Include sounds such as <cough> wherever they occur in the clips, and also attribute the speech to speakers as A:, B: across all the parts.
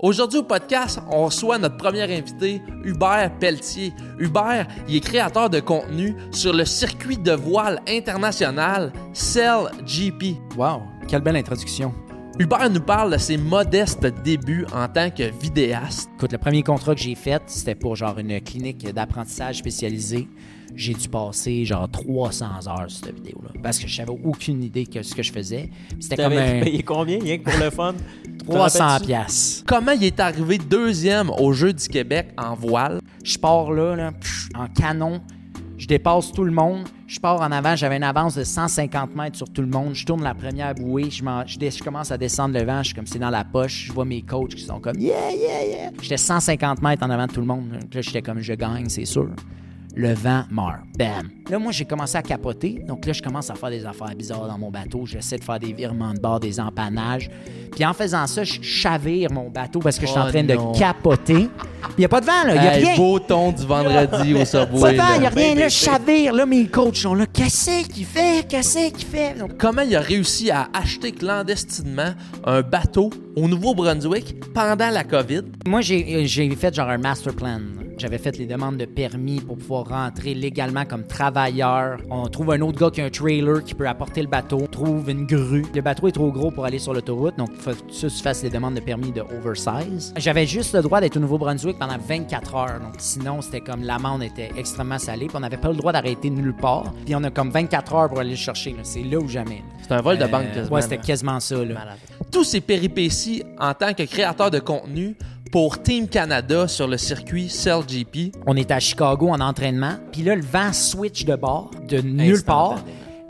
A: Aujourd'hui au podcast, on reçoit notre premier invité, Hubert Pelletier. Hubert, il est créateur de contenu sur le circuit de voile international CellGP.
B: Wow, quelle belle introduction.
A: Hubert nous parle de ses modestes débuts en tant que vidéaste.
B: Écoute, le premier contrat que j'ai fait, c'était pour genre une clinique d'apprentissage spécialisée. J'ai dû passer genre 300 heures sur cette vidéo-là parce que je savais aucune idée de ce que je faisais. Puis C'était comme
C: T'avais
B: un
C: payé combien, rien que pour le fun? T'en
B: 300
C: rappelles-tu?
B: pièces.
A: Comment il est arrivé deuxième au Jeu du Québec en voile?
B: Je pars là, là, pff, en canon. Je dépasse tout le monde. Je pars en avant. J'avais une avance de 150 mètres sur tout le monde. Je tourne la première bouée. Je, m'en- je dé- je commence à descendre le vent. Je suis comme c'est dans la poche. Je vois mes coachs qui sont comme yeah, yeah, yeah. J'étais 150 mètres en avant de tout le monde. Donc là, j'étais comme je gagne, c'est sûr. Le vent meurt. Bam. Là, moi, j'ai commencé à capoter. Donc là, je commence à faire des affaires bizarres dans mon bateau. J'essaie de faire des virements de bord, des empannages. Puis en faisant ça, je chavire mon bateau parce que je suis en
A: Oh
B: train
A: non.
B: de capoter. Il n'y a pas de vent, là. Il n'y a
A: Hey,
B: rien.
A: beau ton du vendredi au
B: Pas
A: Subway.
B: de vent,
A: là.
B: il n'y a rien.
C: Baby
B: Là, je
C: steak.
B: chavire. Là, mes coachs sont là. Qu'est-ce qu'il fait? Qu'est-ce qu'il fait? Donc,
A: Comment il a réussi à acheter clandestinement un bateau au Nouveau-Brunswick pendant la COVID?
B: moi, j'ai euh, j'ai fait genre un master plan. J'avais fait les demandes de permis pour pouvoir rentrer légalement comme travailleur. On trouve un autre gars qui a un trailer qui peut apporter le bateau. On trouve une grue. Le bateau est trop gros pour aller sur l'autoroute, donc faut que tu fasses les demandes de permis de oversize. J'avais juste le droit d'être au Nouveau-Brunswick pendant 24 heures. Donc sinon, c'était comme l'amende était extrêmement salée. Puis on n'avait pas le droit d'arrêter nulle part. Puis on a comme 24 heures pour aller le chercher. là. C'est là ou jamais. là.
A: C'est un vol de
B: Euh,
A: banque quasiment.
B: Ouais, c'était
A: là.
B: quasiment ça. Là.
A: tous ces péripéties en tant que créateur de contenu pour Team Canada sur le circuit CellGP.
B: On était à Chicago en entraînement, puis là, le vent switch de bord, de nulle part,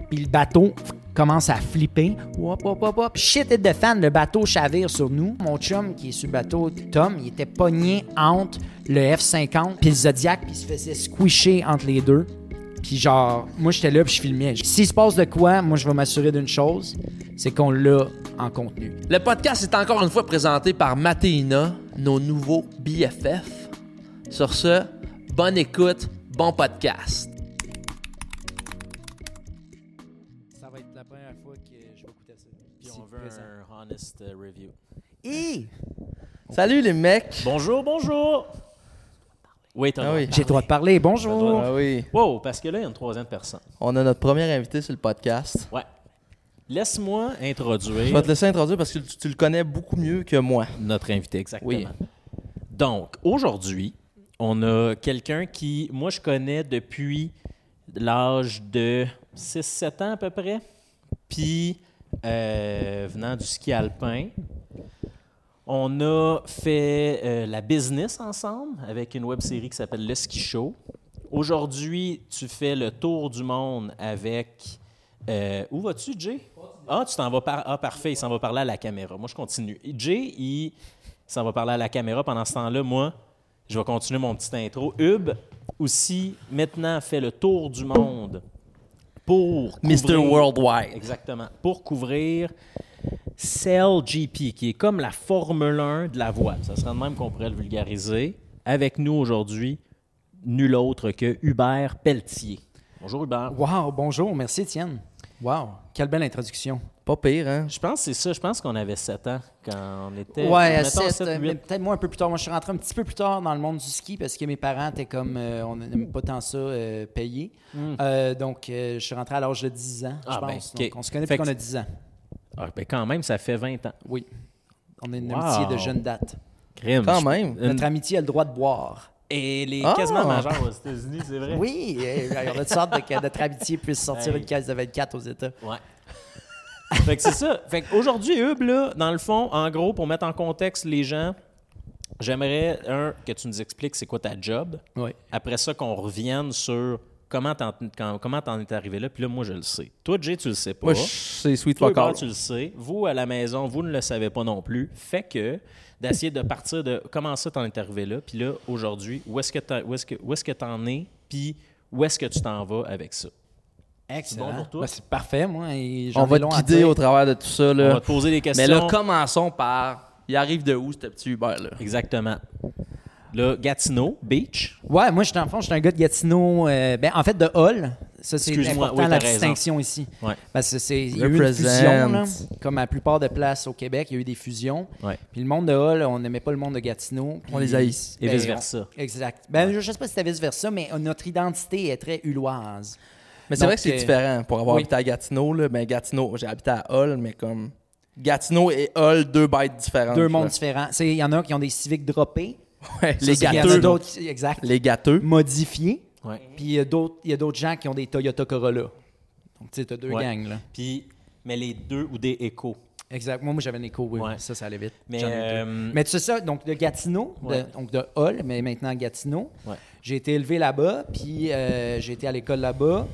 B: puis le bateau commence à flipper. Hop, hop, hop, hop. Shit et de fan, le bateau chavire sur nous. Mon chum qui est sur le bateau, Tom, il était pogné entre le F-50 puis le Zodiac, puis il se faisait squisher entre les deux. Puis genre, moi j'étais là, puis je filmais. S'il se passe de quoi, moi je vais m'assurer d'une chose, c'est qu'on l'a en contenu.
A: Le podcast est encore une fois présenté par Matéina, nos nouveaux BFF. Sur ce, bonne écoute, bon podcast.
B: Ça va être la première fois que je vais écouter ça.
C: Puis on veut un honest euh, review.
D: Salut les mecs!
C: Bonjour, bonjour! Oui, t'as
D: Ah
C: le
D: oui.
C: droit.
B: J'ai le droit de parler. Bonjour.
D: Ah oui,
C: Wow, parce que là, il y a une troisième personne.
D: on a notre premier invité sur le podcast.
C: Ouais. Laisse-moi
D: Je
C: introduire
D: vais te laisser introduire parce que tu, tu le connais beaucoup mieux que moi.
C: notre invité, exactement.
D: Oui.
C: Donc, aujourd'hui, on a quelqu'un qui, moi, je connais depuis l'âge de 6-7 ans à peu près. Puis, euh, venant du ski alpin, on a fait euh, la business ensemble avec une web série qui s'appelle Le Ski Show. Aujourd'hui, tu fais le tour du monde avec. euh, où vas-tu, Jay? Ah, tu t'en vas par. Ah, parfait, il s'en va parler à la caméra. Moi, je continue. Jay, il s'en va parler à la caméra. Pendant ce temps-là, moi, je vais continuer mon petit intro. Hub aussi, maintenant, fait le tour du monde pour.
A: Mr.
C: couvrir-
A: Worldwide.
C: Exactement. Pour couvrir CellGP, qui est comme la Formule 1 de la voile. Ça serait de même qu'on pourrait le vulgariser. Avec nous aujourd'hui, nul autre que Hubert Pelletier. Bonjour Hubert.
B: Wow, bonjour, merci Étienne. Wow, quelle belle introduction.
D: Pas pire, hein?
C: Je pense que c'est ça. Je pense qu'on avait 7 ans quand on était.
B: Ouais, à
C: mettons,
B: sept,
C: sept,
B: euh,
C: huit.
B: mais peut-être moi un peu plus tard. Moi, je suis rentré un petit peu plus tard dans le monde du ski parce que mes parents étaient comme, euh, on n'aime pas tant ça euh, payer. Euh, donc, euh, je suis rentré à l'âge de 10 ans, je
C: Hmm. Ah, ben,
B: pense.
C: ok.
B: Donc, on se connaît
C: Fait
B: depuis qu'on
C: que-
B: a 10 ans.
C: Ah, ben quand même, ça fait 20 ans.
B: Oui. On est une
C: Wow.
B: amitié de jeune date.
C: Crime.
D: Quand
C: Je-
D: même.
C: Une-
B: Notre amitié a le droit de boire.
C: Et elle est
D: Ah!
C: quasiment majeure aux États-Unis, c'est vrai.
B: Oui,
C: <laughs>
B: euh, on a de sorte de- que notre amitié puisse sortir
C: Hey.
B: une caisse de 24 aux États.
C: Ouais. <laughs> fait que c'est ça. Fait qu'aujourd'hui, Hub, là, dans le fond, en gros, pour mettre en contexte les gens, j'aimerais, un, que tu nous expliques c'est quoi ta job.
B: Oui.
C: Après ça, qu'on revienne sur comment t'en, quand- comment t'en es arrivé là. Puis là, moi, je le sais. Toi, Jay, tu le sais pas.
D: Moi, je- c'est Sweet
C: Toi,
D: Fuck
C: Hubert,
D: All.
C: tu le sais. Vous, à la maison, vous ne le savez pas non plus. Fait que d'essayer de partir de comment ça t'en es arrivé là, puis là, aujourd'hui, où est-ce que t'en, où est-ce que, où est-ce que t'en es, puis où est-ce que tu t'en vas avec ça?
B: Excellent.
C: C'est bon pour toi?
B: Ben, c'est parfait, moi. et j'en
D: On
B: ai
D: va
B: long
D: te
B: à
D: guider
B: dire.
D: au travers de tout ça,
C: On
D: Euh, là.
C: va te poser des questions.
A: Mais là, commençons par il arrive de où ce petit Hubert là
C: Exactement. Là, Gatineau, Beach.
B: Ouais, moi, j'étais en fond, j'étais un gars de Gatineau. euh, ben, en fait, de Hall. Ça, c'est
C: Excuse-moi,
B: important,
C: oui,
B: la
C: t'as raison.
B: distinction ici.
C: Ouais.
B: Parce que c'est, il y a eu une
D: Represent.
B: fusion, là. comme à la plupart des places au Québec, il y a eu des fusions.
C: Ouais.
B: Puis le monde de Hall, on n'aimait pas le monde de Gatineau.
D: On
B: puis-
D: les haïssait.
C: Et
B: ben,
C: vice-versa.
B: on- Exact. Ben, Je ne sais pas si c'était vice-versa, mais euh, notre identité est très huloise.
D: Mais c'est
B: Donc,
D: vrai que c'est
B: euh,
D: différent. Pour avoir
B: oui.
D: habité à Gatineau, là, ben Gatineau, j'ai habité à Hull, mais comme Gatineau et Hull, deux bêtes différentes.
B: Deux
D: là. <laughs>
B: mondes différents. C'est- Il y en a qui ont des civiques droppés.
D: Ouais, les
B: Il y en a
D: gâteux.
B: d'autres, exact,
D: Les gâteux.
B: modifiés.
C: Ouais.
B: Puis il y a d'autres- il y a d'autres gens qui ont des Toyota Corolla. Donc, tu sais, tu as deux
C: Ouais.
B: gangs, là.
C: Puis, mais les deux ou des échos.
B: Exact. Moi, moi j'avais une écho, oui.
C: Ouais.
B: Ça, ça allait vite.
C: Mais,
B: J'en ai deux.
C: euh,
B: Mais c'est ça, donc de Gatineau, de-
C: Ouais.
B: donc de Hall, mais maintenant Gatineau.
C: Ouais.
B: J'ai été élevé là-bas, puis euh, j'ai été à l'école là-bas.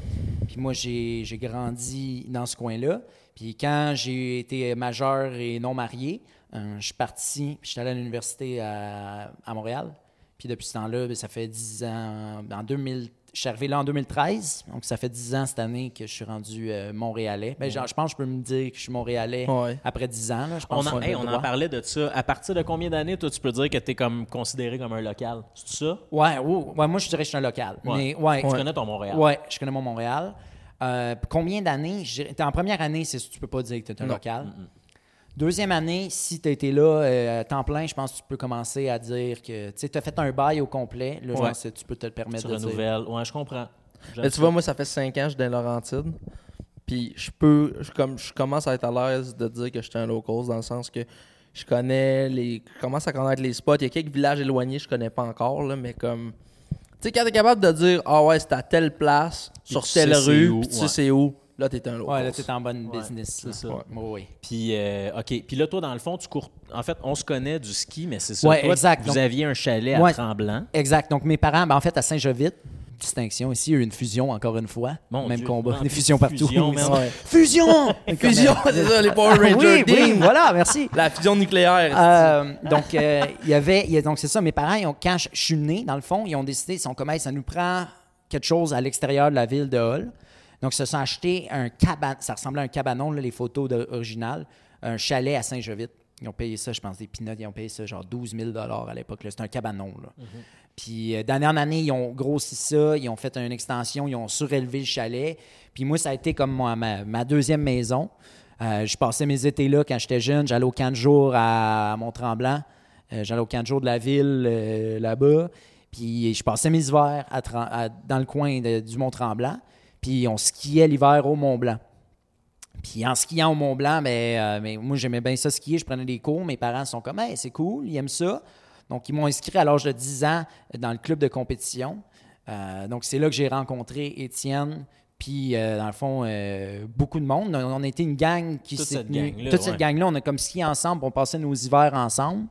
B: Puis moi, j'ai j'ai grandi dans ce coin-là. Puis quand j'ai été majeur et non marié, euh, je suis parti, puis je suis allé à l'université à, à Montréal. Puis depuis ce temps-là, ben, ça fait 10 ans. En 2000, je suis arrivé là en 2013, donc ça fait 10 ans cette année que je suis rendu euh, montréalais. Ben, genre, je pense que je peux me dire que je suis montréalais
D: Ouais.
B: après 10 ans. là, je
C: on
B: pense
C: en,
B: qu'on a
C: hey,
B: le
C: on en
B: droit.
C: parlait de ça. À partir de combien d'années, toi, tu peux dire que tu es comme considéré comme un local? C'est ça?
B: Ouais, oh, ouais, moi je dirais que je suis un local.
C: Ouais.
B: Mais ouais,
C: Tu connais ton Montréal?
B: ouais, je connais mon Montréal. Euh, combien d'années? Je dirais- t'es En première année, c'est tu peux pas dire que tu es un local. Deuxième année, si tu été là euh, à temps plein, je pense que tu peux commencer à dire que tu as fait un bail au complet. Là, je
C: Ouais.
B: pense que tu peux te le permettre
C: Tu
B: de dire.
C: renouvelles. Ouais, je comprends. J'aime
D: Mais tu vois, moi, ça fait 5 ans que je suis dans Laurentide. Puis je peux, je, comme, je commence à être à l'aise de dire que j'étais un local dans le sens que je connais les, je commence à connaître les spots. Il y a quelques villages éloignés que je connais pas encore, là, mais comme, tu sais, quand t'es capable de dire, ah ouais, c'est à telle place, sur
C: tu
D: telle
C: sais c'est
D: rue,
C: où,
D: puis tu
C: ouais.
D: sais c'est où, là, t'es un local.
B: Ouais, là, tu en bonne
C: Ouais,
B: business.
C: c'est
B: là.
C: ça.
B: Ouais, oui.
C: Puis, euh, OK. Puis là, toi, dans le fond, tu cours. En fait, on se connaît du ski, mais c'est ça.
B: Ouais,
C: Toi,
B: exact.
C: Vous
B: Donc-
C: aviez un chalet
B: Ouais.
C: à Tremblant.
B: Exact. Donc, mes parents, ben, en fait, à Saint-Jovite, distinction ici, il y a eu une fusion encore une fois.
C: Mon
B: Même
C: Dieu.
B: combat.
C: Ah,
B: Des fusions partout.
C: fusion,
B: <laughs>
C: man.
D: Ouais.
C: <laughs>
B: Fusion!
D: <laughs>
B: <laughs>
D: Fusion, c'est ça, les Power Rangers.
B: oui, oui,
D: ding!
B: voilà, merci.
D: La fusion nucléaire.
B: Euh, donc, euh, il y avait. il y a- donc, c'est ça, mes parents, ils ont, quand je je suis né, dans le fond, ils ont décidé, ils sont comme, Hey, ça nous prend quelque chose à l'extérieur de la ville de Hull. Donc, ils se sont achetés un cabanon. Ça ressemblait à un cabanon, là, les photos de- originales. Un chalet à Saint-Jovite. Ils ont payé ça, je pense, des pinottes. Ils ont payé ça genre 12 000 à l'époque. là. C'était un cabanon. Là. Puis, euh, d'année en année, ils ont grossi ça. Ils ont fait une extension. Ils ont surélevé le chalet. Puis, moi, ça a été comme moi, ma, ma deuxième maison. Euh, je passais mes étés là quand j'étais jeune. J'allais au camp de jour à Mont-Tremblant. Euh, J'allais au camp de jour de la ville euh, là-bas. Puis je passais mes hivers à Tren- à- dans le coin de- du Mont-Tremblant. Puis on skiait l'hiver au Mont-Blanc. Puis en skiant au Mont-Blanc, mais, euh, mais moi, j'aimais bien ça skier. Je prenais des cours. Mes parents sont comme, hey, c'est cool, ils aiment ça. Donc, ils m'ont inscrit à l'âge de 10 ans dans le club de compétition. Euh, donc, c'est là que j'ai rencontré Étienne. Puis, euh, dans le fond, euh, beaucoup de monde. On, on était une gang qui
C: Toute
B: s'est
C: cette
B: tenue-
C: gang-là,
B: Toute cette
C: ouais.
B: gang-là, on a comme skié ensemble. puis On passait nos hivers ensemble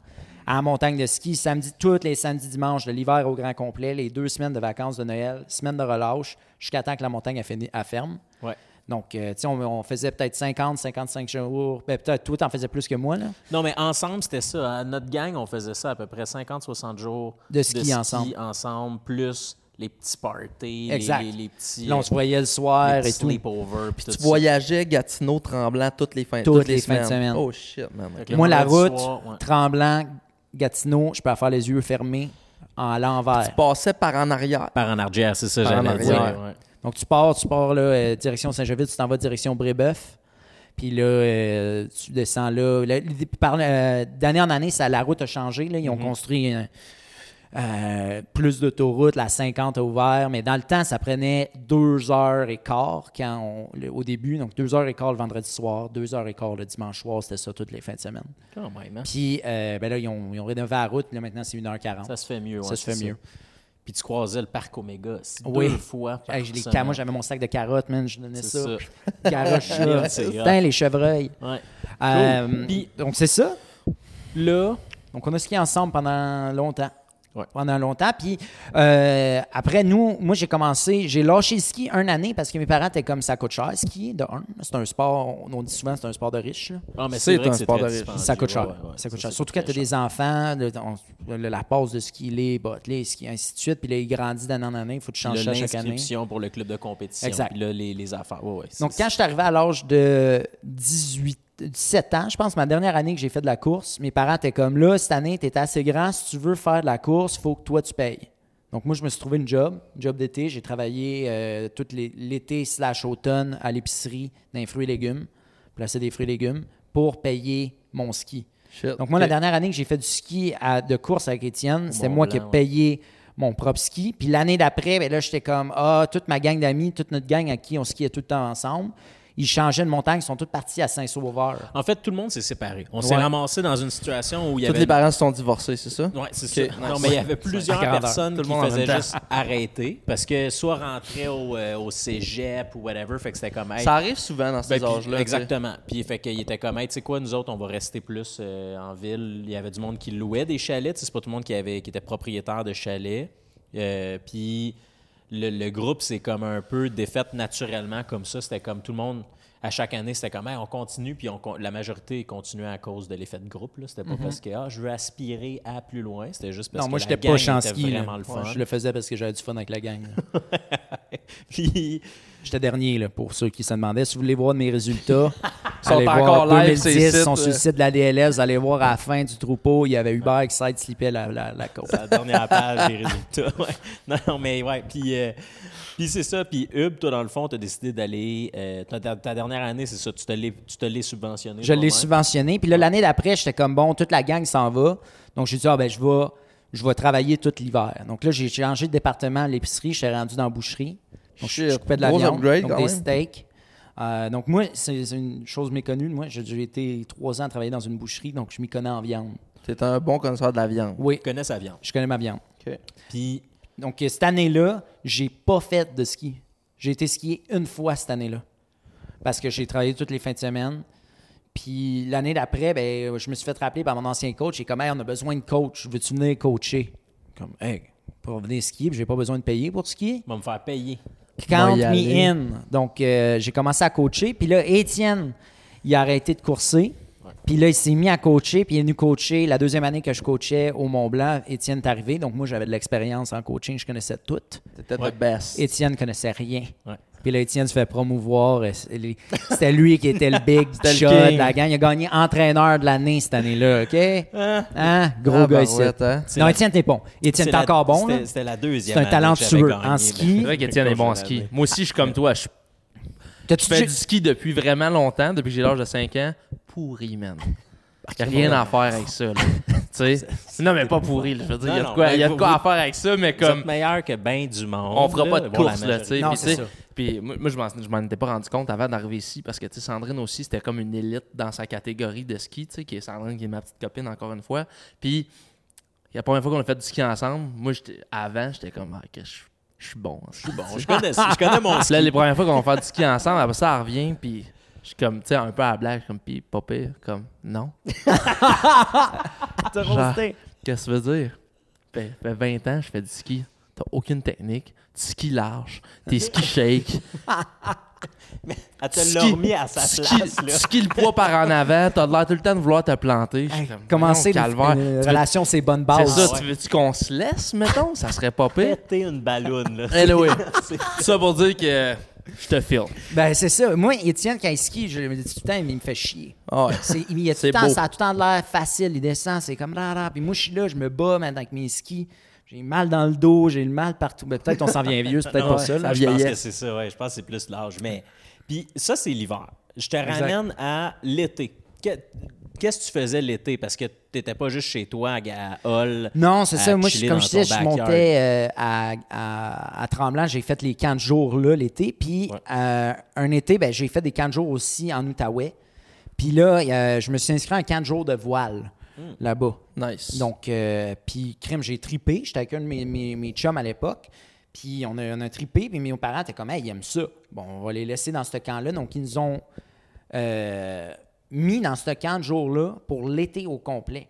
B: à la montagne de ski. Samedi, tous les samedis, dimanches, de l'hiver au grand complet. Les deux semaines de vacances de Noël, semaine de relâche, jusqu'à temps que la montagne a fini- elle ferme.
C: Ouais.
B: Donc, euh, tu sais, on, on faisait peut-être 50, 55 jours. Ben, peut-être toi, t'en faisais plus que moi, là.
C: Non, mais ensemble, c'était ça. hein. Notre gang, on faisait ça à peu près 50-60 jours
B: De ski ensemble.
C: ensemble, plus les petits parties, les-
B: Exact.
C: Les, les petits,
B: Là, on se voyait le
C: euh, les
B: soir
C: petits
B: et tout.
C: sleepovers. Puis tout
D: tu
C: ça.
D: voyageais Gatineau tremblant toutes les fins,
B: Toutes
D: toutes,
B: les
D: les,
B: fins de
D: semaines.
B: semaine.
D: Oh shit, man.
C: Fait que le
B: Moi, la
C: vendredi
B: route,
C: soir, ouais.
B: Tremblant, Gatineau, je peux faire les yeux fermés en à l'envers.
D: Tu passais par en arrière.
C: Par en arrière, c'est ça,
D: Par en
C: j'allais
D: arrière.
C: dire. ouais.
B: Donc, tu pars, tu pars là, euh, direction Saint-Jovite, tu t'en vas direction Brébeuf. Puis là, euh, tu descends là. Là, l- par- euh, D'année en année, ça, la route a changé. là.
C: Mhm.
B: Ils ont construit euh, euh, plus d'autoroutes, la 50 a ouvert. Mais dans le temps, ça prenait deux heures et quart quand on- le- au début. Donc, deux heures et quart le vendredi soir, deux heures et quart le dimanche soir. C'était ça toutes les fins de semaine.
C: Quand même, hein.
B: Puis euh, ben là, ils ont, ils ont rénové la route. Là, maintenant, c'est 1h40.
C: Ça se fait mieux.
B: Ça
C: ouais,
B: se fait
C: c'est
B: mieux.
C: Puis tu croisais le parc Oméga c'est
B: Oui.
C: deux fois par
B: Hey, j'ai les
C: semaine.
B: ca- moi, j'avais mon sac de carottes, man. Je donnais
C: C'est
B: ça. <laughs>
C: ça.
B: Carottes, ça.
C: C'est grave.
B: Putain, les chevreuils.
C: Ouais.
B: Euh,
C: Puis-
B: donc, c'est ça.
C: Là,
B: Donc, on a skié ensemble pendant longtemps.
C: Ouais.
B: Pendant longtemps. Puis euh, après, nous, moi, j'ai commencé, j'ai lâché le ski un année parce que mes parents étaient comme ça coûte cher, skier, de un. C'est un sport, on on dit souvent, c'est un sport de riche. là.
C: ah, mais
D: C'est
C: c'est vrai
D: un
C: que c'est
D: sport
C: très
D: de riche.
C: dispendieux.
B: Ça coûte cher.
C: Ouais, ouais,
B: ça coûte
C: ça,
B: cher.
C: c'est
B: Surtout quand tu
C: très
B: as des enfants, le- on- le- la passe de ski, les bottes, les skis, ainsi de suite. Puis là, ils grandissent d'année en année. Il faut que tu changes
C: Là,
B: ça chaque année.
C: l'inscription pour le club de compétition.
B: Exact.
C: Puis là, les, les affaires. Ouais, ouais, c'est-
B: Donc, quand je suis arrivé à l'âge de 18, 17 ans, je pense, ma dernière année que j'ai fait de la course, mes parents étaient comme là, cette année, tu es assez grand, si tu veux faire de la course, il faut que toi, tu payes. Donc, moi, je me suis trouvé une job, une job d'été. J'ai travaillé euh, tout les- l'été slash automne à l'épicerie dans les fruits et légumes, placer des fruits et légumes pour payer mon ski.
D: Shit.
B: Donc, moi, la
D: Ok.
B: dernière année que j'ai fait du ski à- de course avec Étienne, c'était
C: Mont
B: moi
C: Blanc,
B: qui ai
C: ouais.
B: payé mon propre ski. Puis l'année d'après, ben là, j'étais comme, ah, toute ma gang d'amis, toute notre gang à qui on skiait tout le temps ensemble, ils changeaient de montagne, ils sont tous partis à Saint-Sauveur.
C: En fait, tout le monde s'est séparé. On s'est
B: Ouais.
C: ramassé dans une situation où il y
D: Tous
C: avait.
D: les parents se sont divorcés, c'est ça?
C: Ouais, c'est
D: Ok,
C: ça.
D: nice.
C: Non, mais il y avait plusieurs
B: À grandeur.
C: personnes
D: Tout le
C: qui
D: monde en
C: faisaient
D: même temps.
C: juste arrêter parce que soit rentraient au, euh, au cégep ou whatever, fait que c'était comme. hey,
D: Ça arrive souvent dans ces
C: Ben, puis-
D: âges-là.
C: Exactement. Puis fait qu'il était comme, Hey, tu sais quoi, nous autres, on va rester plus euh, en ville. Il y avait du monde qui louait des chalets. Tu sais, C'est pas tout le monde qui, avait, qui était propriétaire de chalets. Euh, puis le, le groupe, c'est comme un peu défaite naturellement comme ça. C'était comme tout le monde, à chaque année, c'était comme, Hey, on continue. Puis on con- la majorité continuait à cause de l'effet de groupe. là. C'était pas parce que, ah, je veux aspirer à plus loin. C'était juste parce
B: Mm-hmm. non,
C: que
B: moi,
C: la
B: j'étais
C: gang
B: pas
C: était
B: chanceux.
C: vraiment le fun.
B: je le faisais parce que j'avais du fun avec la gang. là.
C: <laughs> Puis
B: <laughs> J'étais dernier, là, pour ceux qui se demandaient. Si vous voulez voir mes <laughs> résultats,
D: sont
B: allez
D: encore
B: voir
D: live,
B: 2010,
D: ces
B: ils sont
D: sites,
B: sur le
D: euh.
B: site de la DLS. Vous allez voir à la fin du troupeau, il y avait Hubert qui side-slippait la, la, la côte.
C: la dernière page des résultats. <laughs> ouais. Non, non, mais ouais. Puis, euh, puis c'est ça. Puis Hub, toi, dans le fond, tu as décidé d'aller. euh, ta- ta, ta dernière année, c'est ça. Tu te l'es- tu te l'es subventionné.
B: Je l'ai
C: toi-même.
B: subventionné. Puis là, l'année d'après, j'étais comme, bon, toute la gang s'en va. Donc, j'ai dit, ah, ben, je vais, je vais travailler tout l'hiver. Donc là, j'ai changé de département à l'épicerie. J'étais rendu dans la boucherie. Donc, je,
D: Shit.
B: je coupais de la
D: Gros
B: viande,
D: upgrade,
B: donc
D: quand
B: des
D: même.
B: steaks. Euh, donc, moi, c'est c'est une chose méconnue. Moi, j'ai j'ai été trois ans à travailler dans une boucherie, donc je m'y connais en viande.
D: Tu es un bon connaisseur de la viande.
B: Oui,
C: Je connais sa viande.
B: je connais ma viande.
D: OK.
C: Puis
B: Donc, euh, cette année-là, j'ai pas fait de ski. J'ai été skier une fois cette année-là. Parce que j'ai travaillé toutes les fins de semaine. Puis l'année d'après, ben, je me suis fait rappeler par mon ancien coach. J'ai comme, Hey, on a besoin de coach. Veux-tu venir coacher? Comme, hey, pour venir skier, puis j'ai pas besoin de payer pour skier.
C: il va me faire payer.
B: Count
D: Bon, y
B: me
D: aller.
B: in. Donc, euh, j'ai commencé à coacher. Puis là, Étienne, il a arrêté de courser. Puis là, il s'est mis à coacher. Puis il est venu coacher. La deuxième année que je coachais au Mont-Blanc, Étienne est arrivé. Donc, moi, j'avais de l'expérience en coaching. Je connaissais tout.
D: T'étais
C: Ouais.
D: le best.
B: Étienne connaissait rien.
C: Ouais.
B: Puis là, Étienne se fait promouvoir. Euh, c'est- les- C'était lui qui était le
D: <laughs>
B: big
D: le
B: shot de
D: king.
B: la gang. Il a gagné entraîneur de l'année cette année-là, OK? Hein? Gros
D: Ah,
B: gars
D: ben,
B: ici.
D: ouais, t'as-
C: C'est
B: Non,
C: la-
B: Étienne, t'es bon. Étienne,
C: C'est
B: t'es
C: la-
B: encore bon. là.
C: C'était c'était la
B: C'est
C: deuxième.
B: un
C: année que
B: talentueux
C: j'avais gagné,
B: en
C: mais-
B: ski.
D: C'est vrai qu'Étienne est bon en ski. Moi aussi, je suis comme toi. Je
B: T'as-tu
D: fais
B: déjà-
D: du ski depuis vraiment longtemps, depuis que j'ai l'âge de 5 ans. Pourri, man. Y a rien à faire avec <laughs> ça, là. tu sais. Non, mais pas pourri, là. Je veux dire,
C: Non,
D: il y a
C: non,
D: de quoi, y a de
C: mais
D: quoi
C: vous-
D: à faire avec ça, mais
C: Vous
D: comme.
C: êtes meilleur que ben du monde.
D: on fera pas de
C: Bon, la
D: course, là, tu sais.
C: majorité.
B: Non,
D: Puis,
B: c'est
D: tu sais,
B: ça.
D: Puis moi, moi, je m'en- je m'en étais pas rendu compte avant d'arriver ici parce que, tu sais, Sandrine aussi, c'était comme une élite dans sa catégorie de ski, tu sais, qui est Sandrine, qui est ma petite copine, encore une fois. Puis, la première fois qu'on a fait du ski ensemble, moi, j'étais- avant, j'étais comme, ah, que je je suis bon. Je suis bon.
C: Bon, je connais, je
B: <laughs>
C: connais mon ski.
D: Là, les premières fois qu'on va faire du ski ensemble, après ça, elle revient, puis je suis comme, tu sais, un peu à la blague, je suis comme, puis pas pire, comme,
B: <laughs>
D: non.
C: T'as
D: Genre,
C: roasté.
D: Qu'est-ce que ça veut dire? Fait, fait 20 ans, je fais du ski. T'as aucune technique. Tu skis large. T'es ski shake.
C: Elle
D: Tu
C: te l'a
D: skis-
C: remis à sa
D: tu
C: place.
D: skis-
C: là.
D: Tu skis le poids par en avant. T'as l'air tout le temps de vouloir te planter. Je suis comme,
B: Commencer
D: voyons, calvaire.
B: une, une
D: Tu veux-
B: relation, c'est bonne
D: C'est
B: base.
D: ça,
C: ouais.
D: tu veux-tu qu'on se laisse, mettons? Ça serait pas pire.
C: Péter une balloune. là.
B: Euh,
D: Anyway,
C: <laughs> C'est-
D: ça pour dire que je te file.
B: Ben, c'est ça. Moi, Étienne, quand il skie, je me dis tout le temps, il me fait chier. C'est- il
D: <laughs>
B: y a tout
D: Ah C'est
B: le temps,
D: beau.
B: ça a tout le temps de l'air facile. Il descend, c'est comme rare, rare. Puis moi, je suis là, je me bats maintenant avec mes skis. J'ai mal dans le dos, j'ai le mal partout. Ben, peut-être qu'on s'en vient vieux, c'est peut-être
C: Non,
B: pas hein. ça.
C: ouais,
B: là.
C: Je pense
D: vieillesse.
C: que c'est ça, ouais. Je pense que c'est plus l'âge. Mais puis ça, c'est l'hiver. Je te
B: Exact.
C: ramène à l'été. Que- Qu'est-ce que tu faisais l'été? Parce que t'étais pas juste chez toi à à Hall.
B: Non, c'est
C: à
B: ça. Moi, je-
C: chiller
B: comme
C: dans
B: je disais,
C: ton
B: je
C: backyard.
B: montais euh, à, à- à Tremblant. J'ai fait les camps de jour là l'été. Puis
C: Ouais.
B: euh, un été, ben, j'ai fait des camps de jour aussi en Outaouais. Puis là, euh, je me suis inscrit à un camp de jour de voile
D: Hmm.
B: là-bas.
D: Nice.
B: Donc, euh, puis crime, j'ai tripé. J'étais avec un de mes, mes, mes chums à l'époque. Puis on a, on a tripé, puis mes parents étaient comme, hey, ils aiment ça. Bon, on va les laisser dans ce camp-là. Donc, ils nous ont euh, mis dans ce camp de jour-là pour l'été au complet.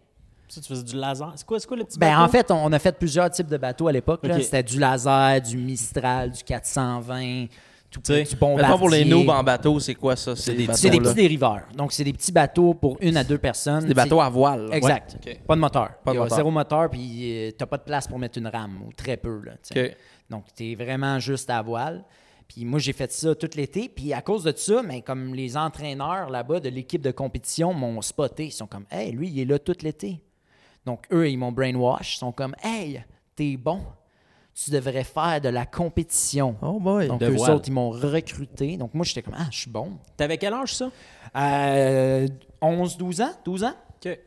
C: Ça, tu faisais du laser. C'est quoi, c'est quoi le petit
B: Ben,
C: bateau?
B: en fait, on, on a fait plusieurs types de bateaux à l'époque. là.
C: Ok.
B: C'était du laser, du Mistral, du 420, tout,
C: sais,
B: du bombardier.
D: Mettons pour les noobs en bateau, c'est quoi ça?
C: des-
D: bateaux,
B: C'est des
D: là?
B: petits dériveurs. Donc, c'est des petits bateaux pour une à deux personnes.
D: des bateaux à voile.
B: Exact.
D: Ouais. Ok.
B: Pas de moteur.
D: Pas de
B: Il y a
D: moteur.
B: Zéro moteur, puis euh, t'as pas de place pour mettre une rame, ou très peu. Là, tu sais.
D: Ok.
B: Donc, t'es vraiment juste à voile. Puis moi, j'ai fait ça tout l'été. Puis à cause de ça, mais comme les entraîneurs là-bas de l'équipe de compétition m'ont spoté, ils sont comme « Hey, lui, il est là tout l'été. » Donc, eux, ils m'ont brainwash. Ils sont comme « Hey, t'es bon. tu devrais faire de la compétition.
D: Oh boy.
B: Donc,
C: De
B: eux
C: voile.
B: autres, ils m'ont recruté. Donc, moi, j'étais comme, ah, je suis bon.
C: T'avais quel âge, ça?
B: Euh, 11, 12 ans, 12 ans.
C: OK.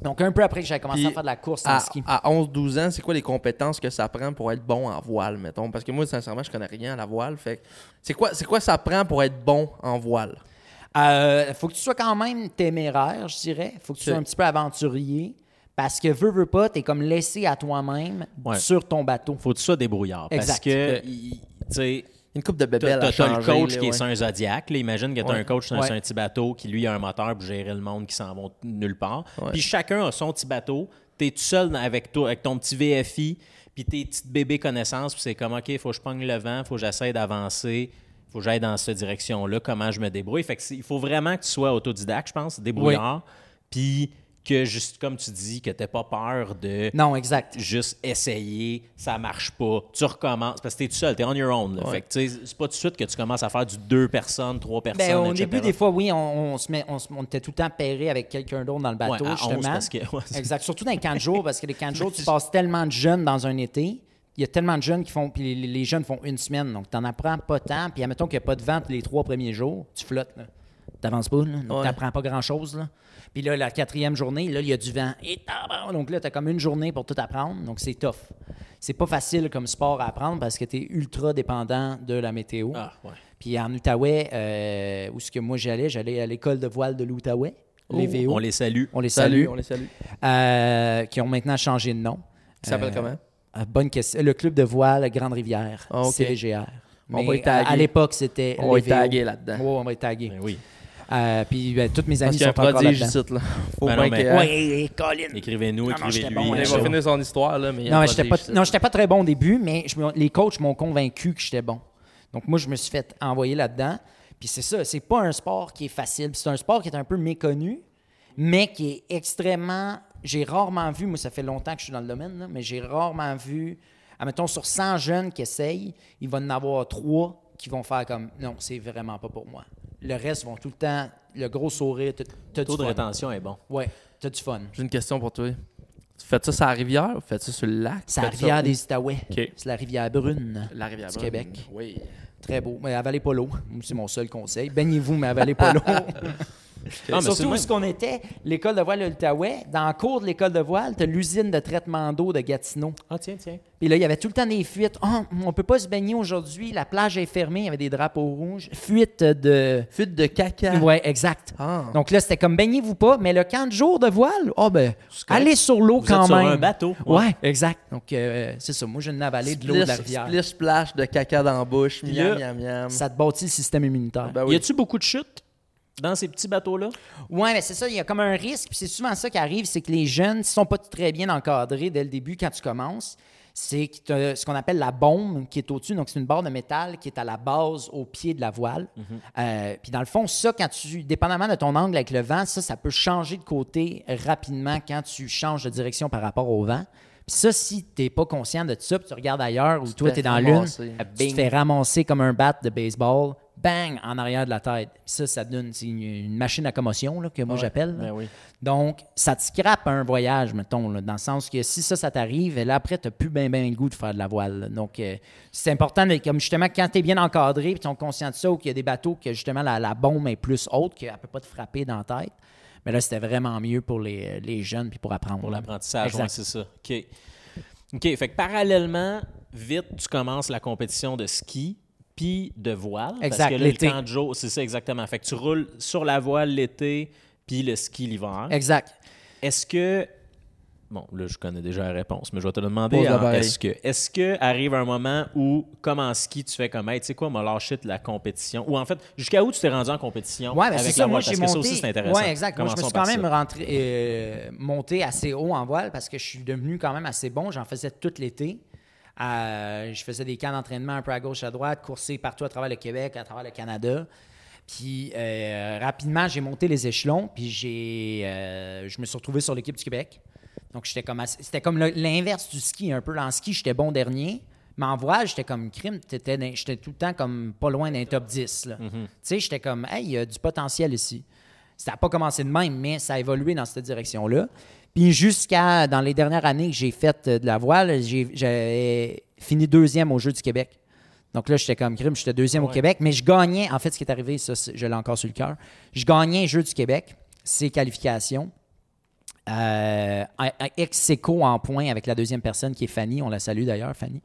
B: Donc, un peu après que j'avais commencé
D: Puis,
B: à faire de la course en
D: à,
B: ski.
D: à 11-12 ans, c'est quoi les compétences que ça prend pour être bon en voile, mettons? Parce que moi, sincèrement, je connais rien à la voile. Fait que c'est quoi, c'est quoi ça prend pour être bon en voile?
B: Euh, faut que tu sois quand même téméraire, je dirais. faut que tu sois un petit peu aventurier. Parce que veux, veux pas, t'es comme laissé à toi-même
C: Ouais.
B: sur ton bateau.
C: Faut que tu sois débrouillard. Parce
B: Exact.
C: que, il- tu sais,
D: Une coupe de bébé
C: t'as
D: à
C: t'as le
D: changer,
C: coach
D: là,
C: qui est
D: ouais.
C: sur un Zodiac. là. imagine que t'as
D: Ouais.
C: un coach sur un-
B: Ouais.
C: sur un petit bateau qui, lui, a un moteur pour gérer le monde qui s'en va nulle part.
D: Ouais.
C: Puis chacun a son petit bateau. T'es tout seul dans- avec, toi, avec ton petit VFI, puis tes petites bébés connaissances. Puis c'est comme, OK, faut que je pogne le vent, faut que j'essaie d'avancer, faut que j'aille dans cette direction-là, comment je me débrouille. Fait que c'est- il faut vraiment que tu sois autodidacte, je pense, débrouillard. Puis que, juste comme tu dis, que t'aies pas peur de
B: Non, exact.
C: juste essayer, ça marche pas, tu recommences, parce que t'es tout seul, t'es on your own. là. Fait que, tu sais, c'est pas tout de suite que tu commences à faire du deux personnes, trois personnes,
B: Ben, au
C: etc.
B: début, des fois, oui, on, on se met, on, se- on était tout le temps pairé avec quelqu'un d'autre dans le bateau,
C: Ouais, à 11,
B: justement.
C: parce que- ouais, c'est-
B: exact. Surtout dans les camps de jour, parce que les camps de
C: <laughs>
B: jour, tu passes tellement de jeunes dans un été. Il y a tellement de jeunes qui font. Puis les, les jeunes font une semaine, donc t'en apprends pas tant. Puis admettons qu'il n'y a pas de vent les trois premiers jours, tu flottes, là. T'avances pas, là. Donc
D: Ouais.
B: t'apprends pas grand-chose, là. Puis là, la quatrième journée, là, il y a du vent. Et tabarnak! donc là, t'as comme une journée pour tout apprendre. Donc c'est tough. C'est pas facile comme sport à apprendre parce que t'es ultra dépendant de la météo.
C: Ah, ouais.
B: Puis en Outaouais, euh, où ce que moi j'allais, j'allais à l'école de voile de l'Outaouais, les VO.
C: Oh, On les salue.
B: On les salue.
D: Salut, on les Oh, salue.
B: Euh, qui ont maintenant changé de nom.
D: Ça s'appelle comment?
B: Euh, bonne question. Le club de voile Grande-Rivière,
D: Ah, ok.
B: CVGR.
D: On
B: Mais
D: va y
B: à,
D: taguer.
B: à l'époque, c'était.
D: On va
B: les
D: être
B: VO.
D: tagué là-dedans.
B: Ouais, on va y taguer.
C: Ben oui.
B: Euh, puis ben, toutes mes
D: Parce
B: amies
D: qu'il y a
B: sont
D: un
B: encore
D: prodige
B: là-dedans.
D: ici, là. Faut
C: Ben non,
D: bien
C: mais-
D: qu'il-
B: Oui, hey, Colin.
C: Écrivez-nous,
B: Ah non,
C: écrivez-lui.
B: j'étais bon,
D: Il
B: là,
C: ça.
D: va finir son histoire, là, mais il y a
B: Non,
D: un
B: mais j'étais pas,
D: prodige ici.
B: non, j'étais pas très bon au début, mais je me- les coachs m'ont convaincu que j'étais bon. Donc, moi, je me suis fait envoyer là-dedans. Puis c'est ça, c'est pas un sport qui est facile. Puis C'est un sport qui est un peu méconnu, mais qui est extrêmement. J'ai rarement vu, moi, ça fait longtemps que je suis dans le domaine, là, mais j'ai rarement vu. Admettons, sur 100 jeunes qui essayent, il va en avoir trois qui vont faire comme non, c'est vraiment pas pour moi. Le reste vont tout le temps, le gros sourire, t'as- t'as
C: Le taux
B: du
C: de
B: fun.
C: rétention est bon.
B: Ouais, t'as du fun.
D: J'ai une question pour toi. Tu fais ça sur la rivière ou fais ça sur le lac?
B: C'est la
D: Fais-tu ça
B: rivière
D: où?
B: des Itaouais.
D: OK.
B: C'est la rivière brune.
D: La rivière
B: du
D: Brune.
B: Québec.
D: Oui.
B: Très beau. Mais avalez pas l'eau. C'est mon seul conseil. Baignez-vous, mais avalez pas
C: <laughs>
B: l'eau.
C: Non, mais c'est
B: Surtout
C: le
B: où
C: même.
B: ce qu'on était, l'école de voile de l'Outaouais, dans le cours de l'école de voile, t'as l'usine de traitement d'eau de Gatineau.
C: Ah, tiens, tiens.
B: Puis là, il y avait tout le temps des fuites. Ah, on peut pas se baigner aujourd'hui, la plage est fermée, il y avait des drapeaux rouges. Fuite de...
D: Fuite de caca.
B: Ouais, exact.
D: Ah.
B: Donc là, c'était comme baignez-vous pas, mais le camp de jour de voile, oh ben,
C: correct.
B: allez sur l'eau
C: Vous
B: quand
C: êtes sur
B: même.
C: un bateau.
B: Ouais,
C: Ouais.
B: exact. Donc euh, c'est ça, moi je n'ai avalé de l'eau de la
D: Splish,
B: rivière.
D: splish, splash de caca dans la bouche.
C: là-
D: Miam, miam, miam.
B: Ça te bâtit le système immunitaire.
D: Ben
C: Y
D: oui.
C: a-tu beaucoup de chutes dans ces petits bateaux-là?
B: Oui, mais c'est ça, il y a comme un risque. Puis c'est souvent ça qui arrive, c'est que les jeunes ne sont pas très bien encadrés dès le début quand tu commences. C'est que t'as ce qu'on appelle la bombe qui est au-dessus. Donc, c'est une barre de métal qui est à la base, au pied de la voile. Euh, puis dans le fond, ça, quand tu, dépendamment de ton angle avec le vent, ça, ça peut changer de côté rapidement quand tu changes de direction par rapport au vent. Puis ça, si tu n'es pas conscient de ça, puis tu regardes ailleurs ou toi,
D: fais
B: tu es dans l'une, euh,
D: ramasser.
B: tu te fais ramasser comme un bat de baseball, bang, en arrière de la tête. Puis ça, ça donne c'est une, une machine à commotion là, que moi j'appelle. là.
C: Ben oui.
B: Donc, ça te scrape un voyage, mettons, là, dans le sens que si ça, ça t'arrive, là, après, t'as plus bien, bien le goût de faire de la voile. là. Donc, euh, c'est important, de- comme justement, quand t'es bien encadré, puis t'es conscient de ça, ou qu'il y a des bateaux que justement la, la bombe est plus haute, qu'elle peut pas te frapper dans la tête. Mais là, c'était vraiment mieux pour les, les jeunes, puis pour apprendre.
C: Pour l'apprentissage,
B: Exact.
C: ouais, c'est ça. OK. OK, fait que parallèlement, vite, tu commences la compétition de ski puis de voile.
B: Exact,
C: parce que là,
B: l'été.
C: le camp de jour, c'est ça exactement. Fait que tu roules sur la voile l'été puis le ski l'hiver.
B: Exact.
C: Est-ce que. Bon, là, je connais déjà la réponse, mais je vais te le demander.
D: Pose-la
C: hein,
D: pareil.
C: Est-ce que, est-ce que arrive un moment où, comme en ski, tu fais comme, hey, tu sais quoi, m'a lâché de la compétition? Ou en fait, jusqu'à où tu t'es rendu en compétition
B: Ouais, mais
C: avec
B: c'est
C: la
B: ça,
C: voile?
B: moi
C: parce
B: j'ai
C: que
B: monté.
C: ça aussi, c'est intéressant.
B: Ouais, exact. Moi, je me suis
C: Commençons
B: quand
C: par
B: même
C: ça.
B: rentré, euh, monté assez haut en voile parce que je suis devenu quand même assez bon. J'en faisais tout l'été. Euh, je faisais des camps d'entraînement un peu à gauche, à droite, coursé partout à travers le Québec, à travers le Canada. Puis euh, rapidement, j'ai monté les échelons, puis j'ai, euh, je me suis retrouvé sur l'équipe du Québec. Donc, j'étais comme assez- c'était comme le- l'inverse du ski un peu. En ski, j'étais bon dernier, mais en voile, j'étais comme crime. T'étais dans- J'étais tout le temps comme pas loin d'un top 10. là. Tu sais, j'étais comme, hey, il y a du potentiel ici. Ça n'a pas commencé de même, mais ça a évolué dans cette direction-là. Puis jusqu'à dans les dernières années que j'ai fait euh, de la voile, j'ai- j'avais fini deuxième au Jeu du Québec. Donc là, j'étais comme crime, j'étais deuxième au Québec, mais je gagnais. En fait, ce qui est arrivé, ça, c'est- je l'ai encore sur le cœur. Je gagnais Jeu du Québec, ses qualifications, euh, à- à ex aequo en points avec la deuxième personne qui est Fanny. On la salue d'ailleurs, Fanny.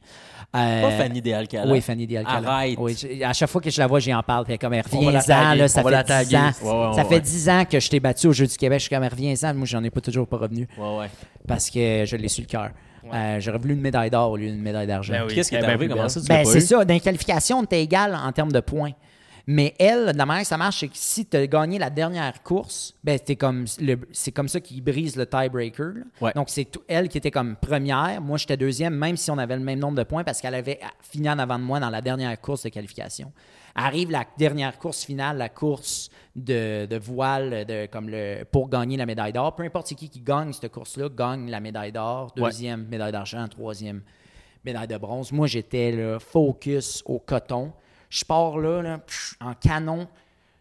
B: Euh,
C: Pas Fanny des Alcala.
B: Oui, Fanny Dialcala.
C: Arrête.
B: Oui, je- à chaque fois que je la vois, j'y en parle. Puis elle est comme, elle
D: On va la
B: reviens-en,
D: taguer.
B: là, ça
D: On va la
B: fait 10
D: taguer.
B: ans.
C: Ouais, ouais,
B: ça
C: ouais,
B: fait
C: ouais.
B: 10 ans que je t'ai battu au Jeu du Québec. Je suis comme, reviens-en. Moi, j'en ai pas toujours pas revenu
C: Ouais, ouais.
B: parce que je l'ai sur le cœur. Euh, J'aurais voulu une médaille d'or au lieu d'une médaille d'argent.
D: Ben oui.
C: Qu'est-ce qui
D: Eh
C: est
D: ben,
C: arrivé?
D: plus
C: Comment
D: belle.
C: ça, tu l'as
B: Ben,
C: pas
B: c'est
C: eu?
B: ça. Dans les qualifications, on était égal en termes de points. Mais elle, de la manière que ça marche, c'est que si tu as gagné la dernière course, ben, t'es comme le- c'est comme ça qu'ils brise le tiebreaker. là.
C: Ouais.
B: Donc, c'est tout- elle qui était comme première. Moi, j'étais deuxième, même si on avait le même nombre de points, parce qu'elle avait fini en avant de moi dans la dernière course de qualification. Arrive la dernière course finale, la course de, de voile de, comme le, pour gagner la médaille d'or. Peu importe c'est qui qui gagne cette course-là, gagne la médaille d'or, deuxième médaille d'argent, troisième médaille de bronze. Moi, j'étais là, focus au coton. Je pars là, là, pff, en canon.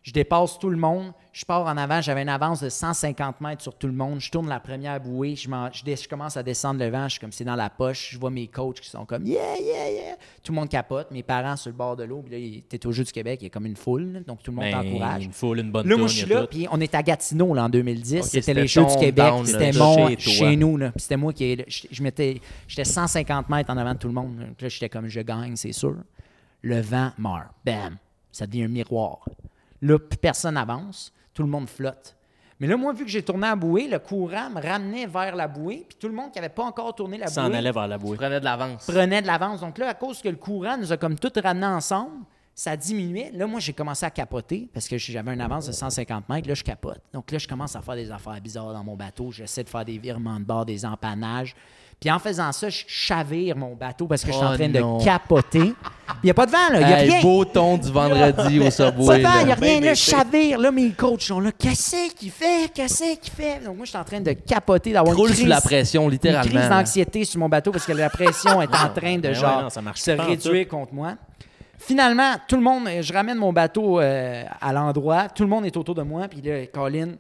B: Je dépasse tout le monde. Je pars en avant. J'avais une avance de 150 mètres sur tout le monde. Je tourne la première bouée. Je, m'en- je, dé- je commence à descendre le vent. Je suis comme c'est dans la poche. Je vois mes coachs qui sont comme yeah, yeah, yeah. Tout le monde capote. Mes parents sur le bord de l'eau. Puis là, il- t'es au Jeu du Québec. Il y a comme une foule. là, Donc tout le monde
C: Ben,
B: t'encourage.
C: une foule, une bonne
B: Là, moi,
C: tourne,
B: je suis
C: il y
B: là,
C: a tout.
B: puis on était à Gatineau, là, en 2010. c'était
D: c'était
B: les Jeux du
D: ton
B: Québec.
D: down, là,
B: C'était
D: de
B: mon,
C: chez
B: chez,
C: toi.
B: nous, là. Puis c'était moi qui. Je, je m'étais- j'étais 150 mètres en avant de tout le monde. là. Puis là, j'étais comme, je gagne, c'est sûr. Le vent meurt. Bam! Ça devient un miroir. Là, plus personne avance. Tout le monde flotte. Mais là, moi, vu que j'ai tourné à bouée, le courant me ramenait vers la bouée, puis tout le monde qui n'avait pas encore tourné la
C: Ça en
B: bouée
C: allait vers la bouée.
D: prenait de l'avance.
B: prenait de l'avance. Donc là, à cause que le courant nous a comme tout ramené ensemble, ça diminuait. Là, moi, j'ai commencé à capoter parce que j'avais une avance de 150 mètres. Là, je capote. Donc là, je commence à faire des affaires bizarres dans mon bateau. J'essaie de faire des virements de bord, des empannages. Puis en faisant ça, je chavire mon bateau parce que je suis en
D: Oh
B: train
D: non.
B: de capoter. Il n'y a pas de vent, là. Il n'y a
D: Hey,
B: rien.
D: beau ton du vendredi
B: <laughs>
D: au
B: Pas
D: Subway.
B: de vent, il n'y
D: là.
B: a
D: Ben,
B: rien. Là, je chavire. Là, mes coachs sont là. Qu'est-ce qu'il fait? Qu'est-ce qu'il fait? Donc moi, je suis en train de capoter, d'avoir une
D: Roule sous
B: crise-
D: la pression,
B: une
D: littéralement.
B: crise
D: là.
B: d'anxiété sur mon bateau parce que la pression
C: <laughs>
B: est en train de
C: Ah, ben ouais,
B: genre
C: non, ça marche
B: se
C: pas en
B: réduire contre moi. Finalement, tout le monde, je ramène mon bateau euh, à l'endroit, tout le monde est autour de moi, puis là, Colin,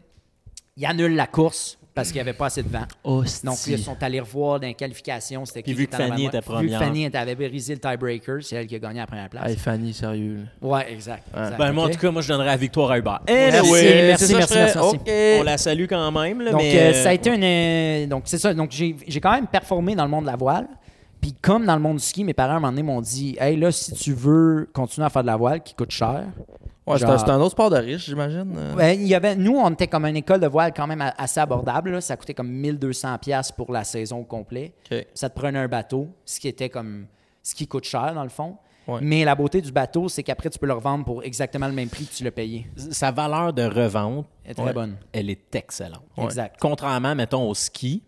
B: il annule la course parce qu'il n'y avait pas assez de vent.
D: Hostie.
B: Donc, ils sont allés revoir dans les qualifications. C'était qui
C: vu
B: qui
C: que
B: était en avant de
C: Fanny
B: moi.
C: était
B: Vu que
C: première.
B: Fanny était- avait brisé le tiebreaker, c'est elle qui a gagné la première place.
D: Hey, Fanny, sérieux. là.
B: Ouais, exact. exact,
C: Ben, moi, en
B: ok.
C: tout cas, moi, je donnerais la victoire à Hubert.
B: Merci,
C: Anyway,
B: Eh merci,
C: c'est ça,
B: merci,
C: je ferais-
B: merci,
D: merci.
C: OK. On la salue quand même, là,
B: Donc,
C: mais...
B: euh, ça a été une. euh, donc, c'est ça. Donc, j'ai j'ai quand même performé dans le monde de la voile. Puis, comme dans le monde du ski, mes parents, à un moment donné, m'ont dit Hey, là, si tu veux continuer à faire de la voile qui coûte cher.
D: Ouais, c'est
B: genre-
D: un- c'est un autre sport de riche, j'imagine. euh.
B: Ben, il y avait, nous, on était comme une école de voile quand même a- assez abordable. là. Ça coûtait comme 1200$ piastres pour la saison au complet.
D: OK.
B: Ça te prenait un bateau, ce qui était comme ce qui coûte cher dans le fond.
D: Ouais.
B: Mais la beauté du bateau, c'est qu'après, tu peux le revendre pour exactement le même prix que tu l'as payé.
C: Sa valeur de revente,
B: Elle est très
C: ouais,
B: bonne.
C: elle est excellente.
B: Ouais. Exact.
C: Contrairement, mettons, au ski,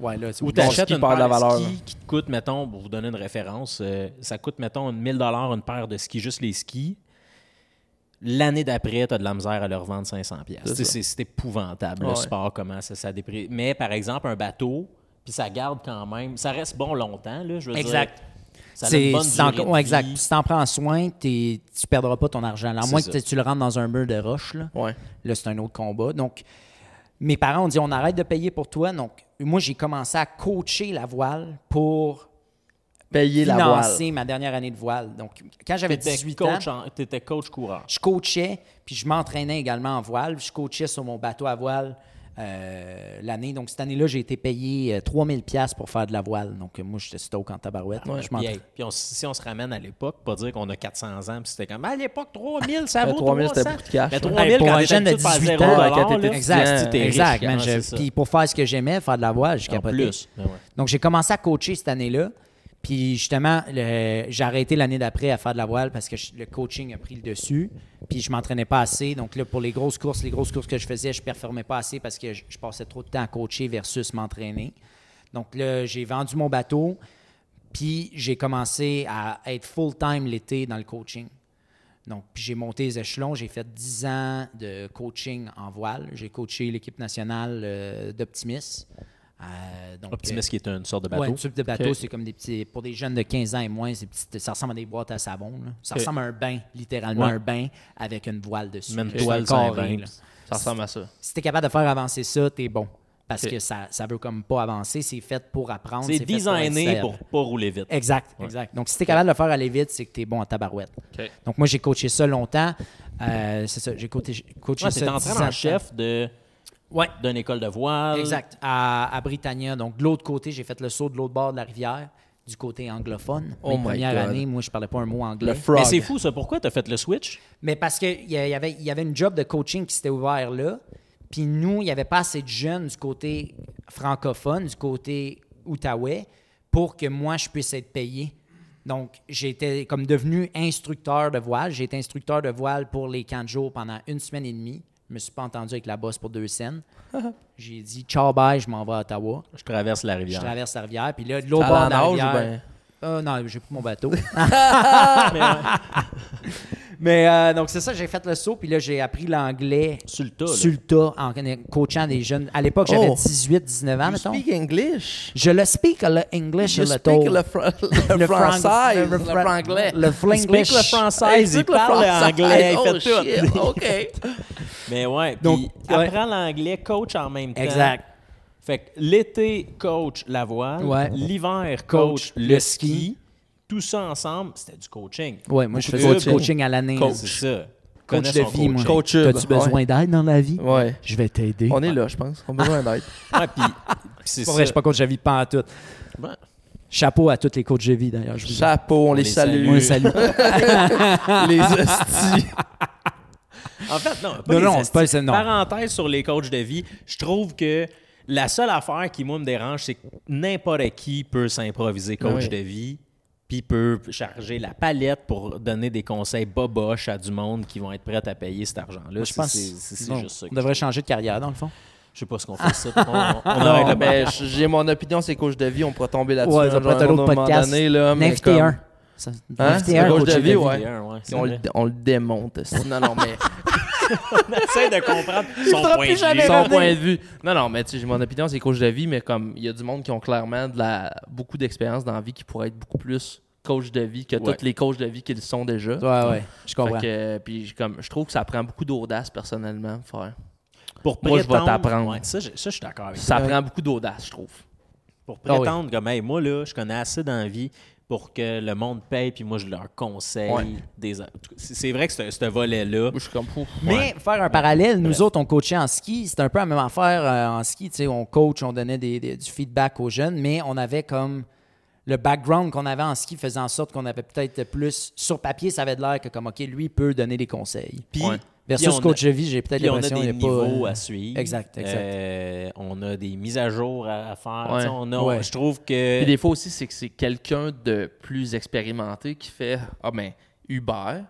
B: Ouais, là, c'est-
C: où
B: Bon,
C: tu achètes
D: ski
C: une
D: perd
C: paire
D: de la valeur,
C: de
D: là.
C: skis qui te coûte, mettons, pour vous donner une référence, euh, ça coûte, mettons, 1000 une paire de skis, juste les skis. L'année d'après, tu as de la misère à leur vendre 500 pièces.
D: C'est ça.
C: C'est c'est épouvantable, le
D: Ouais.
C: sport, comment ça, ça déprécie. Mais, par exemple, un bateau, puis ça garde quand même... Ça reste bon longtemps, là, je veux
B: Exact.
C: dire. Ça a une
B: C'est
C: bonne
B: c'est
C: durée
B: encore-
C: de
B: ouais, exact.
C: vie.
B: Puis Si t'en prends soin, t'es- tu perdras pas ton argent. là. À
C: C'est
B: moins que
C: ça.
B: tu- tu le rentres dans un mur de roche, là,
D: Ouais.
B: là c'est un autre combat. Donc, mes parents ont dit on arrête de payer pour toi. Donc, moi, j'ai commencé à coacher la voile pour
D: Payer la voile.
B: financer ma dernière année de voile. Donc, quand j'avais
C: T'étais
B: 18 ans,
C: coach, en- t'étais coach coureur.
B: je coachais, puis je m'entraînais également en voile. Je coachais sur mon bateau à voile euh, l'année. Donc, cette année-là, j'ai été payé euh, 3000$ pour faire de la voile. Donc, euh, moi, j'étais stoke en tabarouette. je
C: Puis,
B: m'entraînais.
C: hey, puis on- si on se ramène à l'époque, pas dire qu'on a 400 ans, puis c'était comme à l'époque 3000, ça
D: Ben,
C: vaut
D: 3000,
C: 300.
D: c'était beaucoup de cash,
C: Mais
D: ouais.
C: 3000
B: Hey, pour
C: quand
B: un
C: t'es
B: jeune de
C: habitué faire
B: 18
C: 0
B: ans,
C: dollar,
D: quand t'étais
C: là,
B: Exact,
C: t'es riche,
B: exact.
C: hein,
B: man. Je-
C: c'est ça.
B: puis pour faire ce que j'aimais, faire de la voile, je
C: En
B: capotais.
C: plus, ben ouais.
B: Donc j'ai commencé à coacher cette année-là. Puis justement, le- j'ai arrêté l'année d'après à faire de la voile parce que je- le coaching a pris le dessus. Puis je m'entraînais pas assez. Donc là, pour les grosses courses, les grosses courses que je faisais, je performais pas assez parce que je, je passais trop de temps à coacher versus m'entraîner. Donc là, j'ai vendu mon bateau. Puis j'ai commencé à être full-time l'été dans le coaching. Donc, puis j'ai monté les échelons. J'ai fait 10 ans de coaching en voile. J'ai coaché l'équipe nationale euh, d'Optimis. Euh, donc,
C: Optimus qui est une sorte de
B: euh,
C: bateau.
B: ouais, un type de bateau,
D: Ok.
B: c'est comme des petits. Pour des jeunes de 15 ans et moins, c'est petit- ça ressemble à des boîtes à savon. là. Ça
D: Ok.
B: ressemble à un bain, littéralement
C: Ouais.
B: un bain avec une voile dessus.
C: Même
B: là. C'est
C: toile
B: un
C: sur un
B: carré,
C: bain.
B: là.
D: Ça ressemble à ça.
B: Si t'es capable de faire avancer ça, t'es bon. parce
A: Ok.
B: que ça, ça veut comme pas avancer. C'est fait pour apprendre.
C: C'est
B: fait pour
C: designé
B: être
C: pour
B: célèbre.
C: pas rouler vite.
B: Exact, exact. Donc, si t'es capable de le faire aller vite, c'est que t'es bon en tabarouette.
A: OK.
B: Donc, moi, j'ai coaché ça longtemps. Euh, c'est ça, j'ai coaché, coaché
C: Ouais,
B: ça.
C: t'es
B: 10 ans de temps.
C: entraîneur-chef de
B: Ouais.
C: d'une école de voile.
B: Exact. Euh, À, à Britannia. Donc, de l'autre côté, j'ai fait le saut de l'autre bord de la rivière, du côté anglophone.
D: Oh
B: Mes
D: my
B: premières
D: God.
B: années, moi, je parlais pas un mot anglais.
D: Le
C: Mais
D: frog.
C: c'est fou, ça. Pourquoi t'as fait le switch?
B: Mais parce qu'il y, a- y avait, il y avait une job de coaching qui s'était ouvert là. Puis nous, il n'y avait pas assez de jeunes du côté francophone, du côté outaouais, pour que moi, je puisse être payé. Donc, j'étais comme devenu instructeur de voile. J'ai été instructeur de voile pour les camps de jour pendant une semaine et demie. Je me suis pas entendu avec la bosse pour
D: <laughs>
B: deux scènes. J'ai dit, ciao, bye, je m'en vais à Ottawa.
C: Je traverse la
B: Je
C: rivière.
B: traverse la rivière. Puis là, de l'autre
D: T'as
B: bord
D: la
B: de la
D: nage ou
B: rivière...
D: ben-
B: Euh, non, j'ai pris
D: <laughs>
B: mon bateau. euh, Mais euh, donc, c'est ça, j'ai fait le saut, puis là, j'ai appris l'anglais
C: Sur le tas, là.
B: sur le tas, en conna- coachant des jeunes. À l'époque, j'avais
D: Oh.
B: 18, 19 ans,
D: You
B: Ah, mettons.
D: speak English.
B: Je le speak le English
D: Je
B: a
D: speak
B: little.
D: le, fr- le,
B: <laughs> Le fran-
D: français,
B: le
D: le
B: fra-
D: franglais.
B: le
C: Il speak
B: flinglish.
C: le français, il
D: Speak le
C: parle
D: français.
C: anglais, il
D: Oh,
C: fait tout.
D: shit, OK.
C: Mais ouais,
B: Donc,
C: puis
B: ouais.
C: apprends l'anglais, coach en même temps.
B: Exact.
C: Fait que l'été, coach la voile.
B: Ouais.
C: L'hiver,
B: Coach
C: coach,
B: le
C: le ski. Tout ça ensemble, c'était du coaching.
B: Ouais, moi, je
C: Beaucoup
B: faisais
C: de
B: du coaching à l'année.
C: Coach, c'est ça.
B: Coach
C: Connais
B: de
C: son
B: vie, moi.
C: coaching.
D: Coach Hub,
B: T'as-tu besoin
D: ouais.
B: d'aide dans la vie?
D: Ouais.
B: Je vais t'aider.
D: On est là, je pense. <laughs> On a besoin d'aide.
C: Ouais, puis puis c'est
B: Pour vrai,
C: ça.
B: je suis pas coach de vie, pas en tout.
C: Ouais.
B: Chapeau à tous les coachs de vie, d'ailleurs. Je vous dis.
D: Chapeau, on, les
C: les
D: salue.
B: On les salue.
D: <laughs> les hosties.
C: En fait, non, pas
B: Non,
C: les
B: non,
C: esti-
B: pas les- non.
C: Parenthèse sur les coachs de vie, je trouve que la seule affaire qui, moi, me dérange, c'est que n'importe qui peut s'improviser coach
D: Oui.
C: de vie, puis peut charger la palette pour donner des conseils boboches à du monde qui vont être prêts à payer cet argent-là.
B: Je
C: C'est-
B: pense
C: c'est- C'est c'est
B: non,
C: juste ça.
B: On
C: que
B: devrait
C: je,
B: changer de carrière, dans le fond.
C: je sais pas ce qu'on
B: <laughs>
C: fait ça. On, on
D: Non,
C: arrête le
D: mais
C: match.
D: ben, j- j'ai mon opinion, c'est coach de vie, on pourrait tomber là-dessus.
B: Ouais,
D: un
B: ça
D: jour,
B: pourrait être
D: à
B: un autre
D: moment
B: podcast.
D: donné, là, mais
B: N'invitez
D: comme-
B: un. Ça-
D: Hein?
B: N'invitez
D: Un
B: un
D: coach de vie,
C: Ouais,
D: ouais.
C: hein, ouais, c'est
D: On le,
C: vrai.
D: on le démonte. esti. Non, non,
B: <laughs>
D: mais
C: On essaie de
D: <laughs>
C: comprendre son point de vue.
D: son point de vue. Non, non, mais tu sais, j'ai mon opinion, c'est coach de vie, mais comme il y a du monde qui ont clairement de la, beaucoup d'expérience dans la vie qui pourrait être beaucoup plus coach de vie que
C: Ouais.
D: tous les coachs de vie qu'ils sont déjà.
B: Ouais, ouais, je
D: Fait
B: comprends.
D: que, euh, puis j'ai comme, je trouve que ça prend beaucoup d'audace personnellement, frère.
C: Pour
D: Moi, je vais
C: prétendre-
D: t'apprendre.
C: Ouais, ça, je- ça, je suis d'accord avec
D: Ça prend beaucoup d'audace, je trouve.
C: pour
B: Ah oui.
C: prétendre comme hey, moi là je connais assez d'envie pour que le monde paye puis moi je leur conseille
D: Ouais.
C: des en- c'est c'est vrai que c'est ce volet
D: Moi,
C: là
D: je suis comme fou.
B: Mais faire un parallèle, nous autres, on coachait en ski. C'était un peu la même affaire euh, en ski. tu sais, on coach, on donnait des- des- du feedback aux jeunes, mais on avait comme le background qu'on avait en ski faisait en sorte qu'on avait peut-être plus. Sur papier, ça avait de l'air que, comme, OK, lui peut donner des conseils.
C: puis
D: Ouais.
B: Versus
C: puis on a-
B: coach de vie, j'ai peut-être
C: puis on a
B: l'impression
C: des
B: qu'il n'est pas.
C: niveaux
B: euh,
C: à suivre
B: Exact, exact.
C: Euh, on a des mises à jour à, à faire
D: Ouais.
C: Tu sais, on a-
B: Ouais.
C: je trouve que
D: Puis des fois aussi, c'est que c'est quelqu'un de plus expérimenté qui fait Ah ben, Uber,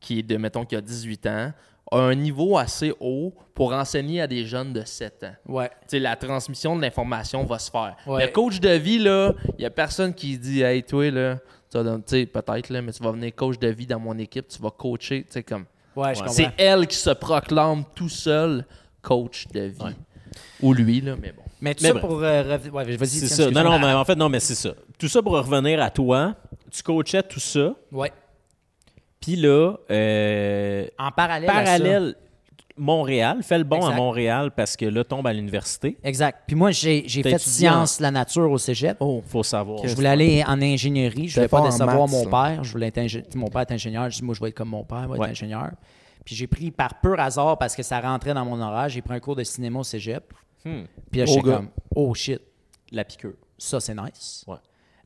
D: qui est de, mettons, qui a 18 ans, a un niveau assez haut pour enseigner à des jeunes de 7 ans.
B: Ouais.
D: Tu sais, la transmission de l'information va se faire.
B: Ouais.
D: Le coach de vie, là, il n'y a personne qui dit Hey, toi, là, tu vas dans- tu sais, peut-être, là, mais tu vas venir coach de vie dans mon équipe, tu vas coacher. Tu sais, comme.
B: Ouais, je
D: C'est
B: comprends.
D: elle qui se proclame tout seul coach de vie. Ou lui, là, mais bon.
B: Mais tout
C: Mais
B: ça
C: bref.
B: pour. euh, rev- ouais, vas-y,
C: c'est
B: tiens,
C: ça non
B: excuse-moi.
C: non mais en fait non mais c'est ça tout ça pour revenir à toi tu coachais tout ça
B: Ouais.
C: puis là euh,
B: En parallèle. à ça.
C: parallèle Montréal fais le bon à
B: Exact.
C: Montréal parce que là tombe à l'université
B: Exact. Puis moi, j'ai j'ai
C: T'as
B: fait
C: étudié en-
B: sciences, la nature au cégep.
C: faut savoir
B: Oh. Je voulais aller en ingénierie. Je voulais
D: T'es
B: pas
D: fort en
B: décevoir
D: maths,
B: mon
D: là.
B: père. Je voulais être ingé- tu sais, Mon père est ingénieur. Je dis, moi, je vais être comme mon père, je vais
C: Ouais.
B: être ingénieur. Puis j'ai pris par pur hasard, parce que ça rentrait dans mon horaire, j'ai pris un cours de cinéma au cégep.
C: Hmm.
B: Puis là, j'étais
D: gars.
B: comme, oh shit,
C: la piqûre
B: ça, c'est nice.
C: ouais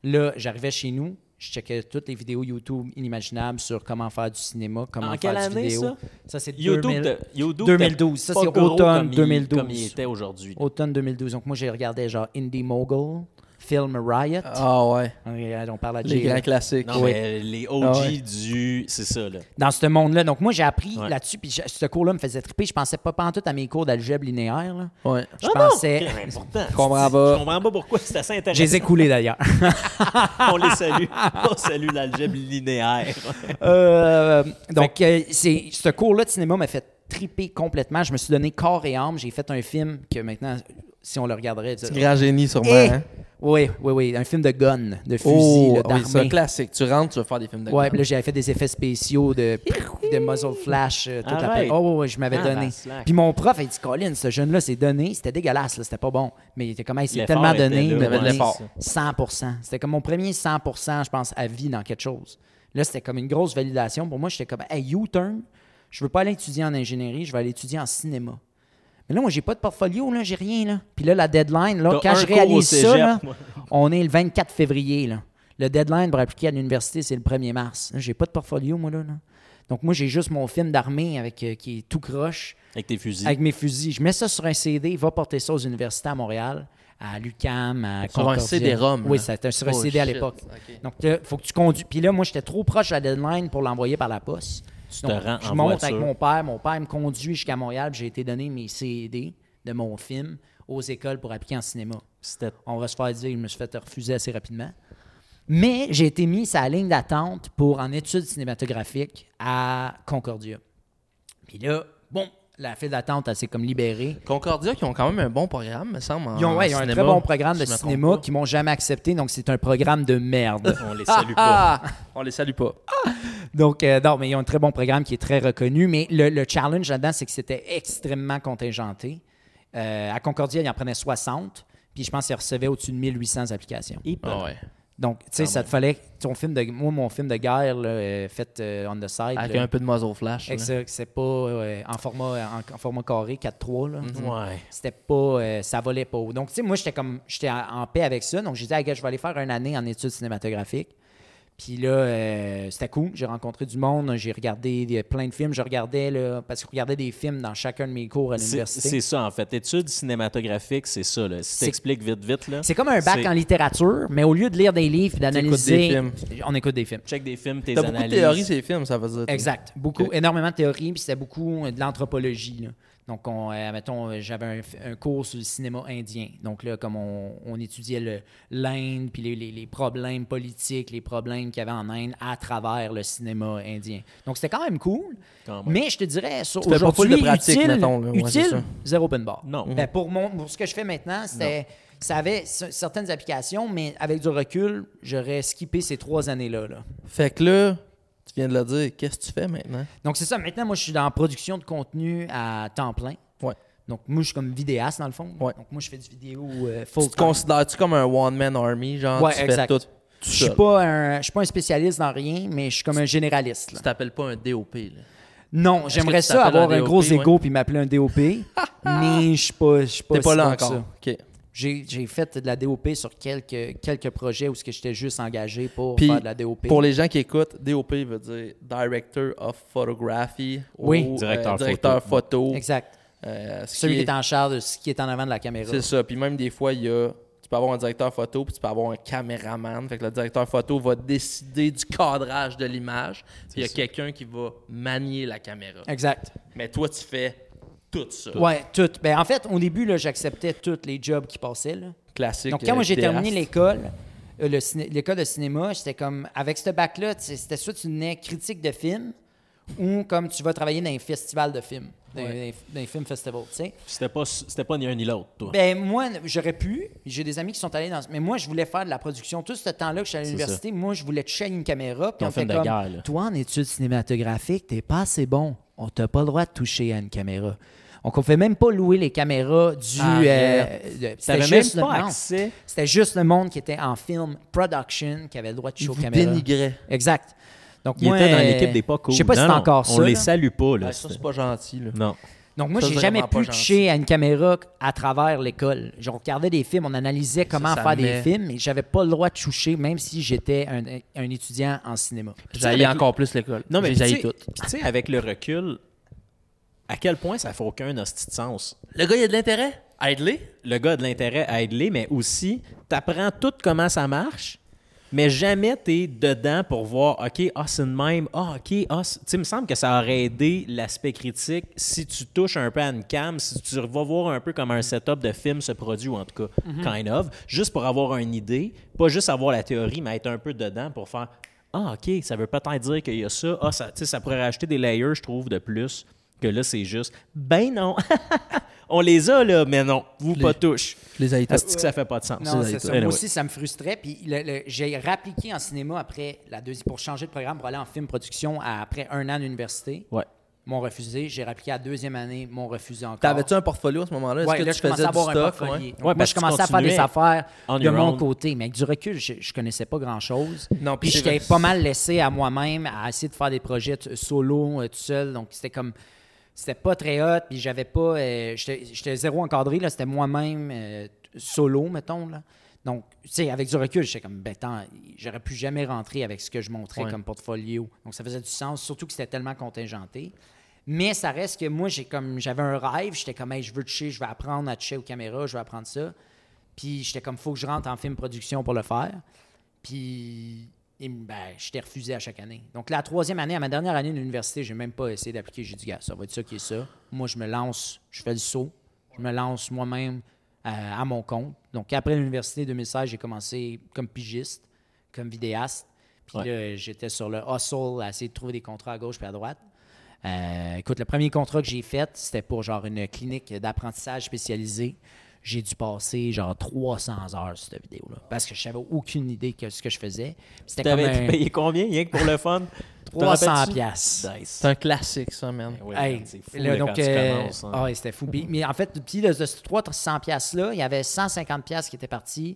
B: Là, j'arrivais chez nous, je checkais toutes les vidéos YouTube inimaginables sur comment faire du cinéma, comment
C: En
B: faire
C: quelle
B: du
C: année,
B: vidéo.
C: ça?
B: Ça, c'est
C: YouTube,
B: 2000
C: t'as- YouTube,
B: 2012. Ça,
C: t'as
B: c'est
C: pas gros
B: automne
C: comme il-
B: 2012.
C: Comme il était aujourd'hui.
B: Automne 2012. Donc moi, j'ai regardé genre Indie Mogul, Film Riot. euh,
D: Ah ouais,
B: On on parle à
D: les
B: Jay, là.
D: grands classiques.
C: Non,
B: Oui.
C: mais les OG
D: Ah ouais.
C: du. C'est ça, là.
B: dans ce monde-là. Donc, moi, j'ai appris
C: Ouais.
B: là-dessus, puis je- ce cours-là me faisait triper. Je pensais pas pantoute à mes cours d'algèbre linéaire. là.
D: Ouais.
B: Je
D: <laughs>
B: pensais.
C: C'est Ah important.
D: Je comprends pas.
C: Je comprends pas pourquoi c'est assez
B: Je les
C: intéressant.
B: ai
D: <laughs>
B: coulés d'ailleurs.
C: On les salue. On salue l'algèbre linéaire.
B: Euh, donc, euh, c'est- ce cours-là de cinéma m'a fait tripé complètement. Je me suis donné corps et âme. J'ai fait un film que maintenant, si on le regarderait, tu
D: C'est grand génie, sûrement.
B: Eh!
D: hein?
B: Oui, oui, oui. Un film de gun, de fusil,
D: Oh,
B: là,
D: oui, c'est un
B: d'armée.
D: classique. Tu rentres, tu vas faire des films de
B: Ah, Ouais,
D: guerre.
B: puis là, j'avais fait des effets spéciaux de, de muzzle flash, euh, toute la
C: Arrête.
B: paix. Oh, ouais, ouais, je m'avais
C: Ah,
B: donné.
C: ben, slack.
B: Puis mon prof, il dit Colin, ce jeune-là, c'est donné. C'était dégueulasse, là, c'était pas bon. Mais il était comme, Hey, c'est
C: L'effort
B: tellement
C: était
B: donné.
C: là,
B: il m'a
D: ouais,
B: donné
D: l'effort.
B: 100 C'était comme mon premier 100 je pense, à vie dans quelque chose. Là, c'était comme une grosse validation. Pour moi, j'étais comme, hey, U-turn, je veux pas aller étudier en ingénierie, je vais aller étudier en cinéma. Mais là, moi, j'ai pas de portfolio, là, j'ai rien, là. Puis là, la deadline, là,
C: T'as
B: quand
C: un
B: je
C: cours au
B: réalise ça,
C: cégep,
B: là,
C: moi.
B: on est le 24 février, là. Le deadline pour appliquer à l'université, c'est le 1er mars. Là, J'ai pas de portfolio, moi, là. là. Donc, moi, j'ai juste mon film d'armée avec euh, qui est tout croche,
C: Avec tes fusils.
B: avec mes fusils. Je mets ça sur un CD, va porter ça aux universités à Montréal, à l'UCAM, à
D: Sur un
B: Concordia.
D: CD-ROM,
B: Oui,
D: là.
B: c'était sur un
D: Oh,
B: CD à
D: shit.
B: l'époque.
D: Ok.
B: Donc, il faut que tu conduis. Puis là, moi, j'étais trop proche de la deadline pour l'envoyer par la poste.
C: Tu te
B: Donc,
C: rends
B: je
C: en
B: monte
C: voiture.
B: avec mon père. Mon père me conduit jusqu'à Montréal. puis J'ai été donné mes CD de mon film aux écoles pour appliquer en cinéma.
C: C'était
B: On va se faire dire, je me suis fait refuser assez rapidement. Mais j'ai été mis sur la ligne d'attente pour en études cinématographiques à Concordia. Puis là, bon, la file d'attente, elle s'est comme libérée.
D: Concordia, qui ont quand même un bon programme, me semble. en
B: Ils ont, ouais, ils ont un
D: cinéma,
B: très bon programme
D: si
B: de
D: je me trompe
B: cinéma
D: pas.
B: qui m'ont jamais accepté, donc c'est un programme de merde.
C: on les salue
B: Ah,
C: pas.
D: On les salue pas.
B: Donc, euh, non, mais ils ont un très bon programme qui est très reconnu. Mais le, le challenge là-dedans, c'est que c'était extrêmement contingenté. Euh, à Concordia, ils en prenaient 60. Puis je pense qu'ils recevaient au-dessus de 1800 applications.
C: Et pas.
D: Ah ouais.
B: Donc, tu sais, ça te fallait. Ton film de, moi, mon film de guerre, là, euh, fait euh, on the side.
D: Avec
B: là,
D: un peu de muzzle flash. là.
B: avec ça, que c'est pas euh, en, format, en, en format carré 4-3.
D: Mhm.
B: là.
C: Ah, Ouais.
B: C'était pas. euh, ça volait pas haut. Donc, tu sais, moi, j'étais comme. J'étais en, en paix avec ça. Donc, j'ai dit, Ah, gars, je vais aller faire une année en études cinématographiques. Puis là, euh, c'était cool. J'ai rencontré du monde. J'ai regardé des- plein de films. Je regardais, là, parce que je regardais des films dans chacun de mes cours à
C: C'est
B: l'université.
C: c'est ça, en fait. Études cinématographiques, c'est ça. Là. Si
B: C'est-
C: t'expliques vite, vite. là.
B: C'est comme un bac
C: c'est-
B: en littérature, mais au lieu de lire des livres et d'analyser.
D: films.
B: On écoute des films.
C: Check des films, tes
D: T'as
C: analyses.
D: beaucoup de théories, ces films, ça veut dire. toi.
B: Exact. Beaucoup, énormément de théorie, puis c'était beaucoup euh, de l'anthropologie. là. Donc, on, euh, mettons, euh, j'avais un, f- un cours sur le cinéma indien. Donc là, comme on, on étudiait le- l'Inde, puis les, les- les problèmes politiques, les problèmes qu'il y avait en Inde à travers le cinéma indien. Donc, c'était quand même cool.
C: Quand même.
B: Mais je te dirais, sur
D: fais pas full
B: aujourd'hui,
D: de pratique,
B: utile,
D: mettons, là. Ouais, c'est ça.
B: utile zéro open bar.
C: Non.
B: Ben, pour, mon, pour ce que je fais maintenant, c'était, ça avait c- certaines applications, mais avec du recul, j'aurais skippé ces trois années-là. là
D: Fait que là, tu viens de le dire, qu'est-ce que tu fais maintenant?
B: donc, c'est ça. Maintenant, moi, je suis dans la production de contenu à temps plein.
D: Ouais.
B: Donc, moi, je suis comme vidéaste, dans le fond.
D: Ouais.
B: Donc, moi, je fais du vidéo euh,
D: Tu
B: full
D: te considères-tu comme un one-man army? Genre,
B: Ouais,
D: tu
B: exact.
D: fais tout. tout
B: Je suis
D: seul?
B: pas un, je suis pas un spécialiste dans rien, mais je suis comme un généraliste. là.
D: Tu t'appelles pas un DOP, là.
B: Non,
D: Est-ce
B: j'aimerais
D: que tu
B: ça
D: t'appelles
B: avoir
D: un
B: un,
D: DOP,
B: gros
D: ouais?
B: ego puis m'appeler un DOP,
D: <laughs>
B: mais je suis pas, je suis pas,
D: T'es pas
B: si
D: là
B: bon que
D: encore.
B: ça.
D: OK.
B: J'ai j'ai fait de la DOP sur quelques, quelques projets où ce que j'étais juste engagé pour
D: Puis,
B: faire de la DOP.
D: Pour les gens qui écoutent, DOP veut dire Director of Photography
B: Oui.
D: ou euh,
C: Directeur
D: directeur photo.
B: Exact.
D: Euh, ce
B: Celui qui
D: qui
B: est en charge de ce qui est en avant de la caméra.
D: C'est ça. Puis même des fois, il y a. Tu peux avoir un directeur photo, puis tu peux avoir un caméraman. Fait que le directeur photo va décider du cadrage de l'image. Puis il y a quelqu'un qui va manier la caméra.
B: Exact.
D: Mais toi, tu fais tout ça.
B: Ouais, tout. Ben, en fait, au début, là, j'acceptais tous les jobs qui passaient. là.
D: Classique. euh,
B: Donc, quand moi j'ai
D: vidéaste.
B: terminé l'école, euh, le ciné- l'école de cinéma, j'étais comme, avec ce bac-là, tu sais, c'était soit tu venais critique de film ou comme tu vas travailler dans un festival de films, dans, dans- dans les film festivals, tu sais.
C: C'était pas, c'était pas ni un ni l'autre, toi.
B: Ben, moi, j'aurais pu, j'ai des amis qui sont allés dans. Mais moi, je voulais faire de la production. Tout ce temps-là que j'étais à l'université, moi, je voulais toucher à une caméra. Puis
C: Ton
B: on
C: film
B: fait
C: de
B: comme,
C: guerre, là.
B: Toi, en études cinématographiques, t'es pas assez bon. On t'a pas le droit de toucher à une caméra. Donc, on fait même pas louer les caméras du.
D: Arrête.
B: euh, de-
C: T'avais
B: c'était
C: même
B: juste le-
C: pas
B: non.
C: accès.
B: C'était juste le monde qui était en film production qui avait le droit de toucher aux
D: vous
B: caméras.
D: dénigrait.
B: Exact. Donc,
C: Il
B: moi,
C: était dans
B: euh,
C: l'équipe des pas cool.
B: Je sais pas si
C: Non,
B: c'est
C: non,
B: encore
C: on
B: ça.
C: les
B: là.
C: salue pas, là.
D: Ah, ça,
C: c'était-
D: c'est pas gentil. Là.
C: Non.
B: Donc moi,
D: Ça,
B: j'ai
D: c'est
B: jamais
D: vraiment pas
B: pu
D: gentil.
B: toucher à une caméra à travers l'école. Je regardais des films, on analysait comment
D: ça
B: faire
D: met-
B: des films, mais j'avais pas le droit de toucher, même si j'étais un, un étudiant en cinéma.
D: J'haïs encore plus l'école.
C: Non, mais
D: J'ai
C: puis
D: haï
C: tu sais-
D: tout.
C: puis tu sais, avec le recul, à quel point ça fait aucun hostie de sens.
D: Le gars, il a de l'intérêt? Aide-les?
C: Le gars a de l'intérêt à aider, mais aussi, t'apprends tout comment ça marche, mais jamais t'es dedans pour voir, OK, ah, c'est de même, ah, OK, ah, c'est- tu sais, il me semble que ça aurait aidé l'aspect critique si tu touches un peu à une cam, si tu vas voir un peu comment un setup de film se produit, ou en tout cas, kind of, juste pour avoir une idée, pas juste avoir la théorie, mais être un peu dedans pour faire, ah, OK, ça veut peut-être dire qu'il y a ça, ah, ça, tu sais, ça pourrait rajouter des layers, je trouve, de plus. que là, c'est juste, ben non, on les a là, mais non, vous
D: Les-
C: pas touche.
D: Je les haïs tous.
C: Est-ce que ça fait pas de sens?
B: Non,
D: c'est
B: c'est ça.
C: Anyway.
B: Moi aussi, ça me frustrait. Puis le- le- j'ai rappliqué en cinéma après la deuxième pour changer de programme pour aller en film production à- après un an d'université.
C: Ouais.
B: M'ont refusé. J'ai rappliqué à la deuxième année. M'ont refusé encore.
D: T'avais-tu un portfolio à ce moment-là? Est-ce
B: Ouais,
D: que
B: là,
D: tu
B: je commençais
D: faisais
B: à
D: du
B: avoir un
D: stock?
B: portfolio.
D: ouais?
B: Donc,
C: parce
B: moi,
C: que
B: je
C: tu
B: commençais à faire des
C: continuais
B: affaires
C: on
B: de
C: your
B: mon
C: own.
B: côté, mais avec du recul, je, je connaissais pas grand-chose.
D: Non, puis
B: Puis
D: c'est
B: j'étais
D: vrai.
B: pas mal laissé à moi-même à essayer de faire des projets t- solo, euh, tout seul. Donc c'était comme. C'était pas très hot, puis j'avais pas. euh, j'étais j'étais zéro encadré, là. C'était moi-même euh, t- solo, mettons, là. Donc, tu sais, avec du recul, j'étais comme, ben, tant, j'aurais pu jamais rentrer avec ce que je montrais
D: Ouais.
B: comme portfolio. Donc, ça faisait du sens, surtout que c'était tellement contingenté. Mais ça reste que moi, j'ai comme, j'avais un rêve, j'étais comme, hey, je veux toucher, je vais apprendre à toucher aux caméras, je vais apprendre ça. Puis j'étais comme, faut que je rentre en film production pour le faire. Puis, et ben, je t'ai refusé à chaque année. Donc, la troisième année, à ma dernière année d'université, j'ai même pas essayé d'appliquer. J'ai dit, gars, ça va être ça qui est ça. Moi, je me lance, je fais le saut. Je me lance moi-même euh, à mon compte. Donc, après l'université 2016, j'ai commencé comme pigiste, comme vidéaste. Puis
C: Ouais.
B: là, j'étais sur le hustle à essayer de trouver des contrats à gauche puis à droite. Euh, écoute, le premier contrat que j'ai fait, c'était pour genre une clinique d'apprentissage spécialisée. J'ai dû passer genre 300 heures sur cette vidéo-là parce que je savais aucune idée de ce que je faisais. Puis C'était comme
C: T'avais
B: un
C: été <laughs> payé combien, rien que pour le fun? T'en
B: 300
C: rappelles-tu?
B: piastres.
C: Nice.
D: C'est un classique, ça, man.
C: Ouais,
B: Hey,
C: c'est fou,
B: là,
C: là,
B: donc,
C: quand tu
B: euh,
C: commences, hein.
B: ah ouais, c'était fou. Puis- Mais en fait, puis de ce 300 pièces là, il y avait 150 pièces qui étaient partis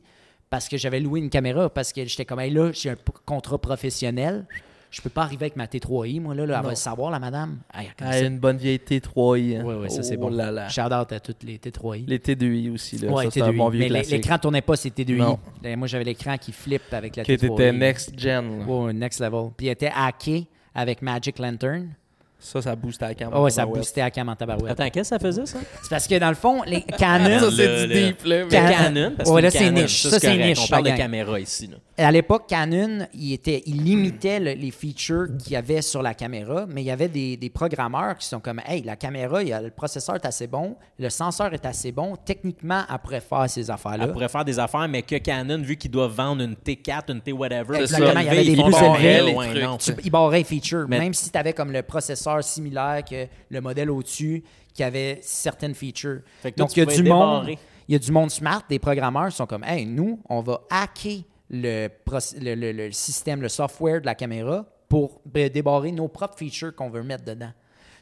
B: parce que j'avais loué une caméra parce que j'étais comme hey, là, j'ai un p- contrat professionnel. Je peux pas arriver avec ma T3i, moi, là, là, elle va le savoir, la madame. Hey, elle
D: Ah,
B: connaissait-
D: une bonne vieille T3i. hein.
B: Ouais, ouais, ça, c'est
D: Oh
B: bon.
D: là là.
B: Shout out à toutes les T3i.
D: Les T2i aussi, là.
B: Ouais,
D: ça, c'est
B: T2i.
D: un bon vieux
B: Mais l'é-
D: classique.
B: l'écran tournait pas, c'était T2i.
D: Non.
B: Là, Ben, Moi, j'avais l'écran qui flippe avec la
D: qui
B: T3i.
D: était next-gen. là.
B: Ouais, Oh, next level. Puis il était hacké avec Magic Lantern.
D: Ça, ça booste la caméra.
B: Oh, ouais, ça
D: Ah, ouais.
B: boostait à cam en tabarouette.
C: Attends, qu'est-ce que ça faisait, ça?
B: C'est parce que dans le fond,
D: <laughs>
B: les <laughs> Canon,
D: Ça, c'est
C: Le-
D: du
C: le-
D: deep, là. mais-
B: Can-
C: Canon, parce que
B: Ouais, là,
C: une
B: c'est
C: Canon,
B: niche. Ça, c'est
C: correct.
B: niche,
C: On parle
B: la
C: de
B: gang.
C: caméra ici. Là.
B: à l'époque, Canon, il, était, il limitait le- les features qu'il y avait sur la caméra, mais il y avait des, des programmeurs qui sont comme Hey, la caméra, il y a- le processeur est assez bon, le senseur est assez bon, techniquement, elle pourrait faire ces affaires-là.
C: Elle pourrait faire des affaires, mais que Canon, vu qu'ils doivent vendre une T4, une T whatever,
B: C'est
C: ils
B: ça.
C: font
B: Il y avait des
C: ils font
B: plus
C: pas
B: élevés,
C: elle,
D: les
C: ouais,
D: trucs.
C: non.
B: tu, il barrait les features.
C: Mais-
B: Même si tu avais comme le processeur similaire que le modèle au-dessus qui avait certaines features.
C: Fait que toi,
B: Donc, il
C: tu
B: y a
C: pouvais
B: du monde.
C: débarrer.
B: Il y a du monde smart, des programmeurs qui sont comme Hey, nous, on va hacker le, proc- le, le- le système, le software de la caméra pour b- débarrer nos propres features qu'on veut mettre dedans.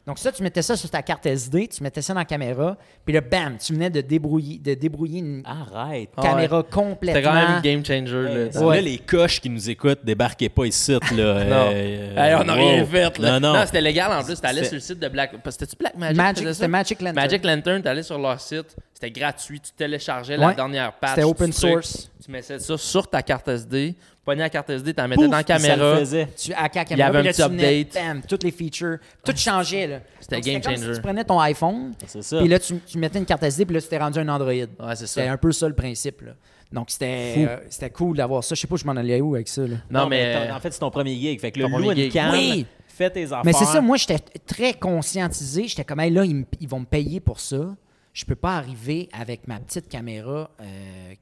B: Donc ça, tu mettais ça sur ta carte SD, tu mettais ça dans la caméra, puis là, bam, tu venais de débrouiller, de débrouiller une
C: Arrête.
D: Ah,
B: caméra
D: C'était
B: complètement...
D: quand même game changer, là.
C: Là, les coches qui nous écoutent, débarquez pas
B: <laughs>
C: ici. Là,
D: Non.
C: Euh,
D: Hey, on n'a
C: wow.
D: rien fait, là.
C: Non, non.
D: c'était légal en plus. T'allais
C: C'était-
D: sur le site de Black. parce que C'était-tu Black Magic?
B: Magic,
D: qui faisait ça?
B: c'était Magic Lantern.
D: Magic Lantern, t'allais sur leur site. C'était gratuit. Tu téléchargeais
B: Ouais.
D: la dernière patch.
B: C'était open
D: du truc.
B: source.
D: Tu mettais ça sur ta carte SD. Pognais la carte SD, t'en mettais
C: Pouf,
D: dans la
C: puis ça le
D: caméra.
C: faisait.
B: tu hackais
D: Il
B: la
D: y
B: caméra,
D: avait
B: puis
D: un
B: là,
D: petit
B: tu venais,
D: update. Ah,
B: bam, toutes les features, tout changeait. là.
D: C'était
B: Donc,
D: game
B: comme si
D: changer.
B: tu prenais ton iPhone,
C: C'est ça.
B: puis là, tu, tu mettais une carte SD, puis là, c'était rendu un Android.
D: Ouais, c'est ça.
B: c'était un peu ça le principe. là. Donc, c'était euh, c'était cool d'avoir ça. Je sais pas, je m'en allais où avec ça. là.
D: Non, mais.
C: t'as- En fait, c'est ton premier gig. Fait que là,
D: Ton
C: loue
D: premier
C: une
D: gig.
C: cam,
B: Oui.
C: fais tes affaires.
B: Mais c'est ça, moi, j'étais très conscientisé. J'étais comme, Hey, là, ils, me- ils vont me payer pour ça. Je peux pas arriver avec ma petite caméra euh,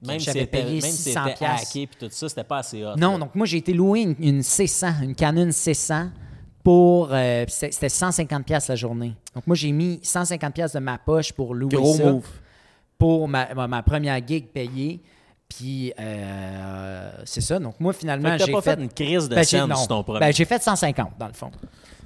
B: que
C: Même si
B: j'avais
C: c'était
B: payé
C: même si
B: 600
C: c'était
B: piastres.
C: hacké puis tout ça, c'était pas assez hot.
B: Non, donc moi, j'ai été loué une, une C100, une Canon C100 pour... euh, c'est- C'était 150 pièces la journée. Donc moi, j'ai mis 150 pièces de ma poche pour louer
D: Gros
B: ça,
D: move.
B: pour ma, ma- ma première gig payée. Puis euh, c'est ça. Donc moi, finalement,
C: Fait que
B: j'ai
C: t'as
B: fait...
C: pas fait une crise de
B: Ben, j'ai-
C: scène
B: non.
C: sur ton premier.
B: Ben, j'ai fait 150, dans le fond.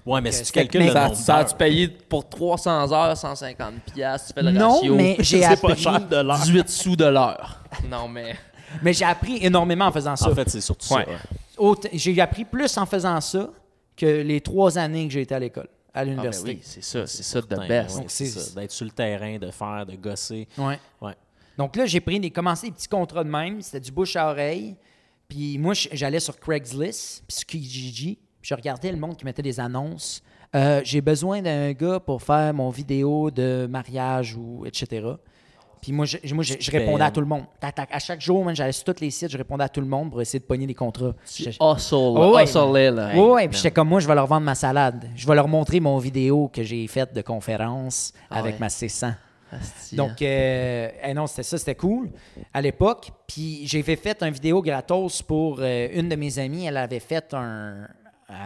C: ouais, mais si tu calcules
B: technique-
C: le
D: Ça,
C: nombre
D: ça
C: d'heures,
D: tu payé pour 300 heures, 150 piastres, tu fais le
B: Non,
D: ratio.
C: <laughs>
B: mais j'ai
D: C'est pas
B: appris-
D: cher de l'heure. 18 sous de l'heure. Non, mais...
B: Mais j'ai appris énormément en faisant ça.
C: en fait, c'est surtout
D: Ouais.
C: ça. ouais.
B: Autant- J'ai appris plus en faisant ça que les trois années que j'ai été à l'école,
D: Ah,
B: à
D: ben
B: l'université.
D: oui, c'est ça, c'est ça de
C: Putain,
D: best.
C: ouais,
B: Donc,
C: c'est
B: c'est-
C: ça, D'être sur le terrain, de faire, de gosser.
B: Ouais.
C: Ouais.
B: Donc là, j'ai pris des, commencé des petits contrats de même. C'était du bouche à oreille. Puis moi, je- j'allais sur Craigslist, puis sur Kijiji. Puis je regardais le monde qui mettait des annonces. Euh, j'ai besoin d'un gars pour faire mon vidéo de mariage ou etc. Puis moi, je, moi, je, je répondais à tout le monde. Tac, tac. À chaque jour, man, j'allais sur tous les sites, je répondais à tout le monde pour essayer de pogner les contrats. Je-
D: Hustle, là.
B: Oh, ouais.
D: Hustle, là.
B: oui, ouais, puis j'étais comme moi, je vais leur vendre ma salade. Je vais leur montrer mon vidéo que j'ai faite de conférence
D: Ah
B: avec
D: ouais.
B: ma C100.
D: Asti, hein.
B: Donc, euh, eh non, c'était ça, c'était cool à l'époque. Puis j'avais fait une vidéo gratos pour euh, une de mes amies. Elle avait fait un,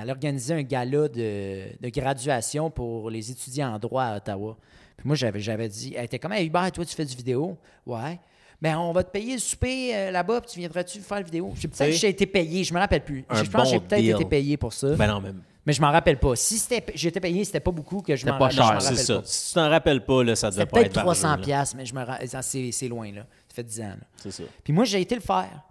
B: elle organisait un gala de, de graduation pour les étudiants en droit à Ottawa. Puis moi, j'avais, j'avais dit, elle était comme, hey, Hubert, toi, tu fais du vidéo? Ouais. Ben, on va te payer le souper euh, là-bas, puis tu viendras-tu faire la vidéo? Je- Peut-être que j'ai été payé, je me rappelle plus.
C: Un
B: je pense que j'ai
C: bon
B: peut-être
C: deal.
B: été payé pour ça,
C: Ben non, même.
B: mais je m'en rappelle pas. Si c'était- j'étais payé, c'était pas beaucoup que je m'en
A: pas
B: rappelle. je m'en
A: cher,
B: rappelle
C: C'est ça.
B: pas.
C: Si tu t'en rappelles pas, là, ça devait
B: C'était
C: pas être
B: peut-être
C: par jour,
B: 300
C: là.
B: piastres, mais je me ra- ah, c'est c'est loin, là. Ça fait 10 ans, là.
C: C'est ça.
B: Puis moi, j'ai été le faire.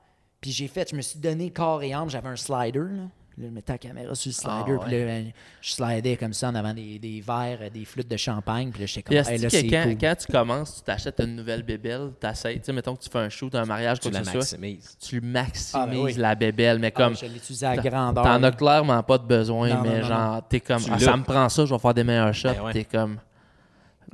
B: Puis j'ai fait, je me suis donné corps et âme. J'avais un slider, là. Là, je mettais la caméra sur le slider,
A: Ah,
B: puis là, euh, je slidais comme ça en avant des, des verres, euh, des flûtes de champagne, puis là, j'étais comme,
D: Puis est-ce
B: hey, là,
D: que
B: c'est
D: quand,
B: cool.
D: quand tu commences, tu t'achètes une nouvelle bébelle, t'essayes, tu sais, mettons que tu fais un shoot, un mariage,
C: Tu
D: quoi
C: la
D: que ce soit,
C: maximises.
D: tu maximises
B: Ah, ben oui.
D: la bébelle, mais
B: Ah,
D: comme,
B: je l'utilisais à
D: t'en-
B: grandeur.
D: t'en as clairement pas de besoin,
B: Non, non,
D: mais
B: non,
D: genre, t'es comme,
C: Tu
D: ah,
C: l'as.
D: ça me prend ça, je vais faire des meilleurs shots,
C: Ben ouais.
D: t'es comme,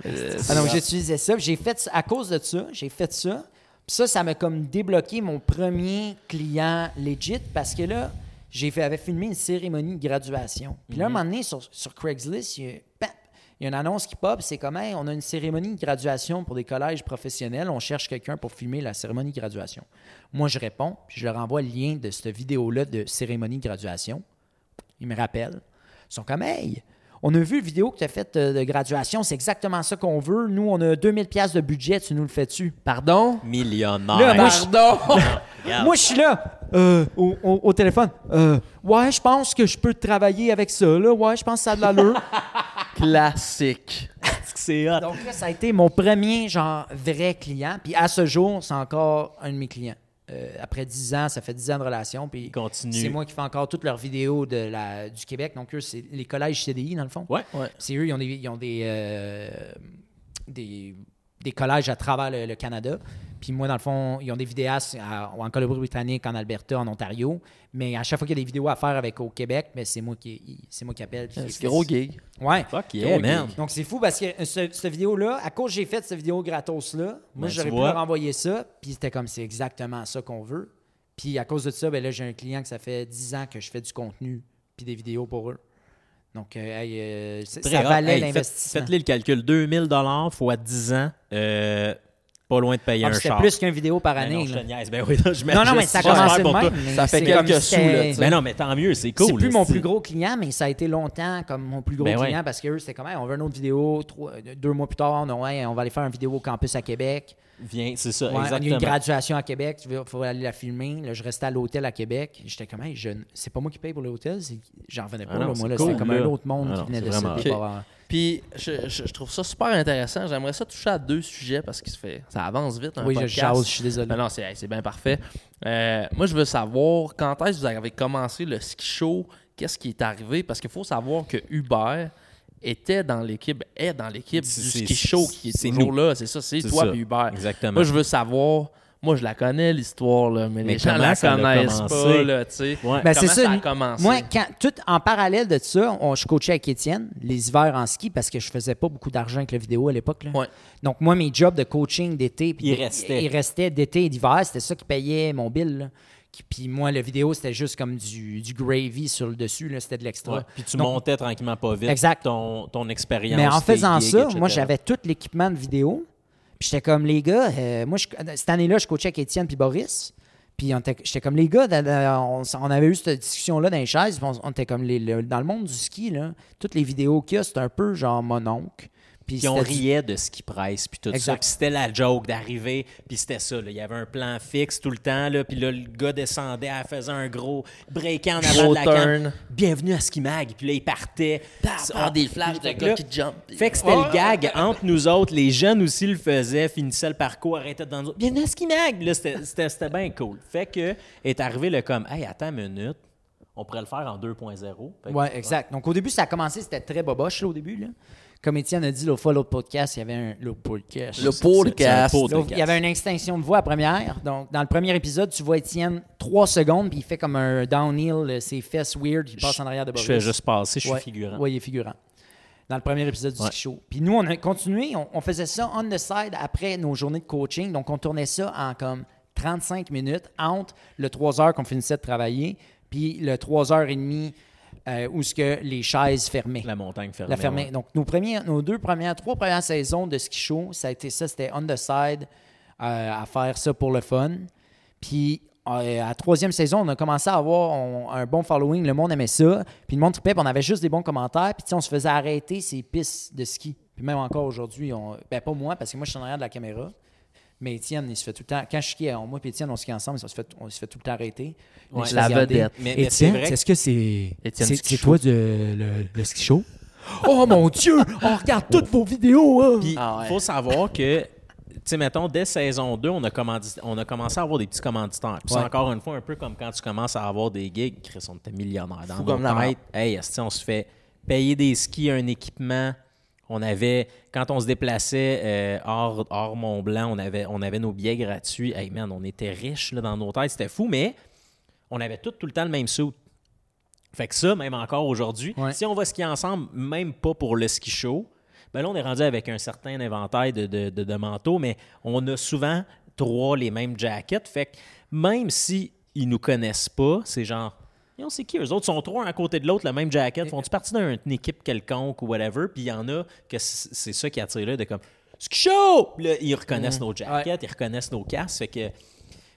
B: Ah, donc, j'utilisais ça. puis J'ai fait ça- à cause de ça, j'ai fait ça. Puis ça, ça m'a comme débloqué mon premier client legit parce que là, j'ai fait, avait filmé une cérémonie de graduation. Puis là, un moment donné, sur, sur Craigslist, il y a, pap, il y a une annonce qui pop. C'est comme, Hey, on a une cérémonie de graduation pour des collèges professionnels. On cherche quelqu'un pour filmer la cérémonie de graduation. Moi, je réponds, puis je leur envoie le lien de cette vidéo-là de cérémonie de graduation. Ils me rappellent. Ils sont comme, hey, on a vu la vidéo que tu as faite euh, de graduation, c'est exactement ça qu'on veut. Nous, on a 2000 pièces de budget, tu nous le fais-tu?
D: pardon?
C: Millionnaire.
B: Là, moi, je-
D: Pardon!
C: Regarde.
B: Moi, je suis là, euh, au, au- au téléphone. Euh, ouais, je pense que je peux travailler avec ça, là. Ouais, je pense que ça a de l'allure.
D: <laughs> Classique.
C: c'est hot.
B: Donc là, ça a été mon premier, genre, vrai client. Puis à ce jour, c'est encore un de mes clients. Euh, après 10 ans, ça fait 10 ans de relation. Puis
C: continue.
B: c'est moi qui fais encore toutes leurs vidéos de la, du Québec. Donc eux, c'est les collèges CDI, dans le fond.
C: Ouais.
D: Ouais.
B: Puis C'est eux, ils ont des, ils ont des, euh, des, des collèges à travers le, le Canada. Puis moi, dans le fond, ils ont des vidéastes à- en Colombie-Britannique, en Alberta, en Ontario. Mais à chaque fois qu'il y a des vidéos à faire avec au Québec, mais c'est moi qui c'est moi qui appelle. puis qui
D: C'est
B: les
D: gros
B: fais.
D: gig.
B: Ouais.
C: Fuck yeah, man.
B: Donc c'est fou parce que euh, ce- cette vidéo-là, à cause que j'ai fait cette vidéo gratos-là, moi
C: Ben,
B: j'aurais
C: tu
B: pu
C: vois.
B: leur envoyer ça, puis c'était comme c'est exactement ça qu'on veut. Puis à cause de ça, ben là j'ai un client que ça fait 10 ans que je fais du contenu puis des vidéos pour eux. Donc euh, hey, euh, c-
C: Très
B: ça
C: hot.
B: valait
C: Hey, faites-
B: l'investissement. Ah,
C: Faites-le le calcul. 2000 fois 10 ans, euh, pas loin de payer
B: Ah,
C: un
B: puis c'était
C: char.
B: plus qu'une vidéo par
C: Ben non,
B: année.
C: je te
B: là.
C: niaise. Ben oui, là, je
B: Non, non, mais
C: m'ajuste.
B: ça a
C: J'espère
B: commencé de
C: pour toi.
B: même, mais
D: Ça fait
B: c'est
D: quelques
B: comme si
D: sous, là,
B: c'était-
D: tu sais.
C: Ben non, mais tant mieux, c'est cool.
B: c'est plus
C: là,
B: mon plus gros client, mais ça a été longtemps comme mon plus gros
C: Ben ouais.
B: client parce que eux, c'était comme Hey, on veut une autre vidéo. Trois- deux mois plus tard, on, a, Ouais, on va aller faire une vidéo au campus à Québec.
C: Viens, c'est ça,
B: Ouais, on a eu une
C: exactement.
B: graduation à Québec, il faut aller la filmer. Là, je restais à l'hôtel à Québec. J'étais comme, hey, je... c'est pas moi qui paye pour l'hôtel, c'est- j'en revenais pas.
C: Ah non,
B: là,
C: c'est
B: moi, là,
C: cool,
B: c'était comme
C: là.
B: un autre monde
C: Ah non,
B: qui venait
C: c'est
B: de
C: vraiment-
B: se débarrasser.
D: Puis je, je- je trouve ça super intéressant. J'aimerais ça toucher à deux sujets parce que fait, ça avance vite. Un
B: Oui, je
D: podcast.
B: jase, je suis désolé.
D: Non, non, c'est hey, c'est bien parfait. Euh, moi, je veux savoir quand est-ce que vous avez commencé le ski show, qu'est-ce qui est arrivé? Parce qu'il faut savoir que Hubert était dans l'équipe, est dans l'équipe du
C: C'est- c'est-
D: ski show qui est
C: c'est
D: toujours
C: nous.
D: là. C'est ça, c'est
C: C'est
D: toi
C: ça,
D: et Hubert.
C: exactement.
D: Moi, je veux savoir. Moi, je la connais, l'histoire, là, mais,
C: Mais
D: les gens
C: comment
D: la
C: ça a
D: connaissent
C: commencé?
D: pas, là, tu sais.
C: Ouais.
B: Ben,
D: Comment
B: c'est ça,
D: ça a
B: nous-
D: commencé?
B: Moi, quand, tout en parallèle de ça, on, je coachais avec Étienne les hivers en ski parce que je faisais pas beaucoup d'argent avec la vidéo à l'époque. là.
D: Ouais.
B: Donc, moi, mes jobs de coaching d'été, puis
C: Il
B: de-
C: restait.
B: il restait d'été et d'hiver, c'était ça qui payait mon bill. là. Qui- Puis moi, la vidéo, c'était juste comme du, du gravy sur le dessus, là, c'était de l'extra.
C: Ouais, Puis tu
B: Donc,
C: montais tranquillement pas vite
B: Exact.
C: ton, ton expérience.
B: Mais en
C: tes
B: faisant
C: gigs,
B: ça,
C: etc.
B: moi, j'avais tout l'équipement de vidéo. Puis j'étais comme, les gars, euh, moi, je- cette année-là, je coachais avec Étienne puis Boris. Puis on était- j'étais comme, les gars, dans- dans- on, s- on avait eu cette discussion-là dans les chaises. puis on, on était comme, les- le- dans le monde du ski, là, toutes les vidéos qu'il y a, c'est un peu genre mon oncle. Puis
C: Puis on
B: c'était du-
C: riait de ce qui presse, puis tout ça.
B: Exact.
C: Puis c'était la joke d'arriver, puis c'était ça. là. Il y avait un plan fixe tout le temps, là, puis là, le gars descendait, elle faisait un gros break en avant
D: Gros
C: de la canne.
D: turn.
C: Bienvenue à Ski Mag. Puis là, il partait.
D: par Ah, des flashs de
C: Fait que
D: gars
C: là,
D: qui jump.
C: Fait que c'était le gag entre nous autres. Les jeunes aussi le faisaient, finissaient le parcours, arrêtaient devant nous autres. Bienvenue à Ski Mag. Là, c'était- c'était c'était bien cool. Fait que est arrivé le comme, hey, attends une minute, on pourrait le faire en 2.0. Fait que-
B: Ouais, exact. Donc, au début, ça a commencé, c'était très boboche, là, au début. Là. Comme Étienne a dit l'autre fois, l'autre podcast, il y avait un. L'autre podcast.
D: Le
C: podcast.
D: podcast.
B: L'autre- Il y avait une extinction de voix à première. Donc, dans le premier épisode, tu vois Étienne trois secondes, puis il fait comme un downhill, euh, ses fesses weird, il passe en arrière de
C: Je
B: Boris.
C: fais juste passer, je suis
B: Ouais.
C: figurant.
B: Ouais, il est figurant. Dans le premier épisode du
C: Ouais.
B: ski show. Puis nous, on a continué, on, on faisait ça on the side après nos journées de coaching. Donc, on tournait ça en comme 35 minutes entre le 3 heures qu'on finissait de travailler, puis le 3 heures et demie euh, où ce que les chaises fermaient.
C: La montagne fermée.
B: La fermée.
C: ouais.
B: Donc, nos, premiers, nos deux premières, trois premières saisons de ski show, ça a été ça, c'était on the side euh, à faire ça pour le fun. Puis, euh, à la troisième saison, on a commencé à avoir on- un bon following. Le monde aimait ça. Puis le monde tripait. puis on avait juste des bons commentaires. Puis tu sais, on se faisait arrêter ces pistes de ski. Puis même encore aujourd'hui, on... ben pas moi, parce que moi, je suis en arrière de la caméra. Mais Étienne, il se fait tout le temps. Quand je skie, on- moi et Étienne, on skie ensemble, on se fait, on se fait tout le temps arrêter. On
A: Ouais,
B: se
A: la
B: fait garder.
A: vedette.
C: Mais, mais c'est
E: Étienne,
C: vrai. que-
E: est-ce que c'est
D: Étienne
E: c'est
D: Ski
E: c'est
D: Show.
E: toi de, le, le ski show?
B: Oh mon Dieu, on regarde toutes vos vidéos. hein!
C: Puis,
B: Ah ouais.
C: faut savoir que, tu sais, mettons, dès saison 2, on a, commandi- on a commencé à avoir des petits commanditaires. Puis, c'est
B: Ouais.
C: encore une fois un peu comme quand tu commences à avoir des gigs. Chris, on était millionnaire. Dans
D: Fou
C: nos
D: comme la
C: têtes, hey, esti, on se fait payer des skis, un équipement. On avait, quand on se déplaçait euh, hors, hors Mont-Blanc, on avait, on avait nos billets gratuits. Hey man, on était riches là, dans nos têtes. C'était fou, mais on avait tout, tout le temps le même suit. Fait que ça, même encore aujourd'hui,
B: Ouais.
C: si on va skier ensemble, même pas pour le ski show, ben là, on est rendu avec un certain inventaire de, de, de- de manteaux, mais on a souvent trois les mêmes jackets. Fait que même si ils nous connaissent pas, c'est genre, Yo, c'est qui eux autres? Ils sont trois un à côté de l'autre, le même jacket. Font-tu partie d'une équipe quelconque ou whatever? Puis il y en a que c- c'est ça qui attire là, de comme, ski show! Puis là, ils reconnaissent nos jackets, ils reconnaissent nos casques. Fait que.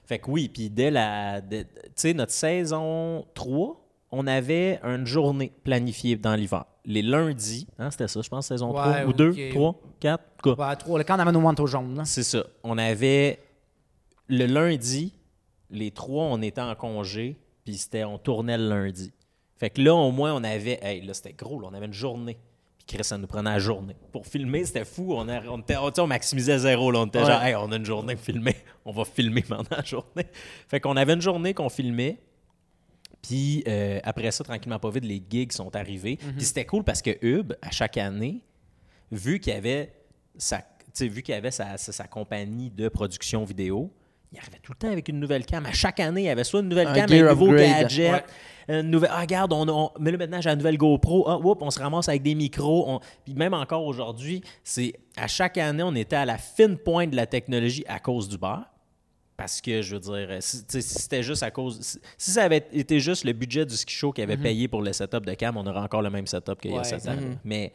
C: Fait que oui, puis dès la. dès- Tu sais, notre saison 3, on avait une journée planifiée dans l'hiver. Les lundis, hein, c'était ça, je pense, saison
B: Ouais,
C: 3 ou
B: ok.
C: 2, 3, 4, quoi.
B: Ouais, à trois, là, quand on amène au manteau jaune. là.
C: C'est ça. On avait. Le lundi, les trois, on était en congé, puis c'était on tournait le lundi. Fait que là, au moins, on avait. Hey, là, c'était gros, là, on avait une journée. Puis Chris, ça nous prenait la journée. Pour filmer, c'était fou. On, a- on, était- on- tu sais, on maximisait zéro. Là. On était genre, hey, on a une journée pour filmer. <laughs> On va filmer pendant la journée. Fait qu'on avait une journée qu'on filmait. Puis euh, après ça, tranquillement pas vite, les gigs sont arrivés.
D: Mhm.
C: Puis c'était cool parce que Hub, à chaque année, vu qu'il avait sa, tu sais, vu qu'il avait sa, sa- sa compagnie de production vidéo, il arrivait tout le temps avec une nouvelle cam. À chaque année, il avait soit une nouvelle
D: Un
C: cam, un
D: gear
C: nouveau
D: upgrade.
C: gadget, une nouvelle. Ah, regarde, on, on- mais là maintenant j'ai la nouvelle GoPro. Ah, whoop, on se ramasse avec des micros. On- Puis même encore aujourd'hui, c'est à chaque année, on était à la fine pointe de la technologie à cause du bar. Parce que, je veux dire, euh, si, tu sais, si c'était juste à cause. Si, si ça avait été juste le budget du ski show qui avait payé pour le setup de Cam, on aurait encore le même setup qu'il y a
B: Mhm. Ouais, Mhm.
C: sept ans. Mais,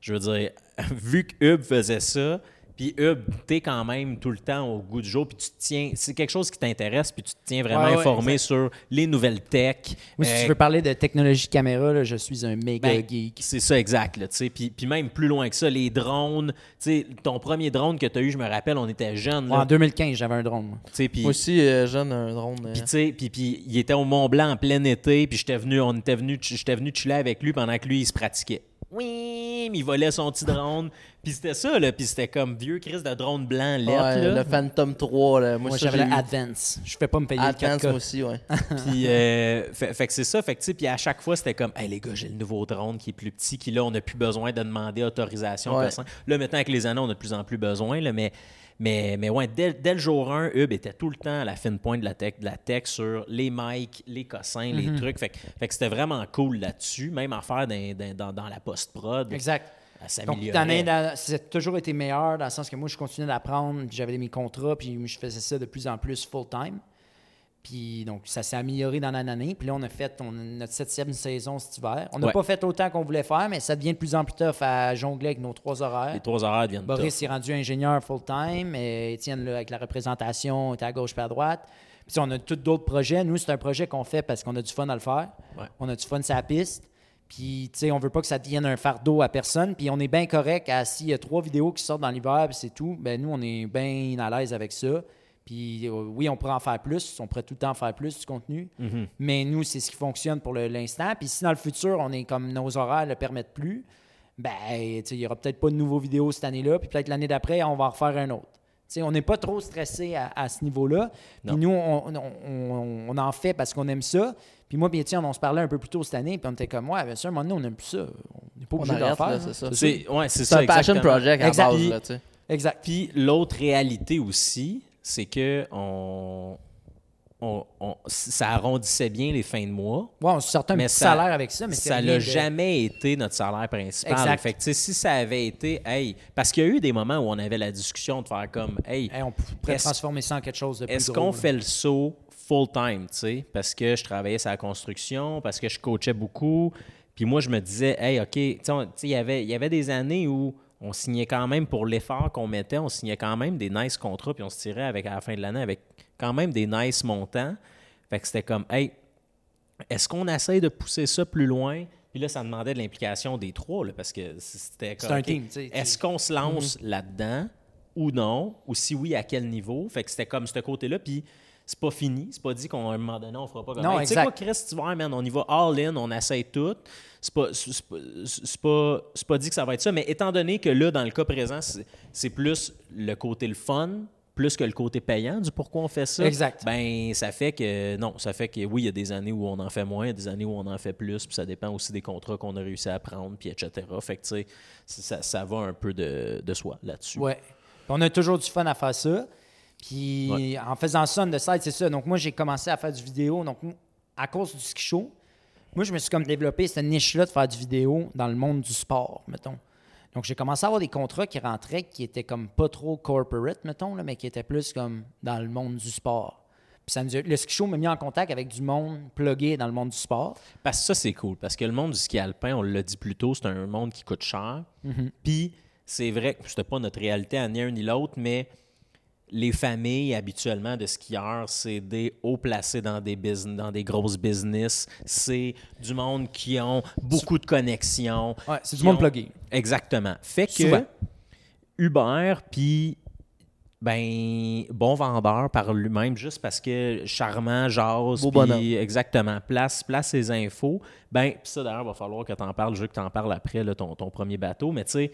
C: je veux dire, <laughs> vu que Hub faisait ça, puis Hub, t'es quand même tout le temps au goût du jour, puis tu te tiens. C'est quelque chose qui t'intéresse, puis tu te tiens vraiment
B: Ouais, ouais,
C: informé sur les nouvelles tech.
B: Moi, si
C: euh,
B: tu veux parler de technologie de caméra, là, je suis un méga
C: ben,
B: geek.
C: C'est ça, exact. Là, tu sais. puis, puis même plus loin que ça, les drones. tu sais, Ton premier drone que tu as eu, je me rappelle, on était jeunes.
B: Ouais, en
C: Là,
B: 2015, j'avais un drone. moi.
C: tu sais, puis-
D: Moi aussi, euh, jeune, un drone. euh,
C: Puis tu sais, puis- puis il était au Mont Blanc en plein été, puis j'étais venu, on était venu, j'étais venu chiller avec lui pendant que lui il se pratiquait. Oui, mais il volait son petit drone. Puis c'était ça là, puis c'était comme vieux Chris de drone blanc lettre
D: ouais,
C: là.
D: le Phantom 3, là. Moi,
B: Moi,
D: ça,
B: j'avais
D: j'ai
B: le
D: eu.
B: Advance. Je ne pouvais pas me payer
D: Advance,
B: le
D: moi
B: 4K.
D: aussi, ouais.
C: Puis euh, fait, fait que c'est ça, fait que tu sais, puis à chaque fois c'était comme, hey les gars, j'ai le nouveau drone qui est plus petit, qui là on n'a plus besoin de demander autorisation. à
D: Ouais.
C: personne. Là maintenant avec les années, on a de plus en plus besoin là, mais mais, mais ouais, dès, dès le jour 1, Hub était tout le temps à la fine pointe de la tech, de la tech sur les mics, les cossins,
D: Mhm.
C: les trucs. Fait, que- fait que c'était vraiment cool là-dessus, même en faire dans, dans- dans- dans la post-prod.
B: Exact.
C: Elle
B: Donc,
C: s'améliorait.
B: d'année, d'année, c'est toujours été meilleur dans le sens que moi, je continuais d'apprendre, puis j'avais mes contrats, puis je faisais ça de plus en plus full-time. Puis donc, ça s'est amélioré dans l'année. Puis là, on a fait on- notre septième saison cet hiver. On n'a
C: Ouais.
B: pas fait autant qu'on voulait faire, mais ça devient de plus en plus tough à jongler avec nos trois horaires.
C: Les trois horaires deviennent
B: Boris est rendu ingénieur full-time. et Étienne, là, avec la représentation, était à gauche puis à droite. Puis on a tous d'autres projets. Nous, c'est un projet qu'on fait parce qu'on a du fun à le faire.
C: Ouais.
B: On a du fun sur la piste. Puis, tu sais, on veut pas que ça devienne un fardeau à personne. Puis on est bien correct à s'il y a trois vidéos qui sortent dans l'hiver, puis c'est tout. Ben nous, on est bien à l'aise avec ça. Puis euh, oui, on pourrait en faire plus. On pourrait tout le temps en faire plus du contenu. Mais nous, c'est ce qui fonctionne pour le- l'instant. Puis si dans le futur, on est comme nos horaires le permettent plus, ben, tu sais, il n'y aura peut-être pas de nouveaux vidéos cette année-là, puis peut-être l'année d'après, on va en refaire un autre. Tu sais, on n'est pas trop stressé à, à ce niveau-là. Puis
C: Non.
B: nous, on, on- on- on en fait parce qu'on aime ça. Puis moi, bien tiens, on se parlait un peu plus tôt cette année, puis on était comme, ouais, bien sûr, à un moment donné, on n'aime plus ça. On n'est pas
D: On
B: obligé d'en
D: arrête,
B: faire.
D: là,
B: hein.
D: c'est ça.
C: C'est ouais, c'est
D: C'est
C: ça,
D: un passion
C: exactement.
D: project à
B: Exact.
D: base,
B: Puis-
D: là, tu sais.
B: Exact.
C: Puis l'autre réalité aussi, c'est que on, on- on- ça arrondissait bien les fins de mois.
B: Ouais, on se sortait un
C: Mais
B: petit
C: ça-
B: salaire avec ça, mais c'est
C: ça
B: rien
C: n'a
B: de-
C: jamais été notre salaire principal.
B: Exact.
C: Fait que, tu sais, si ça avait été, hey, parce qu'il y a eu des moments où on avait la discussion de faire comme, hey,
B: Hey, on pourrait
C: Est-ce-
B: transformer ça en quelque chose de plus
C: est-ce
B: gros,
C: qu'on
B: là.
C: fait le saut full-time, tu sais, parce que je travaillais sur la construction, parce que je coachais beaucoup, puis moi, je me disais, hey, OK, tu sais, on- tu sais, il y avait, il y avait des années où on signait quand même pour l'effort qu'on mettait, on signait quand même des nice contrats, puis on se tirait avec, à la fin de l'année avec quand même des nice montants. Fait que c'était comme, hey, est-ce qu'on essaye de pousser ça plus loin? Puis là, ça demandait de l'implication des trois, là, parce que c'était comme,
B: C'est un
C: OK,
B: team, tu sais, tu-
C: Est-ce qu'on se lance
B: Mhm.
C: là-dedans ou non? Ou si oui, à quel niveau? Fait que c'était comme ce côté-là. Puis c'est pas fini. C'est pas dit qu'on à un moment donné, on fera pas comme
B: Non,
C: Hey, Tu sais
B: exact.
C: quoi, Chris, tu vois, man, on y va all-in, on essaye tout. C'est pas, c'est c'est pas, c'est pas, c'est pas dit que ça va être ça, mais étant donné que là, dans le cas présent, c'est- c'est plus le côté le fun, plus que le côté payant du pourquoi on fait ça.
B: Exact.
C: Ben, ça fait que, non, ça fait que oui, il y a des années où on en fait moins, il y a des années où on en fait plus, puis ça dépend aussi des contrats qu'on a réussi à prendre, puis etc. Fait que, tu sais, ça, ça va un peu de, de soi là-dessus.
B: Ouais. Puis on a toujours du fun à faire ça. Puis en faisant ça on the side, c'est ça. Donc moi, j'ai commencé à faire du vidéo. Donc m- à cause du ski show, moi, je me suis comme développé cette niche-là de faire du vidéo dans le monde du sport, mettons. Donc j'ai commencé à avoir des contrats qui rentraient qui étaient comme pas trop corporate, mettons, là, mais qui étaient plus comme dans le monde du sport. Puis ça nous a- le ski show m'a mis en contact avec du monde plugué dans le monde du sport.
C: Parce que ça, c'est cool. Parce que le monde du ski alpin, on l'a dit plus tôt, c'est un monde qui coûte cher.
B: Mm-hmm.
C: Puis, c'est vrai que c'était pas notre réalité à ni un ni l'autre, mais les familles habituellement de skieurs, c'est des hauts placés dans des, business, dans des grosses business. C'est du monde qui ont beaucoup de connexions.
B: Ouais, c'est du
C: qui
B: monde
C: ont-
B: plugué.
C: Exactement. Fait que
B: Souvent.
C: Uber, puis ben bon vendeur par lui-même, juste parce que charmant, jase,
D: Beau
C: puis
D: bonhomme.
C: exactement, place, place ses infos. Ben, pis ça d'ailleurs, va falloir que t'en parles, je veux que t'en parles après, là, ton, ton premier bateau, mais tu sais,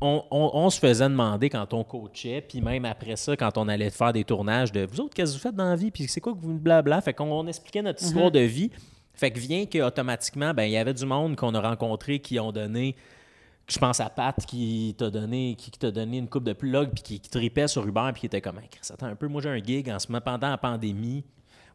C: on, on- on se faisait demander quand on coachait, puis même après ça, quand on allait faire des tournages de vous autres, qu'est-ce que vous faites dans la vie, puis c'est quoi que vous blabla. Fait qu'on on expliquait notre histoire de vie. Fait que vient que automatiquement, ben il y avait du monde qu'on a rencontré qui ont donné. Je pense à Pat qui t'a donné, qui, qui t'a donné une coupe de plug puis qui, qui tripait sur Uber puis qui était comme Hey, Chris, attends un peu, moi j'ai un gig en ce moment pendant la pandémie.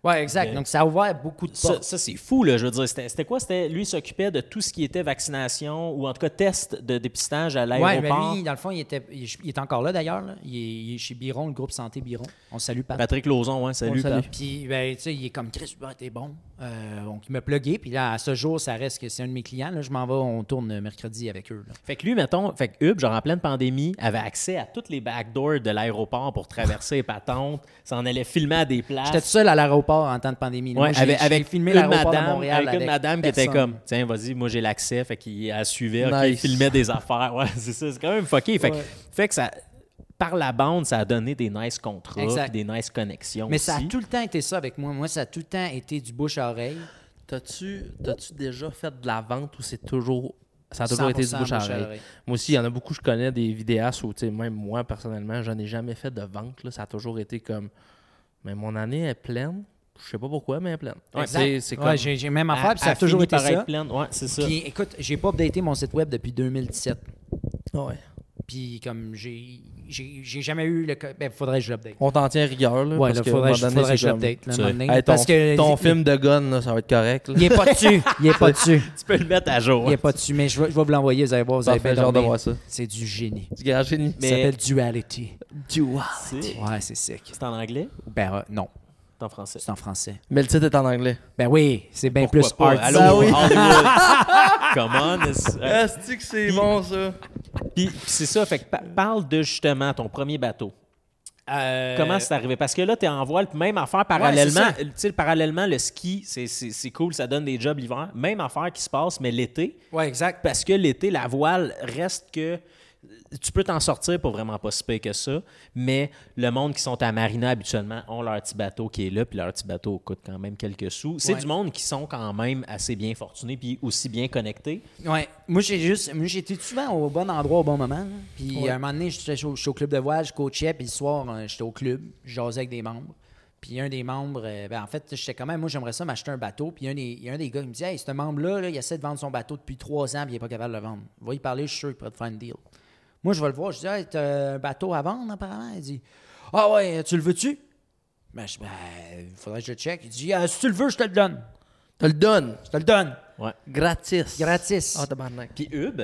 B: Ouais, exact. Donc ça a ouvert beaucoup de
C: Ça,
B: portes.
C: ça, c'est fou, là. Je veux dire, c'était, c'était quoi? C'était, lui il s'occupait de tout ce qui était vaccination ou en tout cas test de dépistage à
B: Ouais, mais
C: l'aéroport.
B: lui, dans le fond, il, était, il, il est encore là d'ailleurs. là. Il, est, il est chez Biron, le groupe Santé Biron. On salue Pat.
C: Patrick Lauzon, hein, salut. Pat.
B: Puis, ben, tu sais, il est comme Chris, ben, t'es bon. Euh, donc, il m'a plugué. Puis là, à ce jour, ça reste que c'est un de mes clients. Là, je m'en vais, on tourne mercredi avec eux. là.
C: Fait que lui, mettons, fait que Hub, genre en pleine pandémie, avait accès à toutes les backdoors de l'aéroport pour traverser les patentes, s'en allait filmer à des places.
B: J'étais tout seul à l'aéroport en temps de pandémie. là.
C: Ah, Ouais,
B: Moi, j'ai-
C: avec,
B: j'ai
C: avec
B: filmé
C: une
B: l'aéroport de
C: madame,
B: Montréal.
C: avec une madame qui était
B: personne.
C: comme tiens vas-y moi j'ai l'accès fait qu'il la suivait ok, il
D: Nice.
C: filmait des affaires ouais <laughs> c'est ça c'est quand même fucké fait, que- fait que ça par la bande ça a donné des nice contrats
B: Exact.
C: puis des nice connexions
B: Mais ça a
C: aussi.
B: tout le temps été ça avec moi. Moi, ça a tout le temps été du bouche à oreille.
D: T'as-tu t'as-tu déjà fait de la vente ou c'est toujours. Ça a toujours été du
B: 100%
D: bouche à oreille? Moi aussi, il y en a beaucoup, je connais des vidéastes où, tu sais, même moi, personnellement, j'en ai jamais fait de vente. là. Ça a toujours été comme. Mais mon année est pleine. Je sais pas pourquoi, mais elle est pleine.
B: Ouais,
D: Tu sais,
B: exact.
D: c'est
B: Ouais,
D: comme.
B: j'ai j'ai même affaire. puis ça a
C: fini
B: toujours été
C: par être
B: ça.
C: pleine. ouais c'est ça
B: Puis écoute, j'ai pas updaté mon site web depuis 2017.
D: Ouais.
B: Puis comme j'ai j'ai j'ai jamais eu le co- ben faudrait que je l'update.
D: On t'en tient rigueur. Là,
B: Ouais,
D: parce
B: là,
D: que,
B: faudrait,
D: à un moment donné,
B: faudrait que
D: c'est
B: je
D: comme,
B: l'update. là, un
C: tu-
B: moment donné,
D: Hey, ton,
B: parce que
D: ton
B: il-
D: film de gun, là, ça va être correct. là.
B: il est pas dessus, il est pas dessus,
C: tu peux le mettre à jour
B: il est pas dessus. Mais je vais, je vais vous l'envoyer, vous allez voir, vous
D: Parfait,
B: allez bien
D: j'ai hâte de
B: dormir.
D: voir ça.
B: C'est du génie.
D: Du garage génie.
B: Ça s'appelle Duality.
C: c'est
B: Ouais, c'est sick.
C: c'est en anglais
B: Ben euh, non,
C: ou en français
B: c'est en français.
D: Mais le titre est en anglais.
B: Ben oui, c'est bien plus
C: Pourquoi pas?
B: art.
C: Allô,
B: Ah oui.
C: Hollywood.
B: <laughs>
C: Come on, it's- euh,
D: Est-ce que c'est bon, ça?
C: Puis puis c'est ça, fait que pa- parle de justement ton premier bateau.
D: Ah.
B: Euh,
C: Comment c'est arrivé? Parce que là, tu es en voile, puis même affaire parallèlement.
B: c'est
C: tu sais, parallèlement, le ski, c'est- c'est c'est cool, ça donne des jobs l'hiver. Même affaire qui se passe, mais l'été.
B: Ouais, exact.
C: Parce que l'été, la voile reste que. Tu peux t'en sortir pour vraiment pas si pire que ça, mais le monde qui sont à Marina habituellement ont leur petit bateau qui est là, puis leur petit bateau coûte quand même quelques sous. C'est
B: Ouais.
C: du monde qui sont quand même assez bien fortunés, puis aussi bien connectés.
B: Ouais. Moi, j'ai juste. Moi, j'étais souvent au bon endroit au bon moment. là. Puis à un moment donné, j'étais au, j'étais au club de voile, je coachais, puis le soir, euh, j'étais au club, je jasais avec des membres. Puis un des membres, euh, ben, en fait, j'étais quand même, moi, j'aimerais ça m'acheter un bateau. Puis un des- il y a un des gars qui me dit, hey, ce membre-là, là, il essaie de vendre son bateau depuis trois ans, puis il n'est pas capable de le vendre. Va y parler, je suis sûr qu'il pourrait te faire une deal. Moi, je vais le voir, je dis, hey, t'as un bateau à vendre, apparemment. Il dit, ah ouais, tu le veux-tu? Ben, je dis, ben, faudrait que je le check. Il dit, Ah, si tu le veux, je te le donne.
D: Te le donne.
B: Je te le donne.
C: Ouais.
D: Gratis.
B: Gratis.
D: Ah, tabarnak.
C: Puis Hub,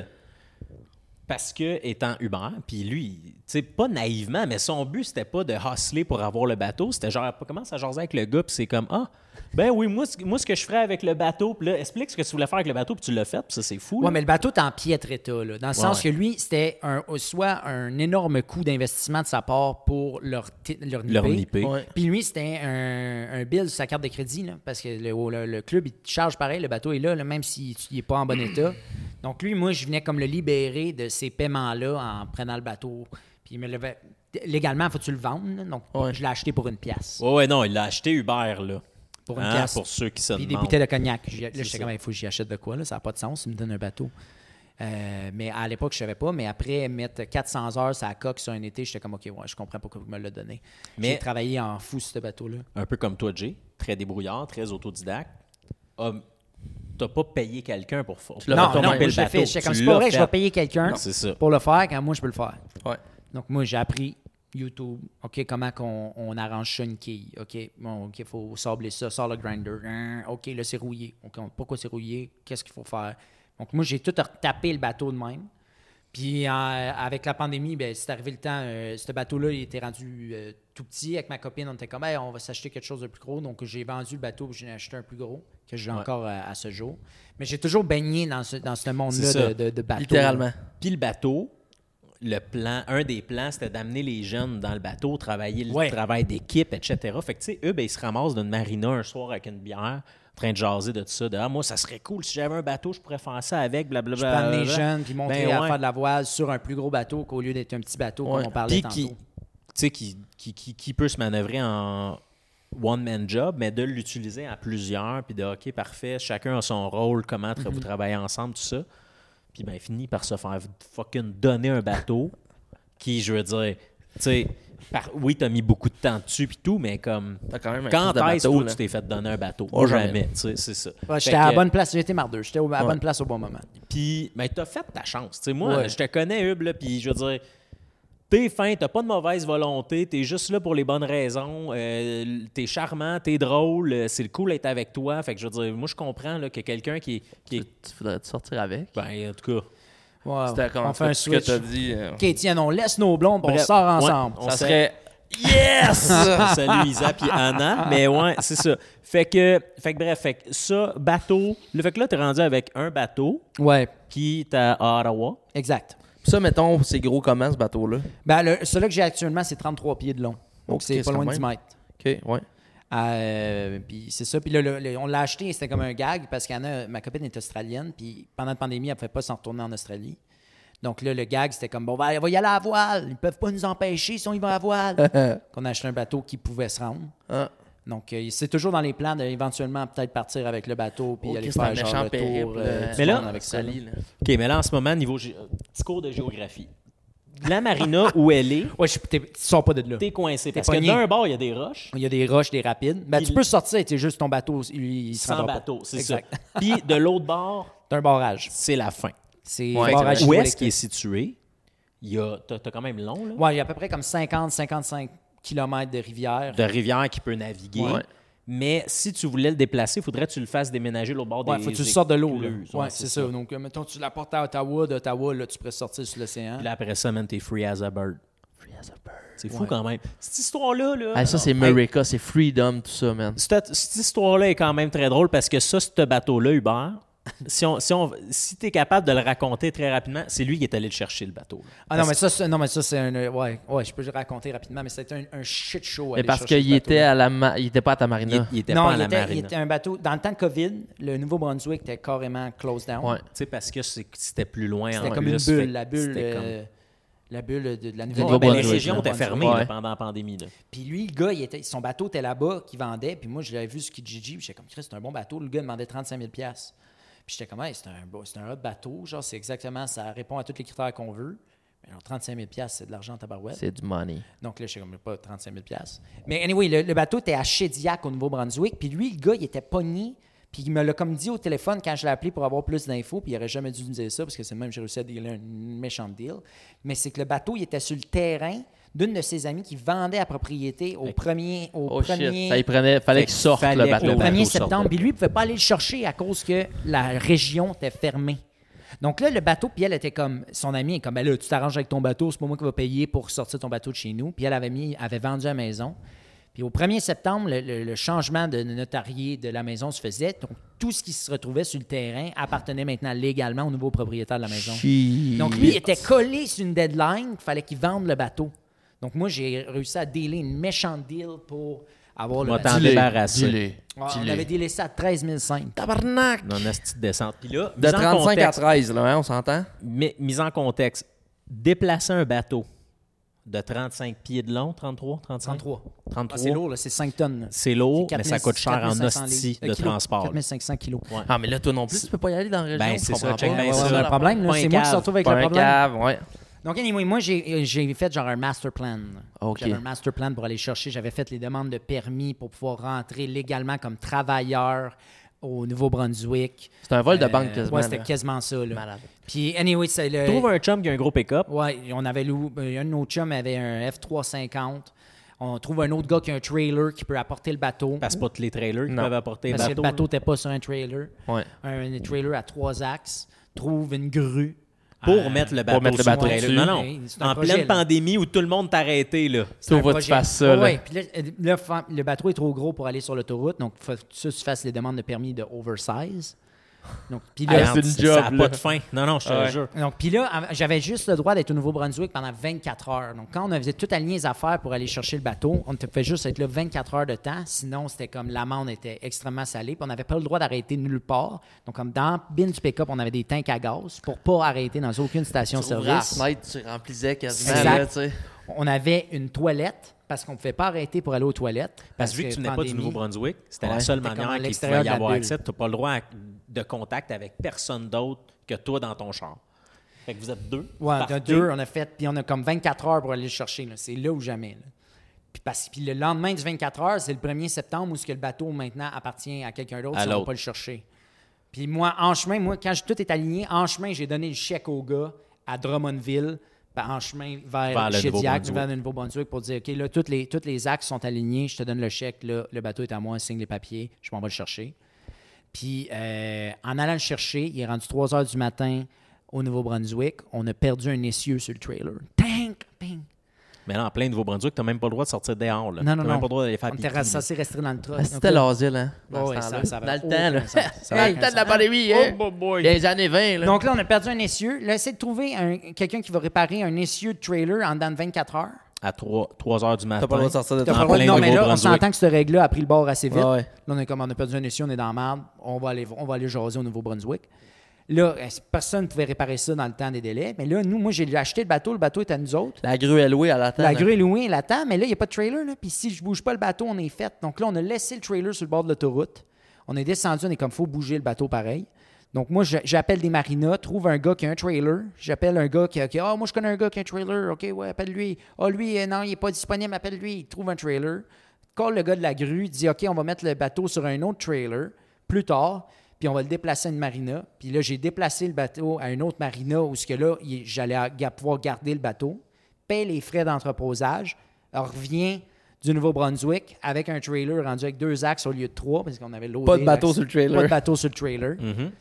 C: Parce que étant Uber, puis lui, tu sais, pas naïvement, mais son but, c'était pas de hustler pour avoir le bateau. C'était genre, commence à jaser avec le gars, puis c'est comme, ah, ben oui, moi, ce- moi, ce que je ferais avec le bateau, puis là, explique ce que tu voulais faire avec le bateau, puis tu l'as fait, puis ça, c'est fou. là.
B: Ouais, mais le bateau est en piètre état, là, dans le sens que lui, c'était un, soit un énorme coût d'investissement de sa part pour leur, ti- leur
C: Leur
B: nipper.
C: nipper.
D: Ouais.
B: Puis lui, c'était un, un bill sur sa carte de crédit, là, parce que le, le- le club, il te charge pareil, le bateau est là, là, même s'il n'est pas en bon état. Donc lui, moi, je venais comme le libérer de ces paiements-là en prenant le bateau. Puis il me levait. Légalement, faut que tu le vendes. là. Donc,
D: Ouais.
B: je l'ai acheté pour une pièce.
C: Ouais, ouais, non, il l'a acheté Uber, là.
B: Pour une
C: Hein,
B: pièce.
C: Pour ceux qui se
B: Puis des
C: demandent.
B: bouteilles de cognac. J'y- Là,
C: ça.
B: j'étais comme, il faut que j'y achète de quoi, là, ça n'a pas de sens, il me donne un bateau. Euh, mais à l'époque, je savais pas, mais après mettre 400 heures sur la coque sur un été, j'étais comme, OK, ouais, je comprends pourquoi vous me l'a donné.
C: Mais-
B: J'ai travaillé en fou sur ce bateau-là.
C: Un peu comme toi, Jay, très débrouillard, très autodidacte. Hum, T'as pas payé quelqu'un pour faire.
D: l'as
B: Non,
D: fait
B: non,
D: toi-même.
B: moi,
C: le
B: je le
C: bateau.
B: fais. J'étais comme,
C: Tu
B: c'est pas
C: l'as
B: vrai, que je vais
C: fait.
B: payer quelqu'un
C: Non, C'est ça.
B: pour le faire quand moi, je peux le faire.
D: Ouais.
B: Donc, moi, j'ai appris YouTube. OK, comment qu'on on arrange ça une quille. OK, bon, OK, faut sabler ça, sort le grinder. Hein, OK, là, c'est rouillé. OK, pourquoi c'est rouillé? Qu'est-ce qu'il faut faire? Donc, moi, j'ai tout retapé le bateau de même. Puis, euh, avec la pandémie, ben, c'est arrivé le temps. euh, ce bateau-là, il était rendu euh, tout petit. Avec ma copine, on était comme, Hey, on va s'acheter quelque chose de plus gros. Donc, j'ai vendu le bateau, puis j'ai acheté un plus gros que j'ai encore euh, à ce jour. Mais j'ai toujours baigné dans ce, dans ce
C: C'est ça.
B: monde-là de, de, de bateau.
D: Littéralement.
C: Puis le bateau, le plan, un des plans, c'était d'amener les jeunes dans le bateau, travailler le
B: Ouais.
C: travail d'équipe, etc. Fait que, tu sais, eux, ben, ils se ramassent d'une marina un soir avec une bière, en train de jaser de tout ça. De, ah, moi, ça serait cool si j'avais un bateau, je pourrais faire ça avec,
B: Je peux
C: blablabla.
B: amener les jeunes puis montrer
C: Ben
B: à
C: ouais.
B: faire de la voile sur un plus gros bateau qu'au lieu d'être un petit bateau
D: Ouais.
B: comme on parlait
C: Puis
B: tantôt.
C: qui, tu sais, qui, qui, qui, qui peut se manœuvrer en one-man job, mais de l'utiliser à plusieurs, puis de OK, parfait, chacun a son rôle, comment tra-
B: Mhm.
C: vous travaillez ensemble, tout ça. Puis ben, il finit par se faire fucking donner un bateau <laughs> qui, je veux dire, tu sais, par- oui, t'as mis beaucoup de temps dessus, puis tout, mais comme.
D: T'as quand même un
C: Quand
D: crise de
C: est-ce
D: bateau,
C: que
D: là.
C: tu t'es fait donner un bateau?
D: Oh, jamais.
C: jamais, tu sais, c'est ça.
B: Ouais,
C: Fait
B: J'étais à la
C: que-
B: bonne place, j'étais mardeux, j'étais au- à la
D: Ouais.
B: bonne place au bon moment.
C: puis, ben, t'as fait ta chance. Tu sais, moi,
B: Ouais.
C: je te connais, Hub, là, puis je veux dire, t'es fin, t'as pas de mauvaise volonté, t'es juste là pour les bonnes raisons, euh, t'es charmant, t'es drôle, euh, c'est le cool d'être avec toi. Fait que je veux dire, moi, je comprends là, que quelqu'un qui, qui est.
D: Tu voudrais te sortir avec?
C: Ben, en tout cas.
B: Ouais,
D: C'était comme
B: Ah, on fait un
D: ce que
B: switch.
D: t'as dit. euh,
B: Ok, tiens, on laisse nos blondes, puis on
C: Bref,
B: sort
C: ouais,
B: ensemble.
C: on
D: ça
C: sait.
D: serait...
B: <laughs>
D: Yes!
C: Salut Isa puis Anna. Mais ouais, c'est ça. Fait que, fait que bref, fait que ça, bateau. Le fait que là, t'es rendu avec un bateau
B: Ouais,
C: qui est à Ottawa.
B: exact.
D: ça, mettons, c'est gros comment, ce bateau-là?
B: Ben, le, celui que j'ai actuellement, c'est 33 pieds de long. Donc,
D: Ok,
B: c'est pas
D: c'est
B: loin de
D: quand
B: 10
D: même.
B: mètres.
D: OK, ouais.
B: Euh, puis c'est ça. Puis là, le- le- on l'a acheté, c'était comme un gag parce qu'Anna, ma copine est australienne, puis pendant la pandémie, elle ne pouvait pas s'en retourner en Australie. Donc là, le gag, c'était comme, bon, ben, on va y aller à la voile. Ils peuvent pas nous empêcher si on y va à la <laughs> voile. Qu'on a acheté un bateau qui pouvait se rendre.
D: Ah.
B: Donc, euh, c'est toujours dans les plans d'éventuellement peut-être partir avec le bateau puis
D: Ok,
B: aller
D: Oh, c'est
B: faire
D: un
B: genre
D: méchant
B: le tour
D: périple.
B: euh,
D: euh,
B: du
C: Mais là,
B: monde avec ça. là.
D: Sally, là.
C: OK, mais là, en ce moment, niveau gé- euh, petit cours de géographie. La marina où elle est,
B: Ouais, je, suis- t'es- tu sors pas de là.
C: t'es coincé. Parce que
B: pogné.
C: d'un bord, il y a des roches.
B: Il y a des roches, des rapides. Ben, tu
C: Il-
B: peux sortir, c'est juste ton bateau, il, il se
C: sans
B: rendra pas.
C: bateau, c'est ça.
B: Exact.
C: Puis de l'autre bord,
B: C'est un barrage.
C: c'est la fin.
B: C'est
D: Ouais,
B: un barrage
C: Où
B: pour
C: est-ce
B: les-
C: qu'il est situé? Il y a, t'as, t'as quand même long, là,
B: Ouais, il y a à peu près comme 50-55 km de rivière.
C: de rivière qui peut naviguer.
D: Ouais.
C: Mais si tu voulais le déplacer, il faudrait que tu le fasses déménager l'autre bord
B: Ouais,
C: des
B: faut que tu
C: des
B: sortes de l'eau. là.
C: écluses.
B: Ouais, c'est ça. Donc, euh, mettons, tu la portes à Ottawa, d'Ottawa, là, tu pourrais sortir sur l'océan.
C: Puis là, après ça, man, t'es free as a bird. C'est fou quand même. Cette histoire-là, là,
D: Ah, ça, c'est
C: Hey,
D: America, c'est freedom, tout ça, man.
C: Cette, cette histoire-là est quand même très drôle parce que ça, ce bateau-là, Uber, si, on, si, on, si tu es capable de le raconter très rapidement, c'est lui qui est allé le chercher, le bateau. là.
B: Ah non, mais ça, c'est- non, mais ça, c'est un. euh, Ouais, ouais, je peux le raconter rapidement, mais c'était un, un shit show.
D: Mais
B: aller
D: parce
B: chercher ce
D: qu'il était
B: bateau-là.
D: à la ma- il était pas à ta
C: Il,
D: marina.
C: il était
B: Non,
C: pas à
B: il
C: la
B: était, il
C: marina.
B: était un bateau. Dans le temps de COVID, le Nouveau-Brunswick était carrément closed down.
D: Ouais.
C: Tu sais, parce que c'est- c'était plus loin.
B: C'était
C: en
B: comme
C: plus,
B: une
C: fait
B: bulle,
C: que
B: la bulle.
C: c'était comme-
B: euh, La bulle de, de la
D: Du
C: Ouais, ben, les
D: Nouveau-Brunswick,
C: régions
D: là.
C: étaient
B: Nouveau-Brunswick.
C: fermées
D: Ouais.
C: là, pendant la pandémie. là.
B: Puis lui, le gars, il était, son bateau était là-bas, qui vendait. Puis moi, je l'avais vu ce Kijiji. Puis j'étais comme, Chris, c'est un bon bateau. Le gars demandait 35 000 pièces. Puis j'étais comme, hey, c'est un, beau- c'est un hot bateau. Genre, c'est exactement, ça répond à tous les critères qu'on veut. Mais alors, 35 000 pièces, c'est de l'argent en tabarouette.
D: C'est du money.
B: Donc là, je suis comme, pas 35 000 pièces. Mais anyway, le, le bateau était à Shediac au Nouveau-Brunswick. Puis lui, le gars, il était pogné. Puis il me l'a comme dit au téléphone quand je l'ai appelé pour avoir plus d'infos. Puis il aurait jamais dû me dire ça parce que c'est le même, j'ai réussi à dealer un méchant deal. Mais c'est que le bateau, il était sur le terrain d'une de ses amies qui vendait à propriété au premier, au
D: Oh shit. Ça,
B: premier,
D: il prenait, fallait
C: Fait
D: qu'il sorte
C: qu'il fallait
D: le bateau.
C: que
B: au
C: le bateau
B: 1er
C: sorte.
B: septembre. Puis lui, il ne pouvait pas aller le chercher à cause que la région était fermée. Donc là, le bateau, puis elle était comme, son ami est comme, ben là, tu t'arranges avec ton bateau, c'est pas moi qui vais payer pour sortir ton bateau de chez nous. Puis elle avait, mis, avait vendu la maison. Puis au 1er septembre, le, le- le changement de notarié de la maison se faisait. Donc tout ce qui se retrouvait sur le terrain appartenait maintenant légalement au nouveau propriétaire de la maison. Donc lui, il était collé sur une deadline, il fallait qu'il vende le bateau. Donc moi, j'ai réussi à dealer une méchante deal pour avoir le
C: Moi,
B: bateau.
C: t'en débarrasser.
A: Dis-le.
B: Ah, on
A: Dis-le.
B: avait délai ça à 13 500.
D: Tabarnak!
C: Non, esti de descente. Puis là,
D: De
C: mise en
D: 35 à
C: contexte-
D: 13, là, hein, on s'entend?
C: Mais, mise en contexte, déplacer un bateau de 35 pieds de long, 33, 35?
B: 33.
C: 33.
B: Ah, c'est lourd, là, c'est 5 tonnes. là.
C: C'est lourd,
B: C'est
C: mais ça coûte cher en
B: 4500
C: hostie
B: livres.
C: de
B: Euh, kilos.
C: transport.
B: 4500 kilos.
C: Ouais.
D: Ah, mais là, toi non plus, tu peux pas y aller dans la région.
C: Ben,
D: je
C: c'est ça,
D: comprends
C: check
D: pas.
C: bien
D: Ouais,
C: ça.
D: ouais,
B: c'est
D: ouais.
B: le problème, là,
C: Pas un
B: c'est moi qui
C: cave.
B: se retrouve avec
D: Pas
B: le
D: un
B: problème.
D: cave, ouais.
B: Donc, anyway, moi, j'ai euh, j'ai fait genre un master plan. là.
D: OK.
B: J'avais un master plan pour aller chercher. J'avais fait les demandes de permis pour pouvoir rentrer légalement comme travailleur au Nouveau-Brunswick.
D: C'est un vol de
B: Euh,
D: banque quasiment.
B: Ouais, c'était
D: là.
B: quasiment ça. là.
D: Malade.
B: Puis, anyway, c'est le.
C: Trouve un chum qui a un gros pick-up.
B: Ouais, on avait loué. Un de nos chums avait un F350. On trouve un autre gars qui a un trailer qui peut apporter le bateau.
C: Parce que pas tous les trailers qui
D: Non.
C: peuvent apporter un
B: Parce que
C: bateau.
B: le bateau n'était pas sur un trailer.
D: Ouais.
B: Un, trailer à trois axes. Trouve une grue.
C: Pour
B: Euh,
C: mettre le bateau,
D: mettre le
C: sur
D: bateau
C: trailer.
D: dessus.
C: Non, non.
B: Mais c'est un
C: En
B: projet,
C: pleine
B: là.
C: pandémie où tout le monde t'a arrêté, là.
B: C'est un
D: Faut que tu
B: projet.
D: fasses ça, là.
B: Ouais, puis là, euh, là, fa- le bateau est trop gros pour aller sur l'autoroute, donc faut que tu tu fasses les demandes de permis de oversize. Donc, puis là,
D: Ah, c'est une job,
C: Ça n'a
D: là.
C: pas de fin. Non, non, je te
D: Ouais.
C: jure.
B: Donc, puis là, av- j'avais juste le droit d'être au Nouveau-Brunswick pendant 24 heures. Donc, quand on faisait tout aligner les affaires pour aller chercher le bateau, on te fait juste être là 24 heures de temps. Sinon, c'était comme l'amende était extrêmement salée. Puis on n'avait pas le droit d'arrêter nulle part. Donc, comme dans Bin du Pick-up, on avait des tanks à gaz pour pas arrêter dans aucune
D: Tu ouvrais la
B: station-service.
D: fenêtre, tu remplissais quasiment,
B: Exact. Ah,
D: là, tu sais.
B: On avait une toilette parce qu'on ne pouvait pas arrêter pour aller aux toilettes.
C: Parce que vu que tu venais pas du
B: pandémie.
C: Nouveau-Brunswick, c'était
D: Ouais.
C: la seule
B: C'était comme à
C: manière qu'il
B: l'extérieur
C: pouvait y
B: de la
C: avoir
B: bulle.
C: accès. Tu n'as pas le droit à- de contact avec personne d'autre que toi dans ton char. Fait que vous êtes deux.
B: Ouais, on a
C: partez.
B: deux, on a fait, puis on a comme 24 heures pour aller le chercher. là. C'est là ou jamais. là. Puis, parce, puis le lendemain du 24 heures, c'est le 1er septembre où ce que le bateau maintenant appartient à quelqu'un d'autre,
C: À
B: si on ne va
C: l'autre.
B: pas le chercher. Puis moi, en chemin, moi, quand je- tout est aligné, en chemin, j'ai donné le chèque au gars à Drummondville, puis en chemin vers,
C: Vers le
B: Shediac,
C: Nouveau-Brunswick.
B: vers le Nouveau-Brunswick, pour dire, OK, là, tous les, toutes les axes sont alignés, je te donne le chèque, là, le bateau est à moi, signe les papiers, je m'en vais le chercher. Puis euh, en allant le chercher, il est rendu 3 heures du matin au Nouveau-Brunswick. On a perdu un essieu sur le trailer. Tank! Ping!
C: Mais là, en plein Nouveau-Brunswick, tu n'as même pas le droit de sortir dehors. Là.
B: Non, non,
C: T'as
B: non.
C: même pas le droit d'aller faire
B: On
C: pipi,
B: était
C: là.
B: censé rester dans le
C: Ah,
B: truck.
D: C'était l'asile, hein?
B: Ouais, ouais,
D: ce
B: ça-
D: temps-là.
B: ça avait
D: dans le temps, là.
B: aucun sens. Ça
D: Dans
B: avait
D: le
B: aucun
D: temps de la
B: sens.
D: pandémie, hein?
C: Oh, boy, boy.
D: Les années 20, là.
B: Donc là, on a perdu un essieu. Là, essaie de trouver un- quelqu'un qui va réparer un essieu de trailer en dedans de 24 heures.
C: À 3, heures du matin.
D: T'as pas le droit de sortir de
B: T'as
D: ton
B: pas le
C: En
B: droit de-
C: plein
B: non, mais là, on
C: Nouveau-Brunswick.
B: s'entend que ce règle-là a pris le bord assez vite.
D: Ouais, ouais.
B: Là, on est comme, on a perdu un essieu, on est dans la merde. On va aller, on va aller jaser au Nouveau-Brunswick. Là, euh, personne ne pouvait réparer ça dans le temps des délais. Mais là, nous, moi, j'ai acheté le bateau. Le bateau est à nous autres.
D: La grue est louée à la tête.
B: La grue est louée, elle attend, mais là, il n'y a pas de trailer. Là. Puis si je bouge pas le bateau, on est fait. Donc là, on a laissé le trailer sur le bord de l'autoroute. On est descendu, on est comme, faut bouger le bateau pareil. Donc moi, je- j'appelle des marinas, trouve un gars qui a un trailer. J'appelle un gars qui a, qui a, Ah, moi, je connais un gars qui a un trailer. OK, ouais, appelle-lui. Ah, lui, euh, non, il n'est pas disponible, appelle-lui. Il trouve un trailer. Call le gars de la grue, dit, OK, on va mettre le bateau sur un autre trailer plus tard. Puis on va le déplacer à une marina. Puis là, j'ai déplacé le bateau à une autre marina où ce que là, il- j'allais à- ga- pouvoir garder le bateau paie les frais d'entreposage, revient du Nouveau-Brunswick avec un trailer rendu avec deux axes au lieu de trois parce qu'on avait l'autre.
D: Pas de bateau sur le trailer. Mm-hmm.
B: Pas de bateau sur le trailer.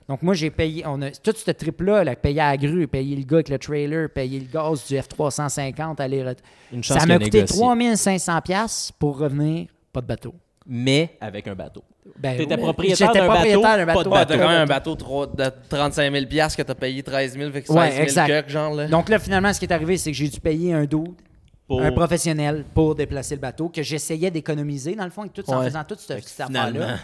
B: Donc moi j'ai payé, on a toute cette trip là, payer à la grue, payer le gars avec le trailer, payer le gaz du F350 aller retour.
C: Une chance
B: Ça
C: qu'il a
B: m'a coûté
C: négocié.
B: 3500 pièces pour revenir, pas de bateau.
C: Mais avec un bateau.
B: Ben,
C: T'étais
B: oui.
C: propriétaire
B: J'étais
C: d'un bateau,
B: propriétaire d'un
C: pas de
D: Ouais, t'as
C: bateau.
D: quand même un bateau trop- de 35 000 que t'as payé 13 000, fait que 16
B: Ouais,
D: 000
B: exact.
D: quelque, genre, là.
B: Donc là, finalement, ce qui est arrivé, c'est que j'ai dû payer un dude,
C: Pour-
B: un professionnel, pour déplacer le bateau, que j'essayais d'économiser, dans le fond, avec tout, en
D: Ouais.
B: faisant toute cette, cette
C: finalement.
B: affaire-là.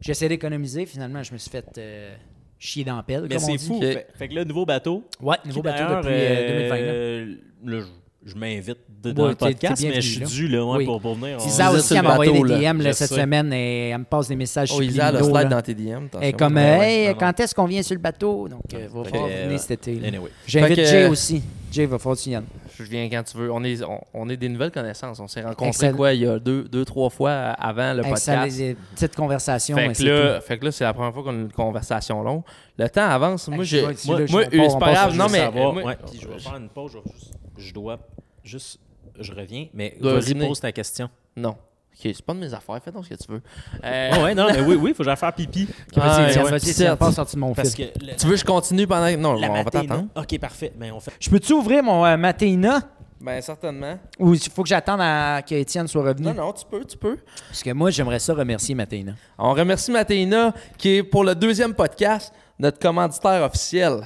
B: J'essayais d'économiser, finalement, je me suis fait euh, chier dans la pelle,
C: Mais
B: comme on
C: c'est
B: dit.
C: fou.
D: Ok.
C: Fait, fait que là, nouveau bateau.
B: Ouais, nouveau bateau
C: D'ailleurs,
B: depuis euh, 2020. là.
C: euh, là, je, je m'invite de- dans
B: Ouais,
C: le
B: t'es- t'es
C: podcast, mais je suis
B: bienvenu,
C: dû là, ouais,
B: Oui.
C: pour, pour venir. on-
B: Isa
D: disait
B: aussi,
D: sur
B: elle
D: le
B: m'a envoyé des
D: bateau, là.
B: DM là,
C: Je
B: cette
C: sais.
B: semaine et elle me passe des messages
D: Oh,
B: sur
D: Isa, le
B: Blindo,
D: slide
B: là.
D: dans tes DM. attention.
B: Elle est comme,
D: Ouais, ouais. Ah,
B: hey,
D: Non, non.
B: quand est-ce qu'on vient sur le bateau? Donc, il va
C: Fait que,
B: falloir
C: euh,
B: venir cet été. là.
C: anyway.
B: J'invite
D: Fait que- euh,
B: Jay aussi. Jay, va falloir que tu y ailles.
D: Je viens quand tu veux. On est, on, on est des nouvelles connaissances. On s'est rencontrés,
B: Excellent.
D: quoi, il y a deux, deux trois fois avant le
B: Excellent,
D: podcast.
B: les petites conversations.
D: Fait
B: mais
D: que,
B: c'est
D: là, fait que là, c'est la première fois qu'on a une conversation longue. Le temps avance. Moi,
B: Hey,
D: j'ai.
B: je vois que
D: Moi,
B: celui-là,
D: moi,
B: je comprends
D: c'est
B: pas,
D: pas
C: Ah,
D: grave.
B: ça,
D: Non,
B: je
D: mais.
C: Ça va,
D: moi-
C: ouais. Puis je vais faire une pause. Je, vais juste- je dois juste. Je reviens. Mais
D: Dois
C: vas-y,
D: uriner.
C: pose ta question.
D: Non. Ok, c'est pas de mes affaires, fais donc ce que <laughs> tu veux. Euh,
C: Ah ouais, non, mais oui, oui, faut que j'aille faire <laughs> pipi.
D: Ah,
B: Vas-y, Étienne,
D: ouais,
B: vas-y,
D: pissette.
B: Étienne, passe sorti de mon
C: Parce
B: fils.
C: que le-
D: Tu veux que je continue pendant. Non,
C: la
D: on va
C: matinée,
D: t'attendre.
C: OK, parfait. Mais on fait
B: Je peux-tu ouvrir mon euh, Matéina
D: Ben, certainement.
B: ou il faut que j'attende à qu'Étienne soit revenu?
D: Non, non, tu peux, tu peux.
B: Parce que moi, j'aimerais ça remercier Matéina.
D: On remercie Mathéina, qui est pour le deuxième podcast, notre commanditaire officiel.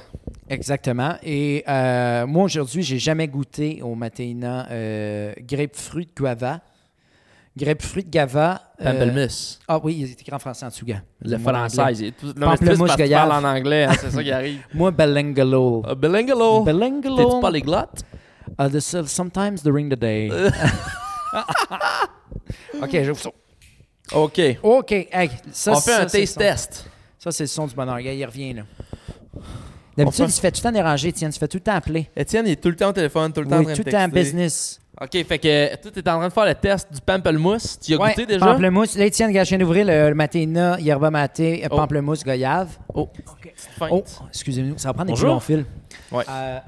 B: Exactement. Et euh, moi, aujourd'hui, j'ai jamais goûté au Matéina euh, grapefruit de guava. Grapefruit de gava. euh,
D: Pamplemousse.
B: ah oui, il est écrit en français en Tsuga.
D: Le
B: Mon anglais.
D: français. il est tout- Non, mais c'est
B: Pamplemousse
D: plus parce que tu
B: goyave.
D: parles en anglais, hein, c'est ça qui arrive.
B: Moi, <laughs> Belengalo.
D: Uh,
B: Oh,
D: Belengalo. T'es-tu
B: Belengalo.
D: pas les glottes?
B: Uh, the, sometimes during the <laughs> day. OK, j'ouvre ça.
D: OK.
B: OK, hey, ça,
D: on
B: c'est-
D: fait un
B: ça, c'est le
D: taste
B: son.
D: test.
B: Ça, c'est le son du bonheur. Gars, il revient, là. D'habitude,
D: On fait-
B: il se fait tout le temps déranger, Étienne. Il se fait tout le temps appeler.
D: Étienne, il est tout le temps au téléphone, tout le temps en
B: Oui,
D: train
B: tout
D: de
B: le temps
D: texter.
B: business.
D: OK, fait que euh, toi, t'es en train de faire le test du pamplemousse. Tu y as
B: Ouais,
D: goûté déjà?
B: Pamplemousse. Là, Étienne, gars, je viens d'ouvrir le, le Maténa, Yerba Maté, euh,
D: Oh.
B: Pamplemousse, Goyave.
D: Oh,
B: Oh,
D: feinte.
B: excusez-nous, ça va prendre des plus
C: Bonjour.
B: longs fils.
D: Ouais.
B: Euh,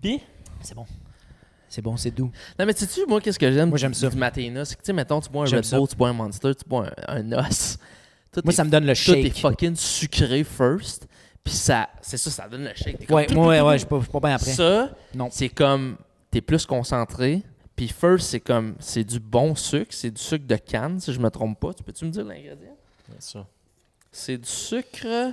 C: pipi.
B: c'est bon. C'est bon, c'est doux.
D: Non, mais sais-tu, moi, qu'est-ce que j'aime
B: Moi, j'aime
D: du-
B: ça.
D: du maténa? C'est que, tu sais, mettons, tu bois un
B: J'aime
D: Red
B: ça.
D: Bull, tu bois un Monster, tu bois un, un os. Tout
B: Moi,
D: est-
B: ça me donne le
D: Tout est
B: shake.
D: fucking sucré first. Puis ça, c'est ça, ça donne le shake. T'es comme-
B: Ouais, moi, ouais, ouais, je suis pas, je suis pas bien après.
D: Ça,
B: Non.
D: c'est comme, t'es plus concentré. Puis first, c'est comme, c'est du bon sucre. C'est du sucre de canne, si je me trompe pas. Tu peux-tu me dire l'ingrédient? C'est du sucre...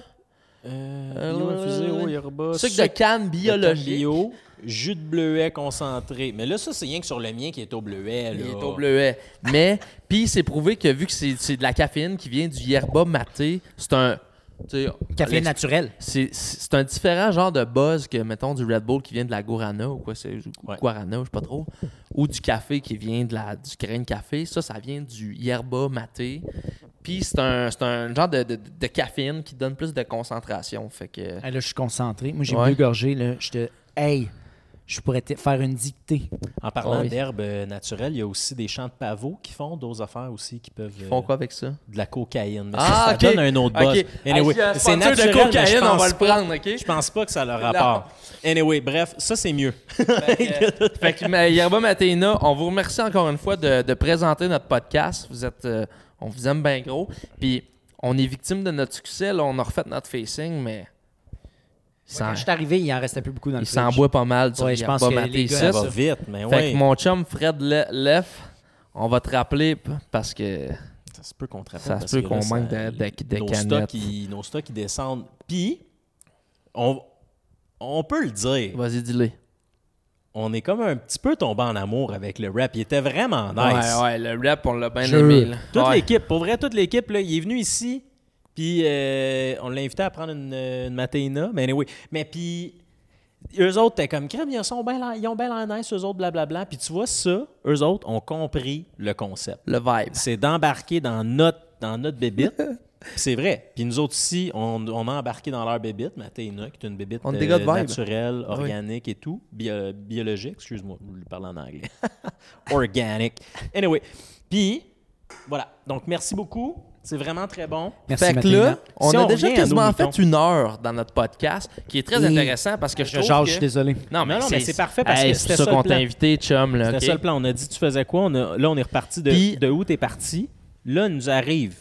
C: Euh, bio infusé, eau, yerba,
D: Sucre de canne biologique.
C: bio, jus de bleuet concentré. Mais là, ça, c'est rien que sur le mien qui est au bleuet.
D: Il
C: là.
D: est au bleuet. Mais, <laughs> puis c'est prouvé que vu que c'est c'est de la caféine qui vient du yerba maté, c'est un. tu sais,
B: Café
D: l'ex-
B: naturel.
D: C'est c'est un différent genre de buzz que, mettons, du Red Bull qui vient de la guarana ou quoi, c'est ou
C: Ouais.
D: guarana, je sais pas trop, ou du café qui vient de la, du grain de café. Ça, ça vient du yerba maté. Puis c'est un, c'est un genre de, de- de caféine qui donne plus de concentration. Fait que.
B: Ah, là, je suis concentré. Moi, j'ai
D: Ouais.
B: deux gorgées. Là. Je te. Hey, je pourrais te faire une dictée.
C: En parlant
D: Ah Oui.
C: d'herbes euh, naturelles, il y a aussi des champs de pavots qui font d'autres affaires aussi qui peuvent. euh,
D: Font quoi avec ça?
C: De la cocaïne. Mais
D: Ah,
C: ça, ça
D: ok.
C: donne un autre buzz.
D: Ok.
C: Anyway,
D: Ah, si,
C: c'est
D: un sponsor
C: naturel,
D: de
C: mais je
D: cocaïne, on
C: pense
D: va le
C: pas-
D: prendre, OK?
C: Je pense pas que ça a leur rapport. Anyway, bref, ça c'est mieux.
D: Euh, Fait que mais, Yerba Maténa, on vous remercie encore une fois de, de présenter notre podcast. Vous êtes, euh, on vous aime bien gros. Puis on est victime de notre succès. Là, on a refait notre facing, mais il s'en-
B: Quand je suis arrivé, il en restait plus beaucoup dans le
D: il s'en
B: fridge.
D: boit pas mal du
B: Ouais, je
D: Yerba
B: pense que
D: Maté
B: les
D: ici.
B: gars,
C: Ça
B: Ça,
C: va vite, mais
D: Fait
C: ouais.
D: que mon chum Fred Le- Leff, on va te rappeler p- parce que
C: Ça se peut qu'on te rappelle
D: Ça se
C: parce
D: peut
C: que
D: qu'on
C: là, ça-
D: manque de- de- de
C: nos
D: canettes.
C: Stocks, ils, nos stocks, ils descendent. Puis, on, on peut le dire,
D: vas-y dis-le.
C: on est comme un petit peu tombé en amour avec le rap. Il était vraiment nice.
D: Ouais, ouais, le rap, on l'a bien
B: Je-
D: aimé. là.
C: Toute
D: Ouais.
C: l'équipe, pour vrai, toute l'équipe, là, il est venu ici, puis euh, on l'a invité à prendre une, une matéina, mais anyway. Mais puis, eux autres, t'es comme, crème, ils, sont ben, ils ont bien l'air nice, eux autres, blablabla. Puis tu vois ça, eux autres ont compris le concept.
D: Le vibe.
C: C'est d'embarquer dans notre, dans notre bébite.
D: <laughs>
C: Puis C'est vrai. Puis nous autres ici, on, on a embarqué dans leur bébite, Matéina, qui est une bébite euh,
D: On est des gars de vibe.
C: naturelle,
D: Ah oui.
C: organique et tout. Bio- biologique, excuse-moi, je lui parle en anglais. <laughs> organic. Anyway. Puis, voilà. Donc, merci beaucoup. C'est vraiment très bon.
B: Merci,
D: Fait que là,
B: Matéina.
D: on
C: Si
D: a
C: on
D: déjà
C: revient à nos
D: quasiment
C: moutons.
D: fait une heure dans notre podcast, qui est très
B: Et-
D: intéressant parce que je,
B: Je
D: trouve
B: jase,
D: que-
B: je suis désolé.
D: Non, mais,
C: Non, non,
D: c'est,
C: mais c'est parfait parce
D: Hey,
C: que
D: c'est
C: c'était
D: ça
C: ça le
D: qu'on t'a
C: plan.
D: invité, chum. Là,
C: C'était
D: ok?
C: ça le plan. On a dit, tu faisais quoi? On a- là, on est reparti de,
D: Puis-
C: de où t'es parti. Là, il nous arrive.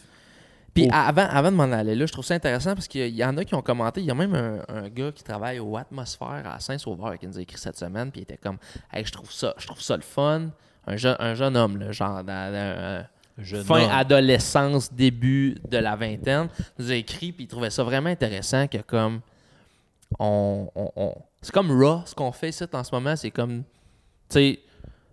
D: Puis
C: Oh.
D: à- avant, avant de m'en aller là, je trouve ça intéressant parce qu'il y en a qui ont commenté. Il y a même un, un gars qui travaille au Atmosphère à Saint-Sauveur qui nous a écrit cette semaine. Puis il était comme Hey, je trouve ça, je trouve ça le fun. Un, jeune- un jeune homme, là, genre dans- euh, dans-
C: Jeune
D: fin
C: homme.
D: adolescence, début de la vingtaine, nous a écrit. Puis il trouvait ça vraiment intéressant que comme on. on- on- c'est comme raw ce qu'on fait ici en ce moment. C'est comme. Tu sais,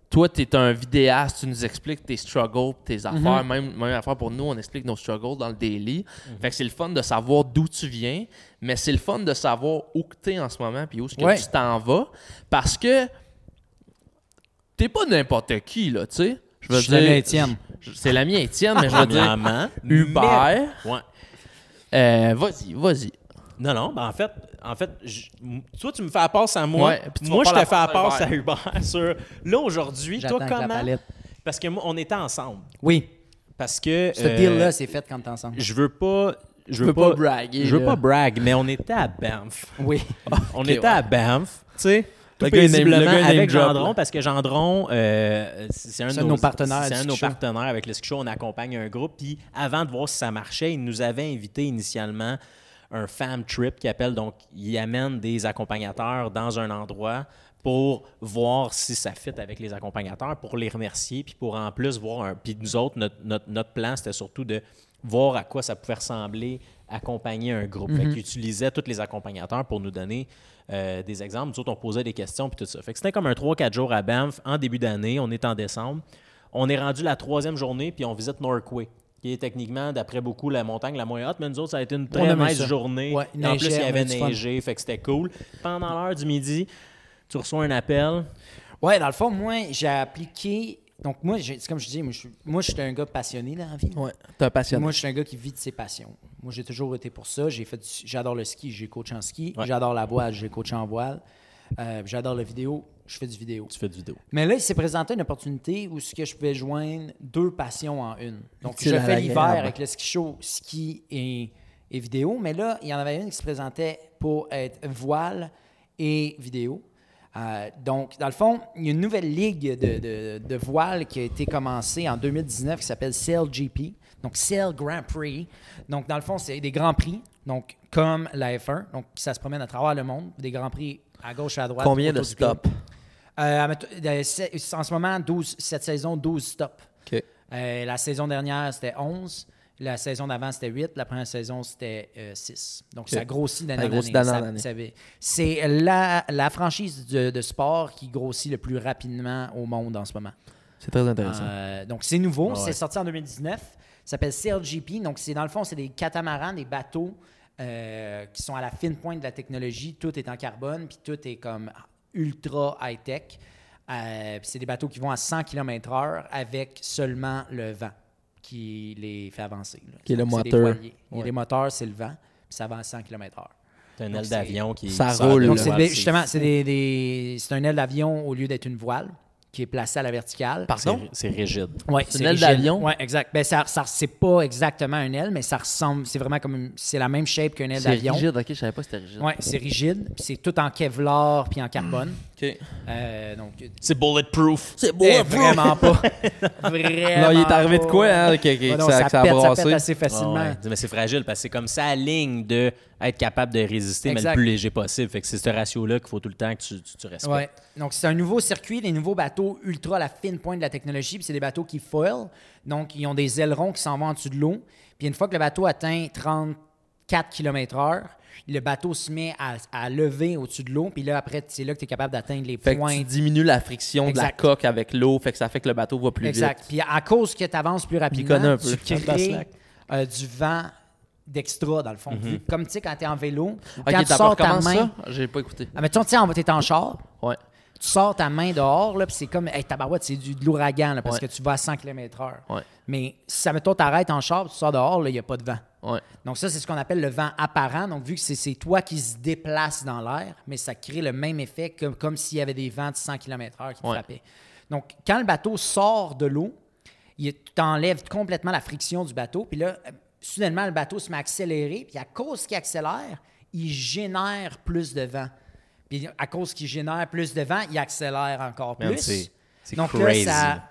D: toi, tu es un vidéaste, tu nous expliques tes struggles, tes affaires, même, même affaire pour nous, on explique nos struggles dans le daily. Fait que c'est le fun de savoir d'où tu viens, mais c'est le fun de savoir où que tu es en ce moment puis où est-ce que
B: Ouais.
D: tu t'en vas parce que t'es pas n'importe qui, là, tu sais. Je veux
B: Je suis l'ami
D: dire,
B: Étienne.
D: je- C'est l'ami Étienne, mais <laughs> je veux dire,
C: Premièrement,
D: Uber.
C: mais- Ouais.
D: euh, vas-y, vas-y.
C: Non, non, ben en fait, en fait, je- m- toi, tu me fais la passe à moi.
D: Ouais, puis tu
C: moi,
D: vas
C: je
D: faire
C: te fais la
D: la
C: passe à Hubert <laughs> sur. Là, aujourd'hui, toi,
B: J'attends avec la
C: comment.
B: palette.
C: Parce que moi, on était ensemble.
B: Oui.
C: Parce que.
B: Ce
C: euh,
B: deal-là, c'est fait quand t'es ensemble.
C: Je veux pas. Je
D: veux
C: veux
D: pas
C: pas,
D: braguer,
C: Je veux
D: là.
C: pas brag, mais on était à Banff.
B: <laughs> Oui.
C: on
D: Ok,
C: était
D: ouais.
C: à Banff, tu sais.
D: Le gars, il name- le
C: paisiblement
D: gars, il name
C: avec
D: drop,
C: Gendron,
D: là.
C: parce que Gendron, euh, c'est un,
B: C'est un de nos partenaires
C: C'est un de
B: du
C: nos
B: ski show.
C: partenaires avec le ski show. On accompagne un groupe. Puis avant de voir si ça marchait, il nous avait invité initialement un fam trip qui appelle. Donc, il amène des accompagnateurs dans un endroit pour voir si ça fit avec les accompagnateurs, pour les remercier, puis pour en plus voir un. Puis nous autres, notre, notre, notre plan, c'était surtout de voir à quoi ça pouvait ressembler accompagner un groupe. Fait qu'ils utilisaient tous les accompagnateurs pour nous donner euh, des exemples. Nous autres, on posait des questions puis tout ça. Fait que c'était comme un 3-4 jours à Banff en début d'année. On est en décembre. On est rendu la troisième journée puis on visite Norquay, qui est techniquement, d'après beaucoup, la montagne la moins haute. Mais nous autres, ça a été une très
B: aimait
C: nice
B: ça.
C: journée.
B: Ouais,
C: Et en plus,
B: neigeait,
C: il y
B: on
C: avait
B: a eu du fun.
C: neigé, fait que c'était cool. Pendant l'heure du midi, tu reçois un appel.
B: Ouais, dans le fond, moi, j'ai appliqué. Donc, moi, j'ai- c'est comme je dis, moi, je suis- moi, je suis un gars passionné dans la vie.
D: Ouais, t'es un passionné.
B: Moi, je suis un gars qui vit de ses passions. Moi, j'ai toujours été pour ça. J'ai fait, du- j'adore le ski, j'ai coach en ski.
C: Ouais.
B: J'adore la voile, j'ai coach en voile. Euh, j'adore la vidéo, je fais du vidéo.
C: Tu fais de vidéo.
B: Mais là, il s'est présenté une opportunité où ce que je pouvais joindre deux passions en une. Donc,
D: Utile
B: je
D: à
B: fais
D: la
B: l'hiver
D: guerre.
B: avec le ski show, ski et, et vidéo. Mais là, il y en avait une qui se présentait pour être voile et vidéo. Euh, donc, dans le fond, il y a une nouvelle ligue de, de- de voile qui a été commencée en 2019 qui s'appelle CLGP, donc CL Grand Prix. Donc, dans le fond, c'est des grands prix, donc comme la F1, donc ça se promène à travers le monde, des grands prix à gauche et à droite.
D: Combien
B: autour
D: de
B: du globe.
D: stops?
B: Euh, à mettons- de- se- en ce moment, 12, cette saison, 12 stops.
D: OK.
B: Euh, la saison dernière, c'était 11. La saison d'avant, c'était 8. La première saison, c'était 6. Donc, ça grossit d'année
D: Ça
B: en
D: grossit
B: année.
D: d'année en
B: Ça-
D: année.
B: ça va- C'est la, la franchise de, de sport qui grossit le plus rapidement au monde en ce moment.
D: C'est très intéressant.
B: Euh, donc, c'est nouveau.
C: Ah ouais.
B: C'est sorti en 2019. Ça s'appelle CLGP. Donc, c'est dans le fond, c'est des catamarans, des bateaux euh, qui sont à la fine pointe de la technologie. Tout est en carbone, puis tout est comme ultra high-tech. Euh, puis c'est des bateaux qui vont à 100 km/h avec seulement le vent qui les fait avancer. là.
D: Qui est le
B: Donc, c'est des
D: moteur.
B: voiliers. Il y a les moteurs, c'est le vent, puis ça va à 100 km/h.
C: T'as un
B: Donc,
C: aile
B: c'est-
C: d'avion qui
D: ça
C: sort de
D: roule,
C: la
B: Donc,
D: là.
B: c'est
C: voile,
B: des-
C: c'est-
B: justement, c'est des- des- c'est un aile d'avion au lieu d'être une voile qui est placée à la verticale.
C: c'est- C'est rigide.
B: Ouais,
D: C'est une aile d'avion?
B: Oui, exact. Ben, ça, ça, c'est pas exactement un aile, mais ça ressemble. C'est vraiment comme. une- C'est la même shape qu'un aile
D: C'est
B: d'avion.
D: rigide, ok, je savais pas que c'était rigide.
B: Ouais, c'est rigide. puis c'est tout en Kevlar puis en carbone.
D: <clears throat> Ok.
B: Euh, donc,
C: C'est bulletproof.
D: C'est beau,
B: eh,
D: <laughs>
B: vraiment pas. vraiment.
D: Là, il est arrivé de
B: pas.
D: quoi, hein, que, que-
B: Ah
D: que
B: non,
D: ça,
B: ça,
D: que ça a
B: pète, ça
D: brassé?
B: pète assez facilement.
C: Ah ouais. Mais c'est fragile parce que c'est comme ça la ligne de être capable de résister, mais
B: Exact.
C: le plus léger possible. Fait que c'est ce ratio-là qu'il faut tout le temps que tu, tu, tu respectes.
B: Ouais. Donc, c'est un nouveau circuit, des nouveaux bateaux ultra à la fine pointe de la technologie. Puis, c'est des bateaux qui foilent. Donc, ils ont des ailerons qui s'en vont en dessous de l'eau. Puis, une fois que le bateau atteint 34 km/h, le bateau se met à, à lever au-dessus de l'eau. Puis là, après, c'est là que tu es capable d'atteindre les
D: Fait que
B: points.
D: tu diminues la friction de la
B: Exact.
D: coque avec l'eau, fait que ça fait que le bateau va plus
B: Exact.
D: vite.
B: Puis, à cause que tu avances plus
D: connaît
B: rapidement,
D: un peu.
B: tu crées
D: Slack.
B: euh, du vent d'extra, dans le fond. Comme, tu sais, quand tu es en vélo, ou
D: Mm-hmm. Ok,
B: quand tu
D: t'as
B: sors ta main...
D: recommence ça? J'ai pas écouté.
B: Ah, mettons, tu sais, en- t'es en char,
D: Ouais.
B: tu sors ta main dehors, là, puis c'est comme, hey, tabarouette, c'est du, de l'ouragan, là, parce
D: Ouais.
B: que tu vas à 100 km/h.
D: Ouais.
B: Mais si, ça, mettons, t'arrêtes en char, puis tu sors dehors, là, il n'y a pas de vent.
D: Ouais.
B: Donc, ça, c'est ce qu'on appelle le vent apparent. Donc, vu que c'est- c'est toi qui se déplace dans l'air, mais ça crée le même effet que, comme s'il y avait des vents de 100 km/h qui te
D: Ouais.
B: frappaient. Donc, quand le bateau sort de l'eau, il t'enlève complètement la friction du bateau. Puis là, euh, soudainement, le bateau se met à accélérer. Puis à cause qu'il accélère, il génère plus de vent. Puis à cause qu'il génère plus de vent, il accélère encore
C: Man,
B: plus.
C: c'est- c'est
B: Donc
C: crazy.
B: là, ça,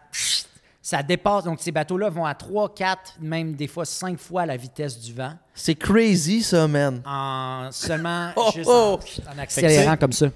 B: ça dépasse. Donc ces bateaux-là vont à 3, 4, même des fois 5 fois la vitesse du vent
D: C'est crazy, ça, man.
B: en seulement
D: Oh,
B: juste
D: oh!
B: En, en accélérant comme ça.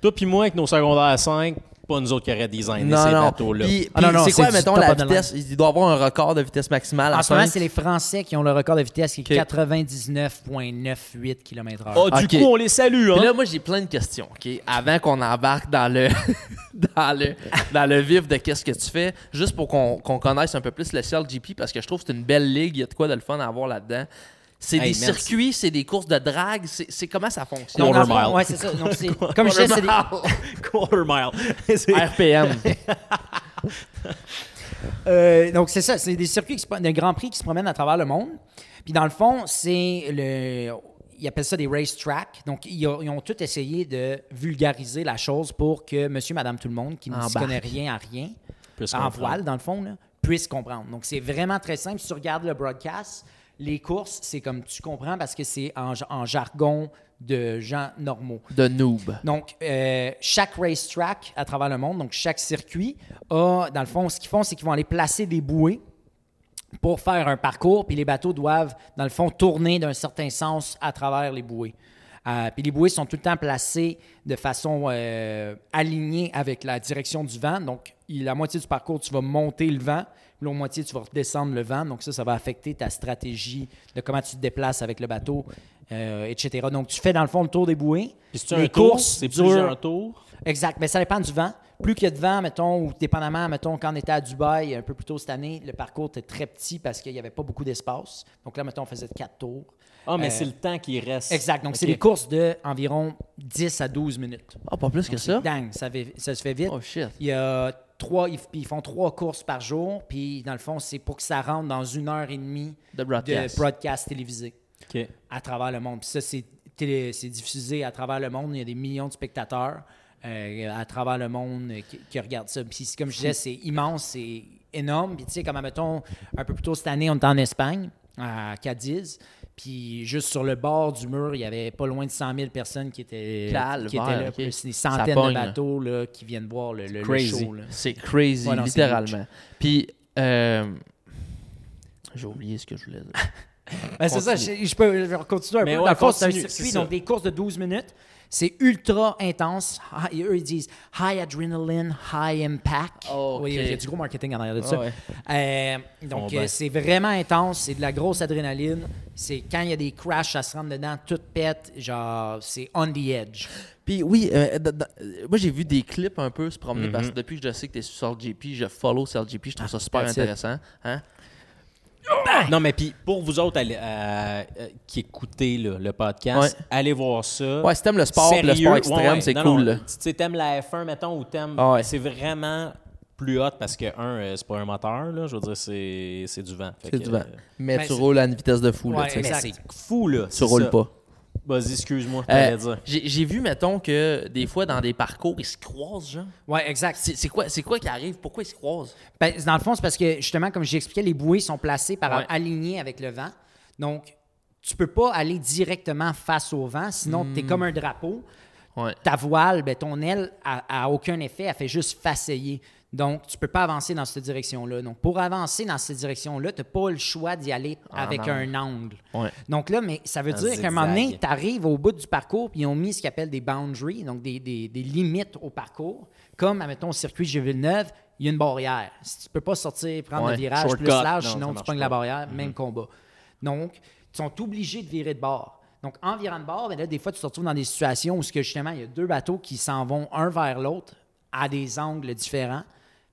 C: Toi puis moi, avec nos secondaires 5, pas nous autres qui auraient designé
D: Non,
C: ces
D: non.
C: bateaux-là.
D: Puis,
B: Ah, non,
D: puis
B: non,
D: c'est
B: c'est
D: quoi,
B: du
D: mettons,
B: top
D: la
B: of the line.
D: vitesse? Il doit avoir un record de vitesse maximale.
B: En
D: à
B: ce moment,
D: cinq.
B: c'est les Français qui ont le record de vitesse qui est
D: Ok.
B: 99,98 km/h.
C: Ah, du
D: Ok.
C: coup, on les salue,
D: Puis
C: hein?
D: là, moi, j'ai plein de questions, OK? Avant qu'on embarque dans le, <laughs> dans le, dans le vif de qu'est-ce que tu fais, juste pour qu'on qu'on connaisse un peu plus le CLGP, parce que je trouve que c'est une belle ligue, il y a de quoi de le fun à avoir là-dedans. C'est
C: Hey,
D: des
C: man,
D: circuits, c'est des courses de drague, c'est c'est comment ça fonctionne?
B: Donc, dans le
C: quarter
B: fond,
C: mile.
B: ouais, c'est ça. Donc,
C: <laughs>
B: c'est- comme je disais, c'est des-
C: Quarter mile. C'est-
D: RPM.
B: <laughs> Euh, donc, c'est ça. C'est des circuits, qui se pro- des grands prix qui se promènent à travers le monde. Puis, dans le fond, c'est le. Ils appellent ça des racetracks. Donc, ils ont, ils ont tout essayé de vulgariser la chose pour que monsieur, madame, tout le monde, qui ne s'y
D: Embarque.
B: connaît rien à rien,
C: Puisse
B: en
C: comprendre.
B: voile, dans le fond, là, puisse comprendre. Donc, c'est vraiment très simple. Si tu regardes le broadcast, les courses, c'est comme tu comprends parce que c'est en, ja- en jargon de gens normaux.
A: De noob.
B: Donc, euh, chaque racetrack à travers le monde, donc chaque circuit, a, dans le fond, ce qu'ils font, c'est qu'ils vont aller placer des bouées pour faire un parcours, puis les bateaux doivent, dans le fond, tourner d'un certain sens à travers les bouées. Euh, puis les bouées sont tout le temps placées de façon euh, alignée avec la direction du vent. Donc, il- la moitié du parcours, tu vas monter le vent, l'autre moitié, tu vas descendre le vent. Donc, ça, ça va affecter ta stratégie de comment tu te déplaces avec le bateau, euh, etc. Donc, tu fais, dans le fond, le tour des bouées.
C: Puis c'est
B: Les
C: un tour,
B: courses
C: c'est
B: durent-
C: plusieurs tours.
B: Exact. Mais ça dépend du vent. Plus qu'il y a de vent, mettons, ou dépendamment, mettons, quand on était à Dubaï un peu plus tôt cette année, le parcours était très petit parce qu'il n'y avait pas beaucoup d'espace. Donc là, mettons, on faisait quatre tours.
C: Ah, mais
B: Euh,
C: c'est le temps qui reste.
B: Exact. Donc, c'est
C: Ok.
B: des courses de environ 10 à 12 minutes.
A: Ah, pas plus que ça?
B: Dang, ça, va- ça se fait vite.
A: Oh shit.
B: Il y a trois, ils, puis ils font trois courses par jour. Puis, dans le fond, c'est pour que ça rentre dans une heure et demie
A: De broadcast.
B: de broadcast télévisé
C: Ok.
B: à travers le monde. Puis ça, c'est télé- c'est diffusé à travers le monde. Il y a des millions de spectateurs euh, à travers le monde euh, qui, qui regardent ça. Puis c'est- comme je disais, c'est immense, c'est énorme. Puis tu sais, comme mettons, un peu plus tôt cette année, on était en Espagne, à Cadiz. Puis juste sur le bord du mur, il y avait pas loin de 100 000 personnes qui étaient, qui étaient
A: Calvaire,
B: là.
A: ok.
B: plus des
A: Ça
B: centaines
A: pogne,
B: de
A: là.
B: bateaux là, qui viennent voir le, le- le
C: Crazy.
B: show. là.
A: C'est crazy,
B: Ouais, non, c'est
A: littéralement. Puis, euh, j'ai oublié ce que je voulais dire.
B: Ben, c'est ça, je, je peux je vais continuer un
C: Mais
B: peu.
C: ouais,
B: Dans le fond, c'est un
C: continue,
B: circuit,
C: c'est ça.
B: donc des courses de 12 minutes. C'est ultra intense. Hi- Eux, ils disent high adrenaline, high impact.
A: Ok.
B: Oui, il y a du gros marketing en arrière de ça.
A: Ah ouais.
B: Euh, donc,
C: Oh ben.
B: euh, c'est vraiment intense. C'est de la grosse adrénaline. C'est quand il y a des crashs, ça se rentre dedans, tout pète. Genre, c'est on the edge.
A: Puis oui, euh, dans- dans- euh, moi j'ai vu des clips un peu se promener parce que depuis que je sais que t'es sur JP, je follow JP, je trouve ça super
B: that's it.
A: intéressant. Hein?
C: Ah! Non, mais puis pour vous autres allez, euh, euh, qui écoutez là, le podcast,
A: Ouais.
C: allez voir ça.
A: Ouais, si t'aimes le sport,
C: Sérieux,
A: le sport extrême,
C: ouais, ouais.
A: c'est
C: Non,
A: cool.
C: non,
A: là.
C: Tu sais, t'aimes la F1, mettons, ou t'aimes.
A: Ah ouais.
C: C'est vraiment plus hot parce que, un, euh, c'est pas un moteur, là. Je veux dire, c'est c'est du vent. Fait
A: C'est
C: que,
A: du vent.
C: euh,
A: Mais
B: ben,
A: tu
B: c'est-
A: roules à une vitesse de fou. là,
B: Ouais,
A: tu sais.
C: Mais
B: exact.
C: c'est fou, là.
A: Tu roules pas.
C: Vas-y, excuse-moi,
A: Euh,
C: t'allais dire.
A: j'ai j'ai vu, mettons, que des fois dans des parcours, ils se croisent, genre.
B: Ouais, exact.
A: C'est c'est quoi, c'est quoi qui arrive? Pourquoi ils se croisent?
B: Ben, dans le fond, c'est parce que justement, comme j'expliquais, les bouées sont placées par
A: Ouais.
B: alignées avec le vent. Donc, tu peux pas aller directement face au vent, sinon tu es comme un drapeau.
A: Ouais.
B: Ta voile, ben, ton aile, a, a aucun effet, elle fait juste faceiller. Donc, tu peux pas avancer dans cette direction-là. Donc, pour avancer dans cette direction-là, tu n'as pas le choix d'y aller avec
A: angle.
B: un angle.
A: Ouais.
B: Donc là, mais ça veut
C: Un
B: dire qu'à un moment donné,
C: zigzag.
B: tu arrives au bout du parcours, puis ils ont mis ce qu'ils appellent des boundaries, donc des, des- des limites au parcours. Comme, admettons, au circuit de Villeneuve, il y a une barrière. Si tu peux pas sortir, prendre
A: Ouais,
B: le virage
A: shortcut.
B: plus large,
C: Non, ça
B: sinon tu pognes
C: marche pas. Mm-hmm.
B: la barrière, même combat. Donc, ils sont obligés de virer de bord. Donc, en virant de bord, ben là, des fois, tu te retrouves dans des situations où, ce que, justement, il y a deux bateaux qui s'en vont un vers l'autre à des angles différents.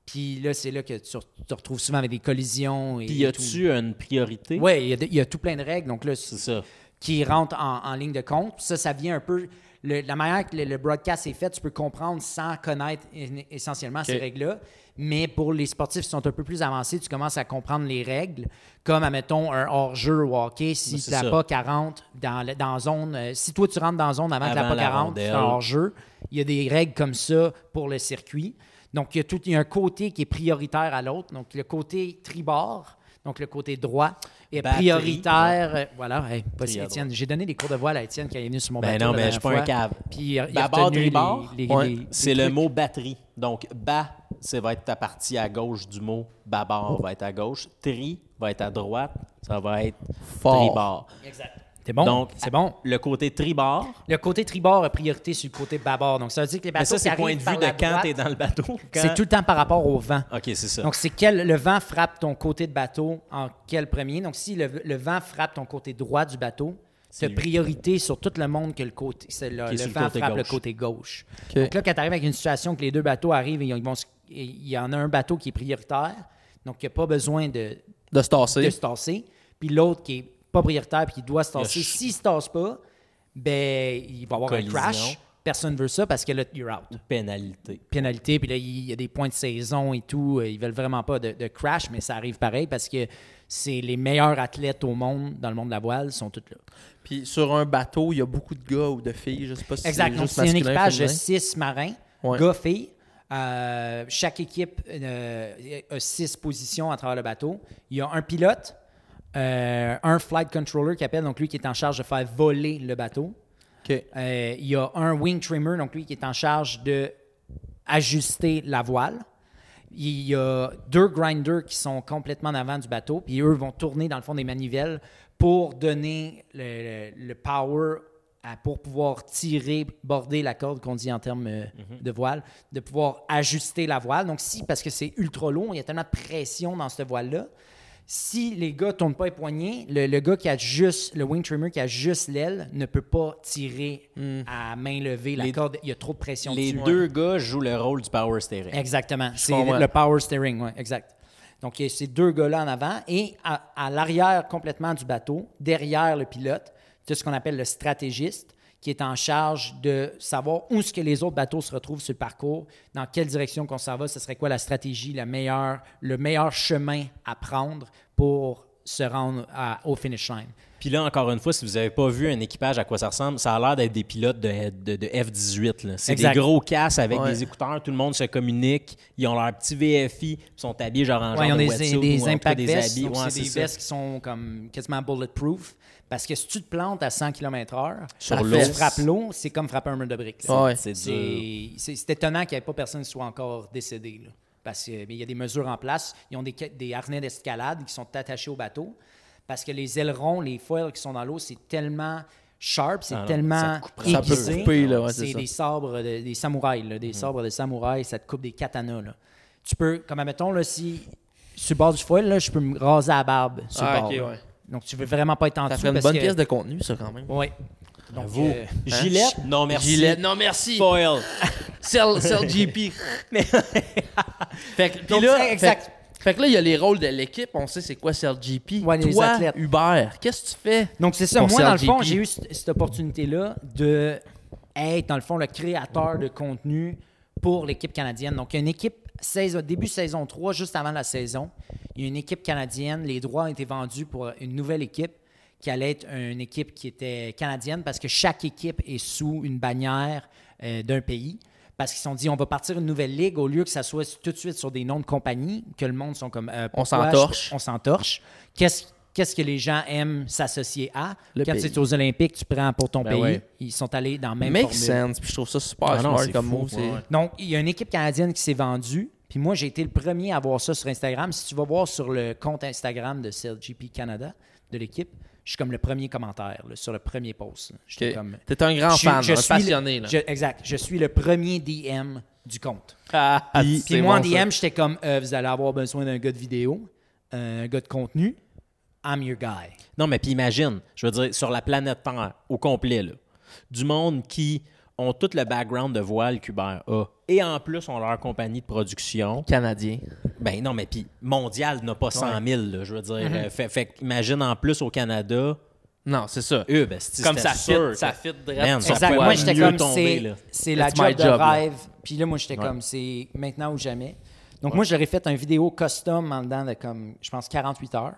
B: Puis là, c'est là que tu re- te retrouves souvent avec des collisions. Et
C: Puis y
B: tout.
C: a-tu une priorité?
B: Ouais, il y a de- il y, a tout plein de règles. Donc là,
C: C'est ça.
B: qui rentre en, en ligne de compte. Ça, ça vient un peu. le- la manière que le, le broadcast est fait, tu peux comprendre sans connaître en- essentiellement ces règles-là. Mais pour les sportifs qui sont un peu plus avancés, tu commences à comprendre les règles, comme, admettons, un hors-jeu au hockey. Si
C: Ben, c'est
B: tu n'as
C: ça.
B: pas 40 dans, le- dans zone, euh, si toi tu rentres dans zone avant, que tu
C: Avant
B: pas
C: la
B: 40, c'est un
C: rondelle.
B: hors-jeu. Il y a des règles comme ça pour le circuit. Donc, il y a, tout, il y a un côté qui est prioritaire à l'autre. Donc, le côté tribord, donc le côté droit, est
C: Batterie,
B: prioritaire
C: Ah.
B: Pierre, euh, voilà, hey, pas
C: Puis
B: si
C: à
B: Étienne. J'ai donné des cours de voile à Étienne quand il est venu sur mon
C: Ben
B: bateau.
C: non,
B: la
C: mais je suis
B: dernière
C: pas un
B: fois.
C: cave.
B: Puis euh, il a, il a
C: Bâbord,
B: retenu les-
C: tribord,
B: les-
A: ouais,
B: les-
C: C'est
B: les
C: le
B: trucs.
C: mot batterie. Donc, bas, ça va être ta partie à gauche du mot. Babord va être à gauche. Tri va être à droite. Ça va être
A: Fort.
C: tribord.
B: Exact. C'est bon.
C: Donc,
B: c'est bon.
C: Le côté tribord.
B: Le côté tribord a priorité sur le côté bâbord. Donc, ça veut dire que les
C: Mais
B: bateaux
C: Ben, ça, c'est
B: qui
C: point de
B: arrivent
C: vue
B: par
C: de
B: la
C: quand
B: droite,
C: t'es dans le bateau. quand-
B: C'est tout le temps par rapport au vent.
C: OK, c'est ça.
B: Donc, c'est quel le vent frappe ton côté de bateau en quel premier. Donc, si le, le vent frappe ton côté droit du bateau, tu
C: C'est
B: as
C: lui.
B: priorité sur tout le monde que le côté. c'est le,
C: Qui est
B: le
C: sur le
B: vent
C: côté
B: frappe le
C: gauche.
B: côté gauche. Donc là, quand tu arrives avec une situation que les deux bateaux arrivent et ils vont se- et il y en a un bateau qui est prioritaire, donc il n'y a pas besoin de,
A: De se
B: de
A: tasser.
B: se tasser, puis l'autre qui est pas prioritaire puis qui doit se tasser.
C: Il a ch-
B: S'il ne se tasse pas, ben il va avoir
C: Collision.
B: un crash. Personne ne veut ça parce que là, you're out
C: Pénalité.
B: pénalité, puis là, il y a des points de saison et tout. euh, Ils veulent vraiment pas de, de crash, mais ça arrive pareil parce que c'est les meilleurs athlètes au monde, dans le monde de la voile, sont tous là.
A: Puis sur un bateau, il y a beaucoup de gars ou de filles, je sais pas si
B: Exact.
A: c'est
B: Donc,
A: juste
B: c'est un
A: masculin,
B: équipage de
A: féminin.
B: six marins,
A: Ouais.
B: gars, filles. Euh, chaque équipe euh, a six positions à travers le bateau. Il y a un pilote, euh, un flight controller qui appelle, donc lui qui est en charge de faire voler le bateau.
D: OK.
B: Euh, il y a un wing trimmer, donc lui qui est en charge de ajuster la voile. Il y a deux grinders qui sont complètement en avant du bateau, puis eux vont tourner dans le fond des manivelles pour donner le, le- le power à- pour pouvoir tirer, border la corde qu'on dit en termes euh, de voile, de pouvoir ajuster la voile. Donc si, parce que c'est ultra lourd, il y a tellement de pression dans cette voile-là, si les gars tournent pas les poignets, le, le gars qui a juste le wing trimmer qui a juste l'aile ne peut pas tirer à main levée la
C: Hmm. Les-
B: corde. Il y a trop de pression.
C: Les
B: dessus.
C: deux gars jouent le rôle du power steering.
B: Exactement. C'est
D: comprends.
B: le power steering, oui, exact. Donc, il y a ces deux gars-là en avant et à, à l'arrière complètement du bateau, derrière le pilote, tu as ce qu'on appelle le stratégiste qui est en charge de savoir où ce que les autres bateaux se retrouvent sur le parcours, dans quelle direction qu'on s'en va, ce serait quoi la stratégie, la meilleure, le meilleur chemin à prendre pour se rendre à- au finish line.
C: Puis là, encore une fois, si vous n'avez pas vu un équipage à quoi ça ressemble, ça a l'air d'être des pilotes de, de- de F-18. là. C'est des
B: Exact.
C: gros casses avec
D: Ouais.
C: des écouteurs, tout le monde se communique, ils ont leur petit VFI, ils sont habillés genre en
B: Ouais, ils ont
C: genre de
B: des, des
C: wetsuit ou en tout cas
B: impact
C: des
B: vests,
C: habits.
B: donc
C: Ouais,
B: c'est
C: c'est
B: des
C: ça.
B: vestes qui sont comme quasiment bulletproof. Parce que si tu te plantes à 100 km/h,
C: Sur
B: tu
C: l'eau.
B: frappes l'eau, c'est comme frapper un mur de briques. là.
D: Ah ouais.
C: C'est dur.
B: C'est c'est- c'est étonnant qu'il n'y ait pas personne qui soit encore décédé. là. Parce qu'il y a des mesures en place. Ils ont des, ca- des harnais d'escalade qui sont attachés au bateau. Parce que les ailerons, les foils qui sont dans l'eau, c'est tellement sharp, c'est
C: Ah non, ça
B: tellement
C: te couperait.
D: Ça peut
B: aiguisé.
D: couper, là, ouais, c'est
B: c'est
D: ça.
B: des sabres, de- des samouraïs,
D: Mhm.
B: là, des sabres de samouraïs, ça te coupe des katanas. là. Tu peux, comme admettons, là, si sur le bord du foil, là, je peux me raser la barbe sur le
D: Ah,
B: bord,
D: ok,
B: là.
D: ouais.
B: Donc tu veux vraiment pas être en
D: Ça
B: dessous.
D: ferait une
B: parce
D: bonne
B: que-
D: pièce de contenu, ça, quand même.
B: Ouais. Donc,
C: Vous.
B: euh,
C: <laughs> Gillette? Non, merci.
D: Gilet. Non, merci.
C: <laughs> Foil.
B: <laughs>
D: Cell, cell GP. <laughs> fait que, puis
B: Donc,
D: là,
B: c'est exact.
D: Fait, fait que là, il y a les rôles de l'équipe. On sait c'est quoi Cell GP.
B: Ouais, les
D: Toi,
B: athlètes.
D: Hubert, qu'est-ce que tu fais?
B: Donc, c'est ça.
D: Pour
B: Moi, dans le fond,
D: CRGP.
B: j'ai eu cette cette opportunité-là de être, dans le fond, le créateur de contenu pour l'équipe canadienne. Donc, il y a une équipe saison, début saison 3, juste avant la saison. Il y a une équipe canadienne. Les droits ont été vendus pour une nouvelle équipe qui allait être une équipe qui était canadienne parce que chaque équipe est sous une bannière euh, d'un pays. Parce qu'ils se sont dit, on va partir une nouvelle ligue au lieu que ça soit tout de suite sur des noms de compagnie, que le monde sont comme. euh,
D: On
B: pourquoi
D: s'entorche.
B: je- On s'entorche. Qu'est-ce qu'est-ce que les gens aiment s'associer à?
D: Le
B: Quand
D: pays.
B: c'est aux Olympiques, tu prends pour ton
C: Ben
B: pays.
C: ouais.
B: Ils sont allés dans la même
D: Make
B: formule.
D: sense. Puis je trouve ça super
C: Ah non,
D: smart
C: c'est
D: comme
C: fou,
D: mot. c'est-
C: ouais.
B: Donc, il y a une équipe canadienne qui s'est vendue. Puis moi, j'ai été le premier à voir ça sur Instagram. Si tu vas voir sur le compte Instagram de CLGP Canada, de l'équipe, je suis comme le premier commentaire là, sur le premier post. là. J'étais
D: Ok.
B: comme...
D: T'es un grand
B: Je-
D: fan,
B: je
D: un
B: suis le-
D: passionné. là.
B: je- exact. Je suis le premier DM du compte.
D: <laughs> Ah, ah,
B: Puis,
D: c'est
B: moi,
D: bon,
B: en
D: ça.
B: DM, j'étais comme, Euh, vous allez avoir besoin d'un gars de vidéo, euh, un gars de contenu. I'm your guy.
C: Non, mais puis imagine, je veux dire, sur la planète Terre, au complet, là, du monde qui ont tout le background de voile qu'Uber a et en plus ont leur compagnie de production.
D: Canadien.
C: Ben non, mais puis mondial n'a pas 100 000, là, je veux dire. Euh, Fait, fait qu'imagine en plus au Canada,
D: Non, c'est ça.
C: eux, ben, c'est-
D: Comme
C: c'était
D: ça
C: sûr,
D: fit, ça
C: quoi.
D: fit
C: Man,
D: direct.
C: ça
B: Exact.
C: peut
B: Moi,
C: pas
B: j'étais
C: mieux
B: comme,
C: tomber,
B: c'est-
C: là.
B: c'est la
D: That's
B: job,
D: my job,
B: de
D: là.
B: rêve. Puis là, moi, j'étais comme, c'est maintenant ou jamais. Donc, moi, je leur ai fait un vidéo custom en dedans de comme, je pense, 48 heures.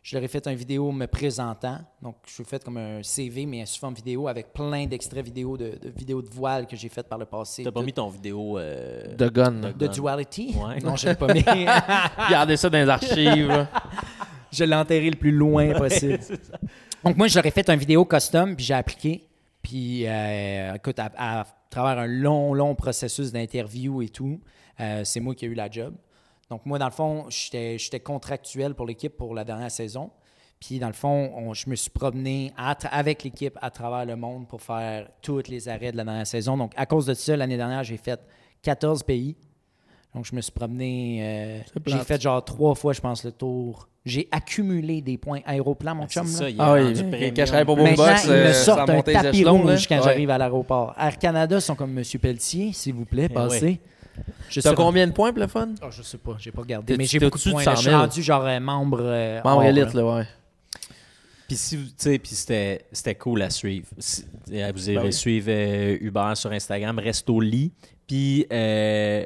B: Je leur ai fait un vidéo me présentant. Donc, je suis fait comme un CV, mais sous forme vidéo avec plein d'extraits vidéo de, de vidéos de voile que j'ai faites par le passé.
C: T'as pas
B: de,
C: mis ton vidéo. euh,
D: De
C: <laughs>
D: gun.
B: de duality.
C: Ouais.
B: Non, je l'ai
C: <laughs>
B: pas mis.
D: Regardez ça dans les archives.
B: je l'ai enterré le plus loin possible. Donc, moi, j'aurais fait une vidéo custom, puis j'ai appliqué. Puis, euh, écoute, à, à travers un long, long processus d'interview et tout, euh, c'est moi qui ai eu la job. Donc, moi, dans le fond, j'étais j'étais contractuel pour l'équipe pour la dernière saison. Puis, dans le fond, on- je me suis promené à tra- avec l'équipe à travers le monde pour faire tous les arrêts de la dernière saison. Donc, à cause de ça, l'année dernière, j'ai fait 14 pays. Donc, je me suis promené. euh, j'ai
D: plate.
B: fait genre trois fois, je pense, le tour. J'ai accumulé des points aéroplan, mon
C: C'est
B: chum. là.
C: ça, il est
D: Ah oui,
C: rendu
D: il
C: premium.
D: cacherait pas
B: Maintenant,
D: Boombox,
B: ils
D: euh,
B: me
D: ça
B: sortent un
D: monte les
B: tapis
D: échelons,
B: rouge
D: là.
B: quand
D: Ouais.
B: j'arrive à l'aéroport. Air Canada sont comme Monsieur Pelletier, s'il vous plaît, passez. Je
D: Eh T'as
B: sais
D: combien de points pour le fun?
B: pas. Ah, je sais pas, j'ai pas regardé.
D: T'es-
B: Mais j'ai
D: t'es
B: beaucoup de
D: au-dessus de
B: points. là.
D: 100
B: Je suis
D: 000.
B: rendu genre euh, membre. euh,
D: Membre
B: or,
D: élite,
B: là.
D: là, ouais.
C: Puis si vous- tu sais, puis c'était c'était cool à suivre. Si- euh, vous irez
D: oui.
C: suivre euh, Hubert sur Instagram, reste au lit. Puis euh,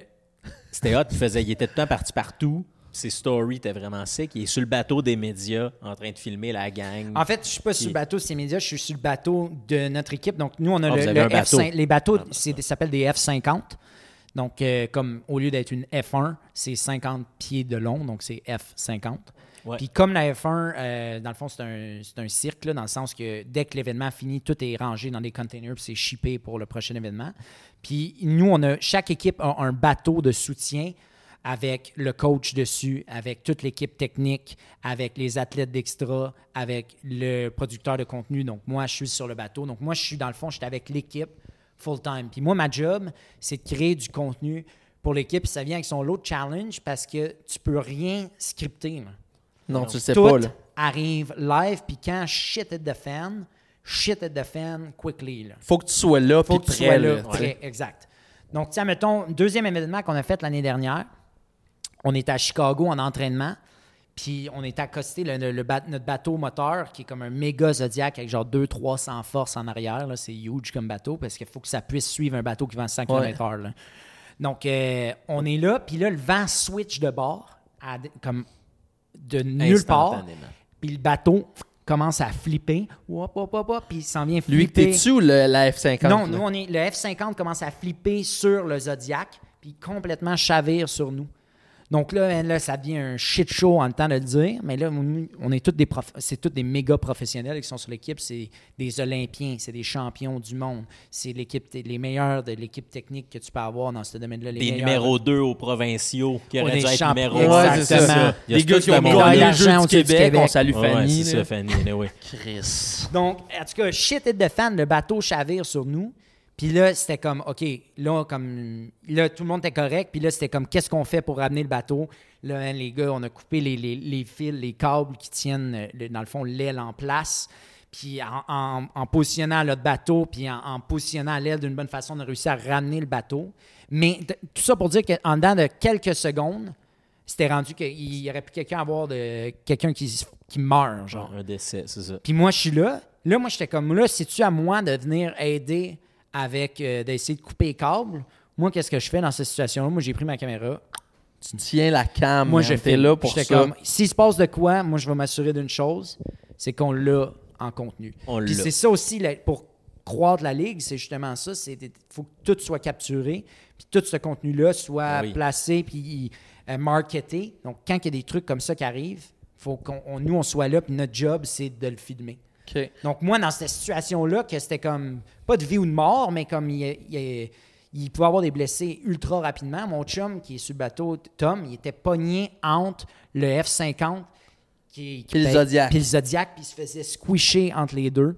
C: c'était hot, il faisait, il était tout le temps parti partout. Ses stories étaient vraiment sick. Il est sur le bateau des médias en train de filmer la gang.
B: En fait, je suis pas sur le bateau de ces médias, je suis sur le bateau de notre équipe. Donc, nous, on a
C: Ah, vous
B: le,
C: avez
B: le
C: un bateau.
B: F5. Les bateaux,
D: Ah,
B: c'est des- ça s'appelle des F50. Donc, euh, comme au lieu d'être une F1, c'est 50 pieds de long, donc c'est F50.
C: Ouais.
B: Puis comme la F1, euh, dans le fond, c'est un, c'est un cirque, là, dans le sens que dès que l'événement finit, tout est rangé dans des containers, puis c'est shippé pour le prochain événement. Puis nous, on a, chaque équipe a un bateau de soutien avec le coach dessus, avec toute l'équipe technique, avec les athlètes d'extra, avec le producteur de contenu. Donc moi, je suis sur le bateau. Donc moi, je suis dans le fond, je suis avec l'équipe full-time. Puis moi, ma job, c'est de créer du contenu pour l'équipe. Puis Ça vient avec son lot de challenge parce que tu peux rien scripter. là.
D: Non, tu le sais
B: Tout
D: pas, là.
B: arrive live, puis quand shit hit the fan, shit hit the fan quickly. Là.
D: Faut que tu sois là,
B: Faut
D: puis
B: que tu
D: prêt,
B: sois là.
D: là, tu sais.
B: prêt, exact. Donc, tiens, mettons, deuxième événement qu'on a fait l'année dernière, on était à Chicago en entraînement, puis on était accosté le, le ba- notre bateau moteur, qui est comme un méga Zodiac avec genre 200-300 forces en arrière. là. C'est huge comme bateau parce qu'il faut que ça puisse suivre un bateau qui va à 100 km/h. là. Donc, euh, on est là, puis là, le vent switch de bord, à d- comme de nulle part.
C: Instantanément.
B: Puis le bateau commence à flipper, Wop, wop, wop, wop, puis il s'en vient flipper.
D: Lui que t'es dessus ou le- la F50?
B: Non,
D: là?
B: nous, on est, le F-50 commence à flipper sur le Zodiac, puis complètement chavire sur nous. Donc là, hein, là, ça devient un shit show en temps de le dire, mais là, on, on est tous des prof- c'est tous des méga professionnels qui sont sur l'équipe. C'est des Olympiens, c'est des champions du monde. C'est l'équipe, les meilleurs de l'équipe technique que tu peux avoir dans ce domaine-là. les
C: Des
B: meilleurs.
C: numéros 2 aux provinciaux qui
B: Ouais,
C: auraient dû
B: des
C: être
B: champions.
C: numéro
B: Ouais,
C: un.
B: c'est ça. Exactement.
C: Il y a
D: Des gars
C: tout
D: qui
C: ce
D: ont
C: monde-là.
B: gagné
D: gagné
B: le
D: le
B: jeu
D: jeu
B: du
D: du Québec,
B: Québec.
D: on salue
C: Ouais, ouais,
D: Fanny.
C: c'est
D: là.
C: ça, Fanny. anyway.
D: Chris.
B: Donc, en tout cas, shit et de fan, le bateau chavire sur nous. Puis là, c'était comme, OK, là, comme, là, tout le monde était correct. Puis là, c'était comme, qu'est-ce qu'on fait pour ramener le bateau? Là, hein, les gars, on a coupé les, les- les fils, les câbles qui tiennent, euh, le- dans le fond, l'aile en place. Puis en, en- en positionnant notre bateau, puis en, en positionnant l'aile d'une bonne façon, on a réussi à ramener le bateau. Mais t- tout ça pour dire qu'en dedans de quelques secondes, c'était rendu qu'il y aurait pu quelqu'un avoir de quelqu'un qui, s- qui meurt, genre.
C: Un décès, c'est ça.
B: Puis moi, je suis là. Là, moi, j'étais comme là, c'est-tu à moi de venir aider avec, euh, d'essayer de couper les câbles? Moi, qu'est-ce que je fais dans cette situation-là? Moi, j'ai pris ma caméra.
D: Tu tiens la cam.
B: Moi,
D: man,
B: je
D: t'es
B: fais
D: là pour ça.
B: J'étais comme, s'il se passe de quoi, moi, je vais m'assurer d'une chose, c'est qu'on l'a en contenu.
C: On
B: Puis
C: l'a.
B: c'est ça aussi, la- pour croître la ligue, c'est justement ça, c'est il faut que tout soit capturé, puis tout ce contenu-là soit
D: Ah
C: Oui.
B: placé, puis euh, marketé. Donc, quand il y a des trucs comme ça qui arrivent, faut qu'on on- nous, on soit là, puis notre job, c'est de le filmer.
D: OK.
B: Donc, moi, dans cette situation-là, que c'était comme pas de vie ou de mort, mais comme il, il- il pouvait avoir des blessés ultra rapidement, mon chum qui est sur le bateau, Tom, il était pogné entre le F-50 qui, qui
D: Puis le
B: paye-
D: Zodiac.
B: Puis le Zodiac, puis il se faisait squisher entre les deux.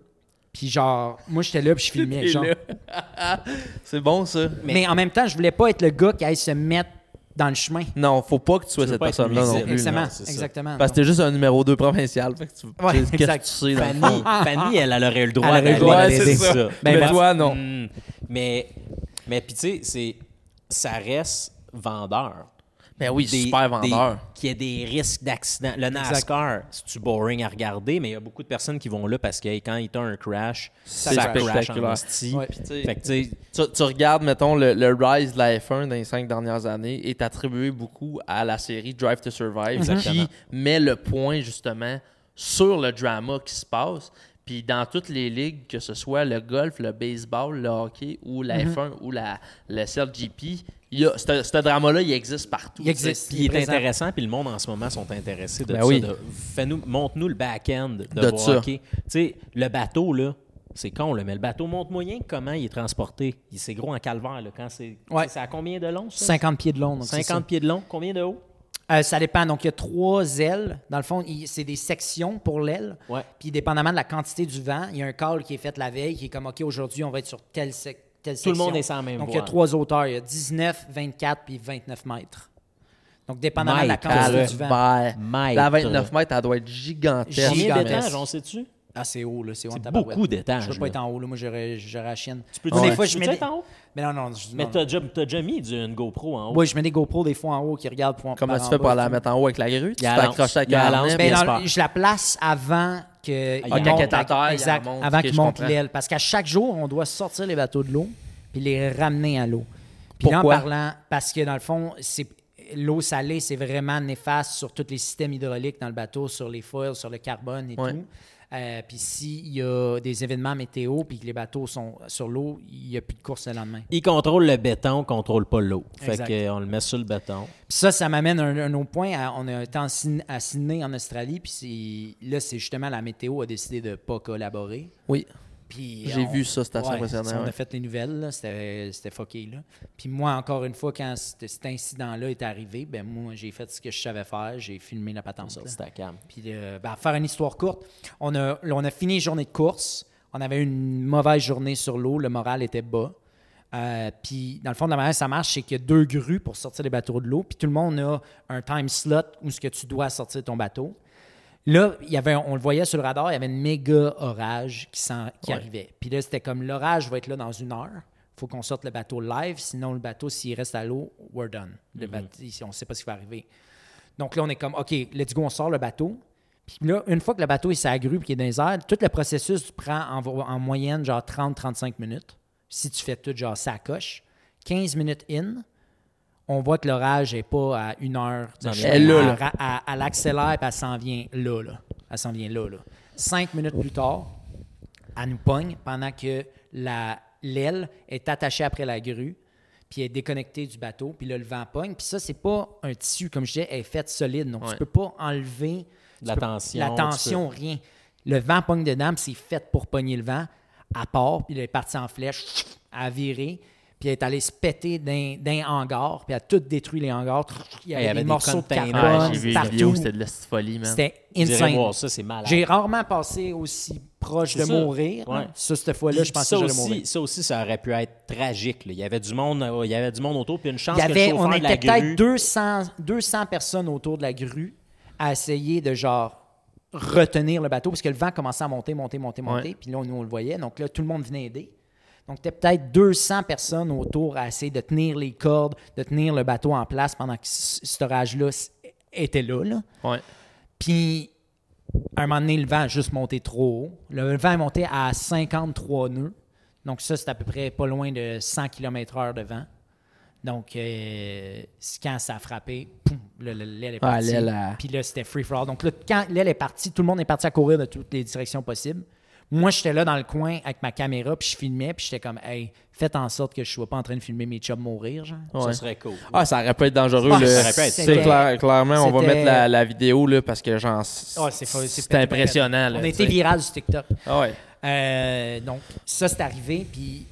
B: Puis genre, moi, j'étais là, puis je filmais.
D: T'es
B: genre.
D: là. c'est bon, ça.
B: Mais... en même temps, je voulais pas être le gars qui aille se mettre dans le chemin.
D: Non, faut pas que tu sois
C: veux
D: cette
C: pas être
D: personne-là non
C: nuisible.
D: plus.
B: exactement,
D: non.
C: non, c'est ça.
B: exactement.
D: Parce que
B: Donc,
D: t'es juste un numéro 2 provincial. Fait que tu...
B: Ouais,
D: Qu'est-ce que
B: exact.
D: tu sais, dans le fond?
C: Fanny, Fanny, elle, elle aurait eu le droit
B: Elle aurait eu le
C: d'aller
B: droit
C: dans
B: d'aider.
C: les-
B: C'est
D: ça.
B: Ben,
D: Ben, Mais
C: moi-
D: toi, non.
C: Mm. mais, mais puis tu sais, c'est- ça reste vendeur.
D: Ben oui,
C: Des-
D: super vendeur.
C: des- Qu'il y ait des risques d'accident. Le NASCAR, c'est-tu boring à regarder, mais il y a beaucoup de personnes qui vont là parce que hey, quand il y a un crash, ça,
D: C'est
C: crash en
D: spectaculaire.
C: esti.
B: Ouais.
D: Puis tu sais,
C: Fait que tu sais,
D: Tu, tu regardes, mettons, le, le rise de la F1 dans les cinq dernières années est attribué beaucoup à la série Drive to Survive
C: Exactement.
D: qui met le point justement sur le drama qui se passe. Puis dans toutes les ligues, que ce soit le golf, le baseball, le hockey ou la
C: Mhm.
D: F1 ou la, le CLGP, il y a- ce ce drama-là, il existe partout.
B: Il existe.
C: Puis il est
B: présent.
C: intéressant, puis le monde en ce moment sont intéressés de
D: Ben
C: ça.
D: oui.
C: de- fais-nous- montre-nous le back-end de,
D: De
C: voir,
D: ça.
C: OK, tu sais, le bateau, là, c'est con, là, mais le bateau montre moyen comment il est transporté. Il, c'est gros en calvaire, là, quand c'est...
B: Ouais.
C: C'est à combien de long, ça?
B: 50 pieds de long. donc c'est
C: 50
B: ça.
C: pieds de long, combien de haut?
B: Euh, ça dépend. Donc, il y a trois ailes. Dans le fond, il- c'est des sections pour l'aile.
C: Ouais.
B: Puis, dépendamment de la quantité du vent, il y a un call qui est fait la veille qui est comme OK, aujourd'hui, on va être sur telle, sec- telle
C: Tout
B: section.
C: le monde est sur la même
B: Donc, il y a
C: voile.
B: trois hauteurs. Il y a 19, 24 puis 29 mètres. Donc, dépendamment de la
C: Mètres.
B: quantité
D: le
B: du vent.
C: Mètre.
D: La 29 mètres, elle doit être gigantesque.
C: Combien
B: Gigantesque.
C: d'étages, on sait-tu?
B: Ah, c'est haut, là. C'est haut en
C: C'est
B: tabarouette.
C: beaucoup d'étages,
B: Je veux pas
C: là.
B: être en haut, là. Moi, j'aurais j'aurais la chienne. Tu
C: peux-
B: Moi,
C: Ouais.
B: des fois, je
C: Tu
B: mets.
C: peux
B: des-
C: être en haut?
B: Mais non, non. je-
C: Mais
B: non.
C: t'as déjà, t'as déjà mis du- une GoPro en haut.
B: Oui, je mets des GoPro des fois en haut qui regardent pour
D: Comment
B: par
D: tu
B: en
D: fais pour
B: bas,
D: la
B: tu sais.
D: mettre en haut avec la grue? Tu
C: y a
D: te fais
C: la lance.
D: accrocher avec
C: Ah, Il y a la
D: la
C: lance,
D: lance,
B: Ben,
D: puis elle
B: dans-
D: se perd.
B: je la place avant que
C: Ah, il
B: monte
C: monte
B: la-
D: à terre, il
B: exact,
D: la monte,
B: avant
D: ok,
B: qu'ils
D: je
B: montent
D: comprends.
B: l'aile. Parce qu'à chaque jour, on doit sortir les bateaux de l'eau puis les ramener à l'eau. Puis là, en
D: Pourquoi?
B: parlant, parce que dans le fond, c'est l'eau salée, c'est vraiment néfaste sur tous les systèmes hydrauliques dans le bateau, sur les foils, sur le carbone et
D: Ouais.
B: tout. Euh, puis s'il y a des événements météo, puis que les bateaux sont sur l'eau, il n'y a plus de course le lendemain.
C: Il contrôle le béton, on contrôle pas l'eau. Fait
B: Exact.
C: qu'on le met sur le béton.
B: Puis ça, ça m'amène à un, un autre point. À- on a été en Syn- à Sydney, en Australie, puis c'est- là, c'est justement la météo a décidé de ne pas collaborer.
D: Oui.
B: Puis
D: J'ai
B: on-
D: vu ça, c'était assez
B: Ouais,
D: impressionnant,
B: ça, On a
D: ouais.
B: fait les nouvelles, là, c'était c'était fucké. Là. Puis moi, encore une fois, quand cet cet incident-là est arrivé, ben moi, j'ai fait ce que je savais faire, j'ai filmé la patente. là.
C: C'est à cam.
B: Puis euh, ben, faire une histoire courte, on a, on a fini une journée de course. On avait eu une mauvaise journée sur l'eau. Le moral était bas. Euh, puis, dans le fond, de la manière dont ça marche, c'est qu'il y a deux grues pour sortir les bateaux de l'eau. Puis tout le monde a un time slot où ce que tu dois sortir ton bateau. Là, il y avait, on le voyait sur le radar, il y avait une méga orage qui, s'en- qui arrivait. Puis là, c'était comme l'orage va être là dans une heure. Il faut qu'on sorte le bateau live, sinon le bateau, s'il reste à l'eau, we're done. Le bateau, on ne sait pas ce qui va arriver. Donc là, on est comme, OK, let's go, on sort le bateau. Puis là, une fois que le bateau est sur la grue et qu'il est dans les airs, tout le processus prend en, vo- en moyenne genre 30-35 minutes. Si tu fais tout genre ça coche. 15 minutes in, on voit que l'orage n'est pas à une heure. de chemin.
D: Elle, là, là.
B: ra- Elle, elle accélère puis elle s'en vient là, là. Elle s'en vient là, là. Cinq minutes plus tard, elle nous pogne pendant que la- l'aile est attachée après la grue, puis elle est déconnectée du bateau, puis là, le vent pogne. Puis ça, c'est pas un tissu, comme je disais, elle est faite solide. Donc,
D: Ouais.
B: tu peux pas enlever tu
C: La
B: peux-
C: tension,
B: La
C: tu
B: tension, rien. Le vent pogne dedans, puis c'est fait pour pogner le vent. À part, puis elle est partie en flèche, à virer, puis elle est allée se péter d'un hangar, puis elle a tout détruit les hangars. Il y avait,
C: y avait
B: des,
C: des
B: morceaux de
C: containers.
B: carbone
C: Ouais,
D: Ah, j'ai vu une vidéo,
B: partout.
D: c'était de la petite folie, man.
B: C'était
C: Vous irez
B: insane.
C: voir ça, c'est malade.
B: J'ai rarement passé aussi proche
C: C'est
B: de
C: ça.
B: mourir.
C: Ouais.
B: Ça, cette fois-là, je
C: Puis
B: pensais
C: ça
B: que j'allais mourir.
C: aussi, ça aussi, ça aurait pu être tragique. là. Il y avait du monde, euh, il y avait du monde autour, puis une chance
B: Il y
C: que le
B: avait,
C: chauffeur
B: on
C: de la
B: était
C: grue-
B: peut-être 200, 200 personnes autour de la grue à essayer de genre retenir le bateau parce que le vent commençait à monter, monter, monter, monter. Puis là, nous, on le voyait. Donc là, tout le monde venait aider. Donc, tu peut-être 200 personnes autour à essayer de tenir les cordes, de tenir le bateau en place pendant que c- cet orage-là s- était là. là.
D: Ouais.
B: Puis, à un moment donné, le vent a juste monté trop haut. Le vent est monté à 53 nœuds. Donc, ça, c'est à peu près pas loin de 100 km/h de vent. Donc, euh, c'est quand ça a frappé, poum, le- le- l'aile est
D: Ah,
B: partie.
D: l'aile, elle-
B: Puis là, c'était free for all. Donc, là, quand l'aile est partie, tout le monde est parti à courir de toutes les directions possibles. Moi, j'étais là dans le coin avec ma caméra, puis je filmais, puis j'étais comme, hey, faites en sorte que je sois pas en train de filmer mes chums mourir, genre.
C: Ça
D: Ouais.
C: serait cool.
D: Ah, ça aurait pu être dangereux.
B: Ah,
D: là.
B: ça
C: aurait pu être.
D: C'est
B: C'était-
D: clair- clairement, on va
B: c'était-
D: mettre la, la vidéo là, parce que genre, c'est
B: Ah, c'est fa- c'est
D: c'est
B: pété,
D: impressionnant.
B: On
D: là,
B: a été
D: tu sais.
B: viral sur TikTok.
D: Ah ouais.
B: Euh, donc, ça, c'est arrivé. Puis,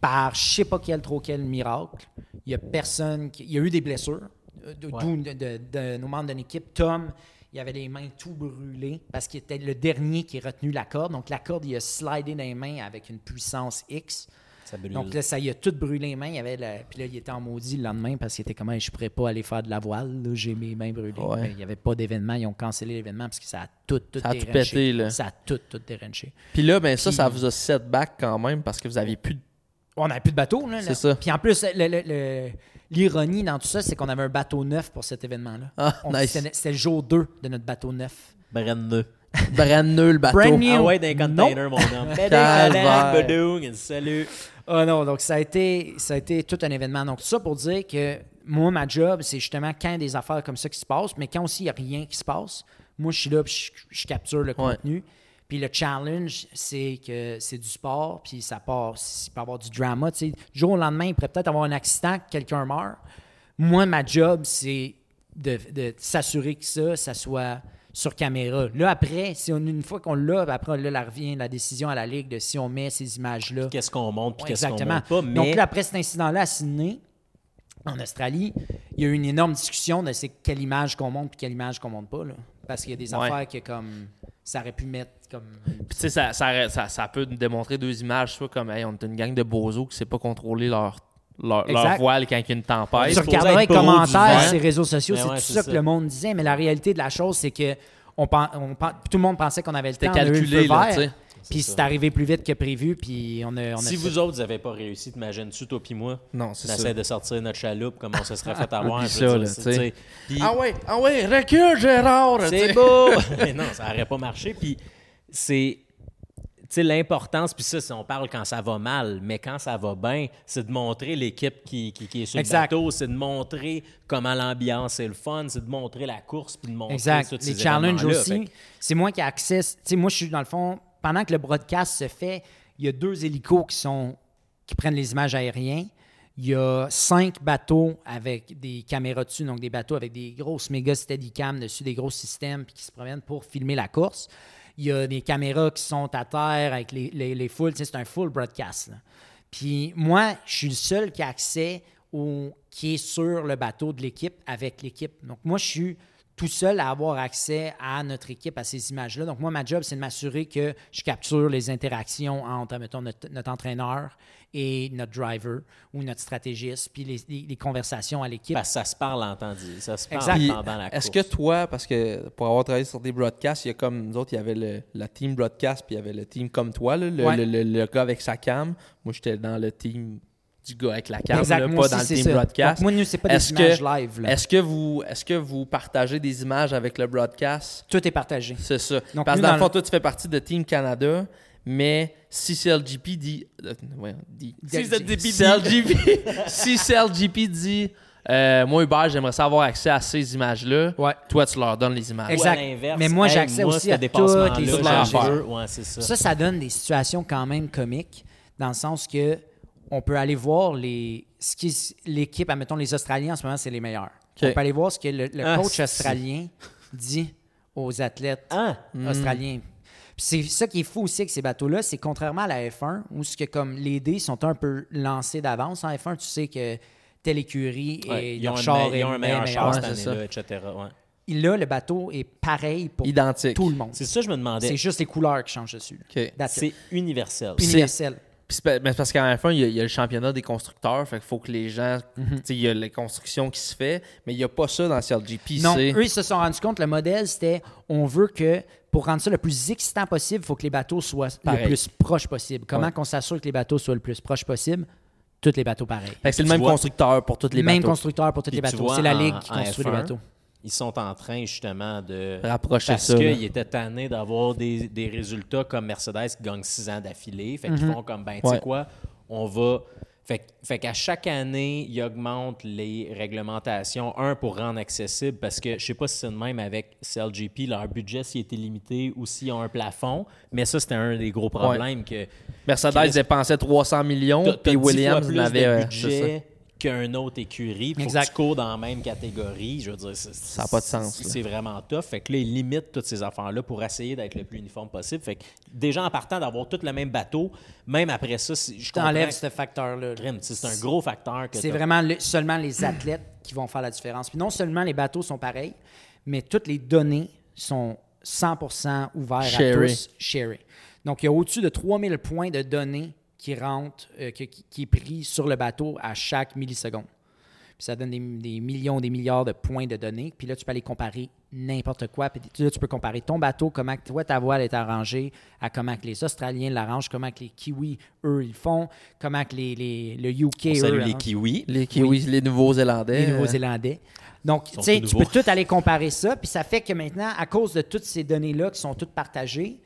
B: par je sais pas quel trop quel miracle, il y a personne qui. Il y a eu des blessures. euh, D'où de, de- de nos membres de l'équipe. Tom, il avait les mains tout brûlées parce qu'il était le dernier qui a retenu la corde. Donc, la corde, il a slidé dans les mains avec une puissance X.
C: Ça brûle.
B: Donc là, ça y a tout brûlé les mains. Il y avait la- Puis là, il était en maudit le lendemain parce qu'il était comme Hey, je pourrais pas aller faire de la voile. là, J'ai mes mains brûlées.
D: Ouais.
B: Mais il n'y avait pas d'événement. Ils ont cancellé l'événement parce que ça a tout, tout
D: Ça a tout
B: déranché.
D: pété, là.
B: Ça a tout, tout déranché.
D: Puis là, ben ça, ça vous a setback quand même parce que vous aviez
B: <laughs>
D: plus de.
B: On n'avait plus de bateau. Là, là.
D: C'est ça.
B: Puis en plus, le- le- le- l'ironie dans tout ça, c'est qu'on avait un bateau neuf pour cet événement-là.
D: Ah,
B: On-
D: nice.
B: c'était, c'était le jour 2 de notre bateau neuf.
C: Brenne-le.
D: Brand nul le bateau.
B: Brand new.
C: Ah ouais, d'un container,
B: <laughs>
C: mon homme. Calvaire. Badoung, Salut.
B: Ah non, donc ça a, été, ça a été tout un événement. Donc, tout ça pour dire que moi, ma job, c'est justement quand il y a des affaires comme ça qui se passent, mais quand aussi il n'y a rien qui se passe, moi, je suis là, puis je, je capture le contenu. Puis le challenge, c'est que c'est du sport, puis ça part, il peut y avoir du drama. Tu sais, du jour au lendemain, il pourrait peut-être avoir un accident, que quelqu'un meurt. Moi, ma job, c'est de, de s'assurer que ça, ça soit sur caméra. Là, après, si on, une fois qu'on l'a, après, là, la revient la décision à la Ligue de si on met ces images-là.
C: Qu'est-ce qu'on monte, puis
B: Ouais,
C: qu'est-ce qu'on
B: exactement.
C: monte pas. Mais
B: Donc là, après cet incident-là à Sydney, en Australie, il y a eu une énorme discussion de c'est quelle image qu'on monte puis quelle image qu'on monte pas. là. Parce qu'il y a des
D: Ouais.
B: affaires que comme ça aurait pu mettre comme.
C: Ben,
D: Puis tu sais, ça, ça, aurait- ça, ça peut nous démontrer deux images, soit comme hey, on est une gang de bozos qui sait pas contrôler leur, leur, leur
B: Exact.
D: voile quand il y a une tempête.
B: Ben, tu
C: supposé
B: regarderas les
C: être pro du
B: commentaires
C: vent.
B: sur les réseaux sociaux,
C: Mais
B: c'est
C: ouais,
B: tout
C: c'est
B: ça,
C: ça.
B: que le monde disait. Mais la réalité de la chose, c'est que on, pen- on pen- tout le monde pensait qu'on avait le temps.
D: C'était
B: on a eu le
D: calculé,
B: feu
D: là,
B: vert,
D: tu sais.
B: Puis
C: C'est
B: c'est
C: ça.
B: arrivé plus vite que prévu, puis on a. On a
C: si
B: fait-
C: vous autres, vous n'avez pas réussi, t'imagines-tu, toi puis moi?
D: Non, c'est
C: On
D: ça.
C: essaie de sortir notre chaloupe, comment on se serait fait
B: <laughs>
C: avoir.
D: Oublie
C: je
D: ça,
C: veux dire,
D: là,
C: c'est-
D: tu sais.
C: tu sais. Puis-
D: Ah ouais, ah ouais, recule Gérard! tu sais.
C: <laughs> C'est beau! Mais non, ça n'aurait pas marché. Puis c'est. sais, l'importance, puis ça, c'est- on parle quand ça va mal, mais quand ça va bien, c'est de montrer l'équipe qui, qui- qui est sur
B: Exact.
C: le bateau, c'est de montrer comment l'ambiance est le fun, c'est de montrer la course, puis de montrer
B: Exact.
C: tous ces
B: Les challenges
C: événements-là.
B: aussi.
C: Fait que-
B: C'est moi qui accesse. Tu sais, moi, je suis dans le fond, pendant que le broadcast se fait, il y a deux hélicos qui sont qui prennent les images aériennes. Il y a cinq bateaux avec des caméras dessus, donc des bateaux avec des grosses méga steadicam dessus, des gros systèmes puis qui se promènent pour filmer la course. Il y a des caméras qui sont à terre avec les, les, les foules. Tu sais, c'est un full broadcast. là. Puis moi, je suis le seul qui a accès au, qui est sur le bateau de l'équipe avec l'équipe. Donc moi, je suis tout seul à avoir accès à notre équipe, à ces images-là. Donc, moi, ma job, c'est de m'assurer que je capture les interactions entre, mettons, notre, notre entraîneur et notre driver ou notre stratégiste, puis les, les- les conversations à l'équipe.
C: Parce que ça se parle entendu, ça se parle
B: Exact.
D: Puis,
C: pendant la course.
D: Est-ce que toi, parce que pour avoir travaillé sur des broadcasts, il y a comme nous autres, il y avait le, la team broadcast, puis il y avait le team comme toi, là, le,
B: Ouais.
D: le- le- le gars avec sa cam. Moi, j'étais dans le team du gars avec la cam, là,
B: moi
D: pas
B: aussi,
D: dans le
B: c'est
D: team
B: ça.
D: broadcast.
B: Donc, moi, nous, c'est pas des
D: Est-ce que-
B: images live. là.
D: Est-ce que, vous, est-ce que vous partagez des images avec le broadcast?
B: Tout est partagé.
D: C'est ça.
B: Donc,
D: Parce que
B: nous,
D: dans le
B: dans
D: fond, toi, tu fais partie de Team Canada, mais si CLGP dit. euh, ouais, dit
B: Si CLGP
D: Si CLGP <laughs> si CLGP dit. euh, moi, Hubert, j'aimerais ça avoir accès à ces images-là.
B: Ouais.
D: Toi, tu leur donnes les images.
B: Exact. Mais moi, j'ai accès aussi à toutes les
D: images.
C: Ouais, c'est ça.
B: Ça, ça donne des situations quand même comiques, dans le sens que on peut aller voir les ce qui l'équipe, admettons les Australiens en ce moment, c'est les meilleurs.
D: OK.
B: On peut aller voir ce que le, le
C: Ah,
B: coach
C: si.
B: australien dit aux athlètes mm.
C: Ah!
B: australiens. Puis c'est ça qui est fou aussi avec ces bateaux-là, c'est contrairement à la F1, où ce que comme les dés sont un peu lancés d'avance. En F1, tu sais que telle écurie et
C: Ouais, ils ont
B: leur
C: un
B: char
C: me-
B: est
C: ils ont un meilleur char
D: meilleur.
C: cette
D: Ouais, c'est
C: année-là, etc. ouais.
B: Et Là, le bateau est pareil pour
D: Identique.
B: tout le monde.
C: C'est ça, je me demandais.
B: C'est juste les couleurs qui changent dessus. là.
D: OK.
B: That's it.
C: C'est universel.
D: c'est-
B: Universel.
D: Puis c'est pa- mais c'est parce qu'à la fin, il y, a, il y a le championnat des constructeurs. Fait qu'il faut que les gens. Tu sais, il y a la construction qui se fait, mais il n'y a pas ça dans CLGP.
B: Non,
D: c'est-
B: eux, ils se sont rendus compte, le modèle, c'était on veut que, pour rendre ça le plus excitant possible, il faut que les bateaux soient
D: Pareil.
B: le plus proches possible. Comment
D: Ouais.
B: qu'on s'assure que les bateaux soient le plus proches possible? Tous les bateaux pareils.
D: Fait que c'est le
C: Tu
D: même
C: vois-
D: constructeur pour toutes les
B: Même
D: bateaux.
B: constructeur pour tous
C: Puis
B: les
C: tu
B: bateaux.
C: vois,
B: C'est la
C: en-
B: Ligue qui
C: en
B: construit les
C: F1,
B: bateaux.
C: Ils sont en train, justement, de...
D: Rapprocher
C: Parce
D: ça, là.
C: qu'ils étaient tannés d'avoir des, des résultats comme Mercedes qui gagne 6 ans d'affilée. Fait
B: Mhm.
C: qu'ils font comme, ben, tu sais
D: Ouais.
C: quoi, on va... Fait, que- fait qu'à chaque année, ils augmentent les réglementations. Un, pour rendre accessible, parce que je sais pas si c'est le même avec CLGP, leur budget, s'il était limité ou s'ils ont un plafond. Mais ça, c'était un des gros problèmes que...
D: Mercedes
C: Chris-
D: dépensait 300 millions,
C: T'as- t'as
D: puis
C: dix fois
D: Williams
C: plus
D: en avait.
C: de
D: euh, c'est ça.
C: budget qu'un autre écurie. Faut
B: Exact.
C: que tu cours dans la même catégorie. Je veux dire, ça
D: a pas de sens, là.
C: C'est vraiment tough. Fait que là, ils limitent toutes ces affaires-là pour essayer d'être le plus uniforme possible. Fait que déjà en partant d'avoir tout le même bateau, même après ça, si- je comprends.
B: T'enlèves ce facteur-là.
C: Crime, tu sais, C'est un gros facteur que
B: C'est
C: t'as-
B: vraiment le- seulement les athlètes <clears throat> qui vont faire la différence. Puis non seulement les bateaux sont pareils, mais toutes les données sont 100% ouvertes
D: Shared.
B: à tous, sharing. Donc, il y a au-dessus de 3000 points de données qui rentrent, euh, qui, qui- qui est pris sur le bateau à chaque milliseconde. Puis ça donne des, des millions, des milliards de points de données. Puis là, tu peux aller comparer n'importe quoi. Puis là, tu peux comparer ton bateau, comment que toi, ta voile est arrangée, à comment que les Australiens l'arrangent, comment que les Kiwis, eux, ils font, comment que les, les- le UK,
C: On
B: eux,
C: salue les
B: arrangent
C: kiwis.
D: Les Kiwis, les Nouveaux-Zélandais. euh,
B: les Nouveaux-Zélandais. Donc, tu
C: sont
B: sais,
C: tout
B: tu peux
C: nouveaux.
B: tout aller comparer ça. Puis ça fait que maintenant, à cause de toutes ces données-là qui sont toutes partagées,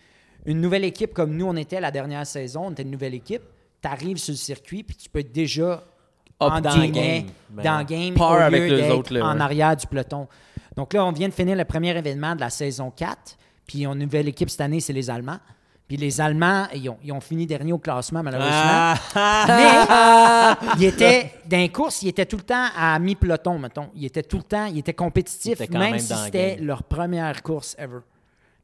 B: une nouvelle équipe comme nous, on était la dernière saison, on était une nouvelle équipe, tu arrives sur le circuit, puis tu peux être déjà en
C: to
B: dans le
C: game.
B: game, dans le game
D: ben, Par
B: au lieu
D: avec les
B: d'être
D: autres, là,
B: en
D: ouais.
B: arrière du peloton. Donc là, on vient de finir le premier événement de la saison 4. Puis on nouvelle équipe cette année, c'est les Allemands. Puis les Allemands, ils ont, ils ont fini dernier au classement, malheureusement.
D: Ah,
C: Ah! euh,
B: Mais Ah, il était dans les courses, il était tout le temps à mi-peloton, mettons. Il était tout le temps, il était compétitif,
C: Il était quand
B: même,
C: même
B: si
C: dans le
B: c'était
C: game.
B: leur première course ever.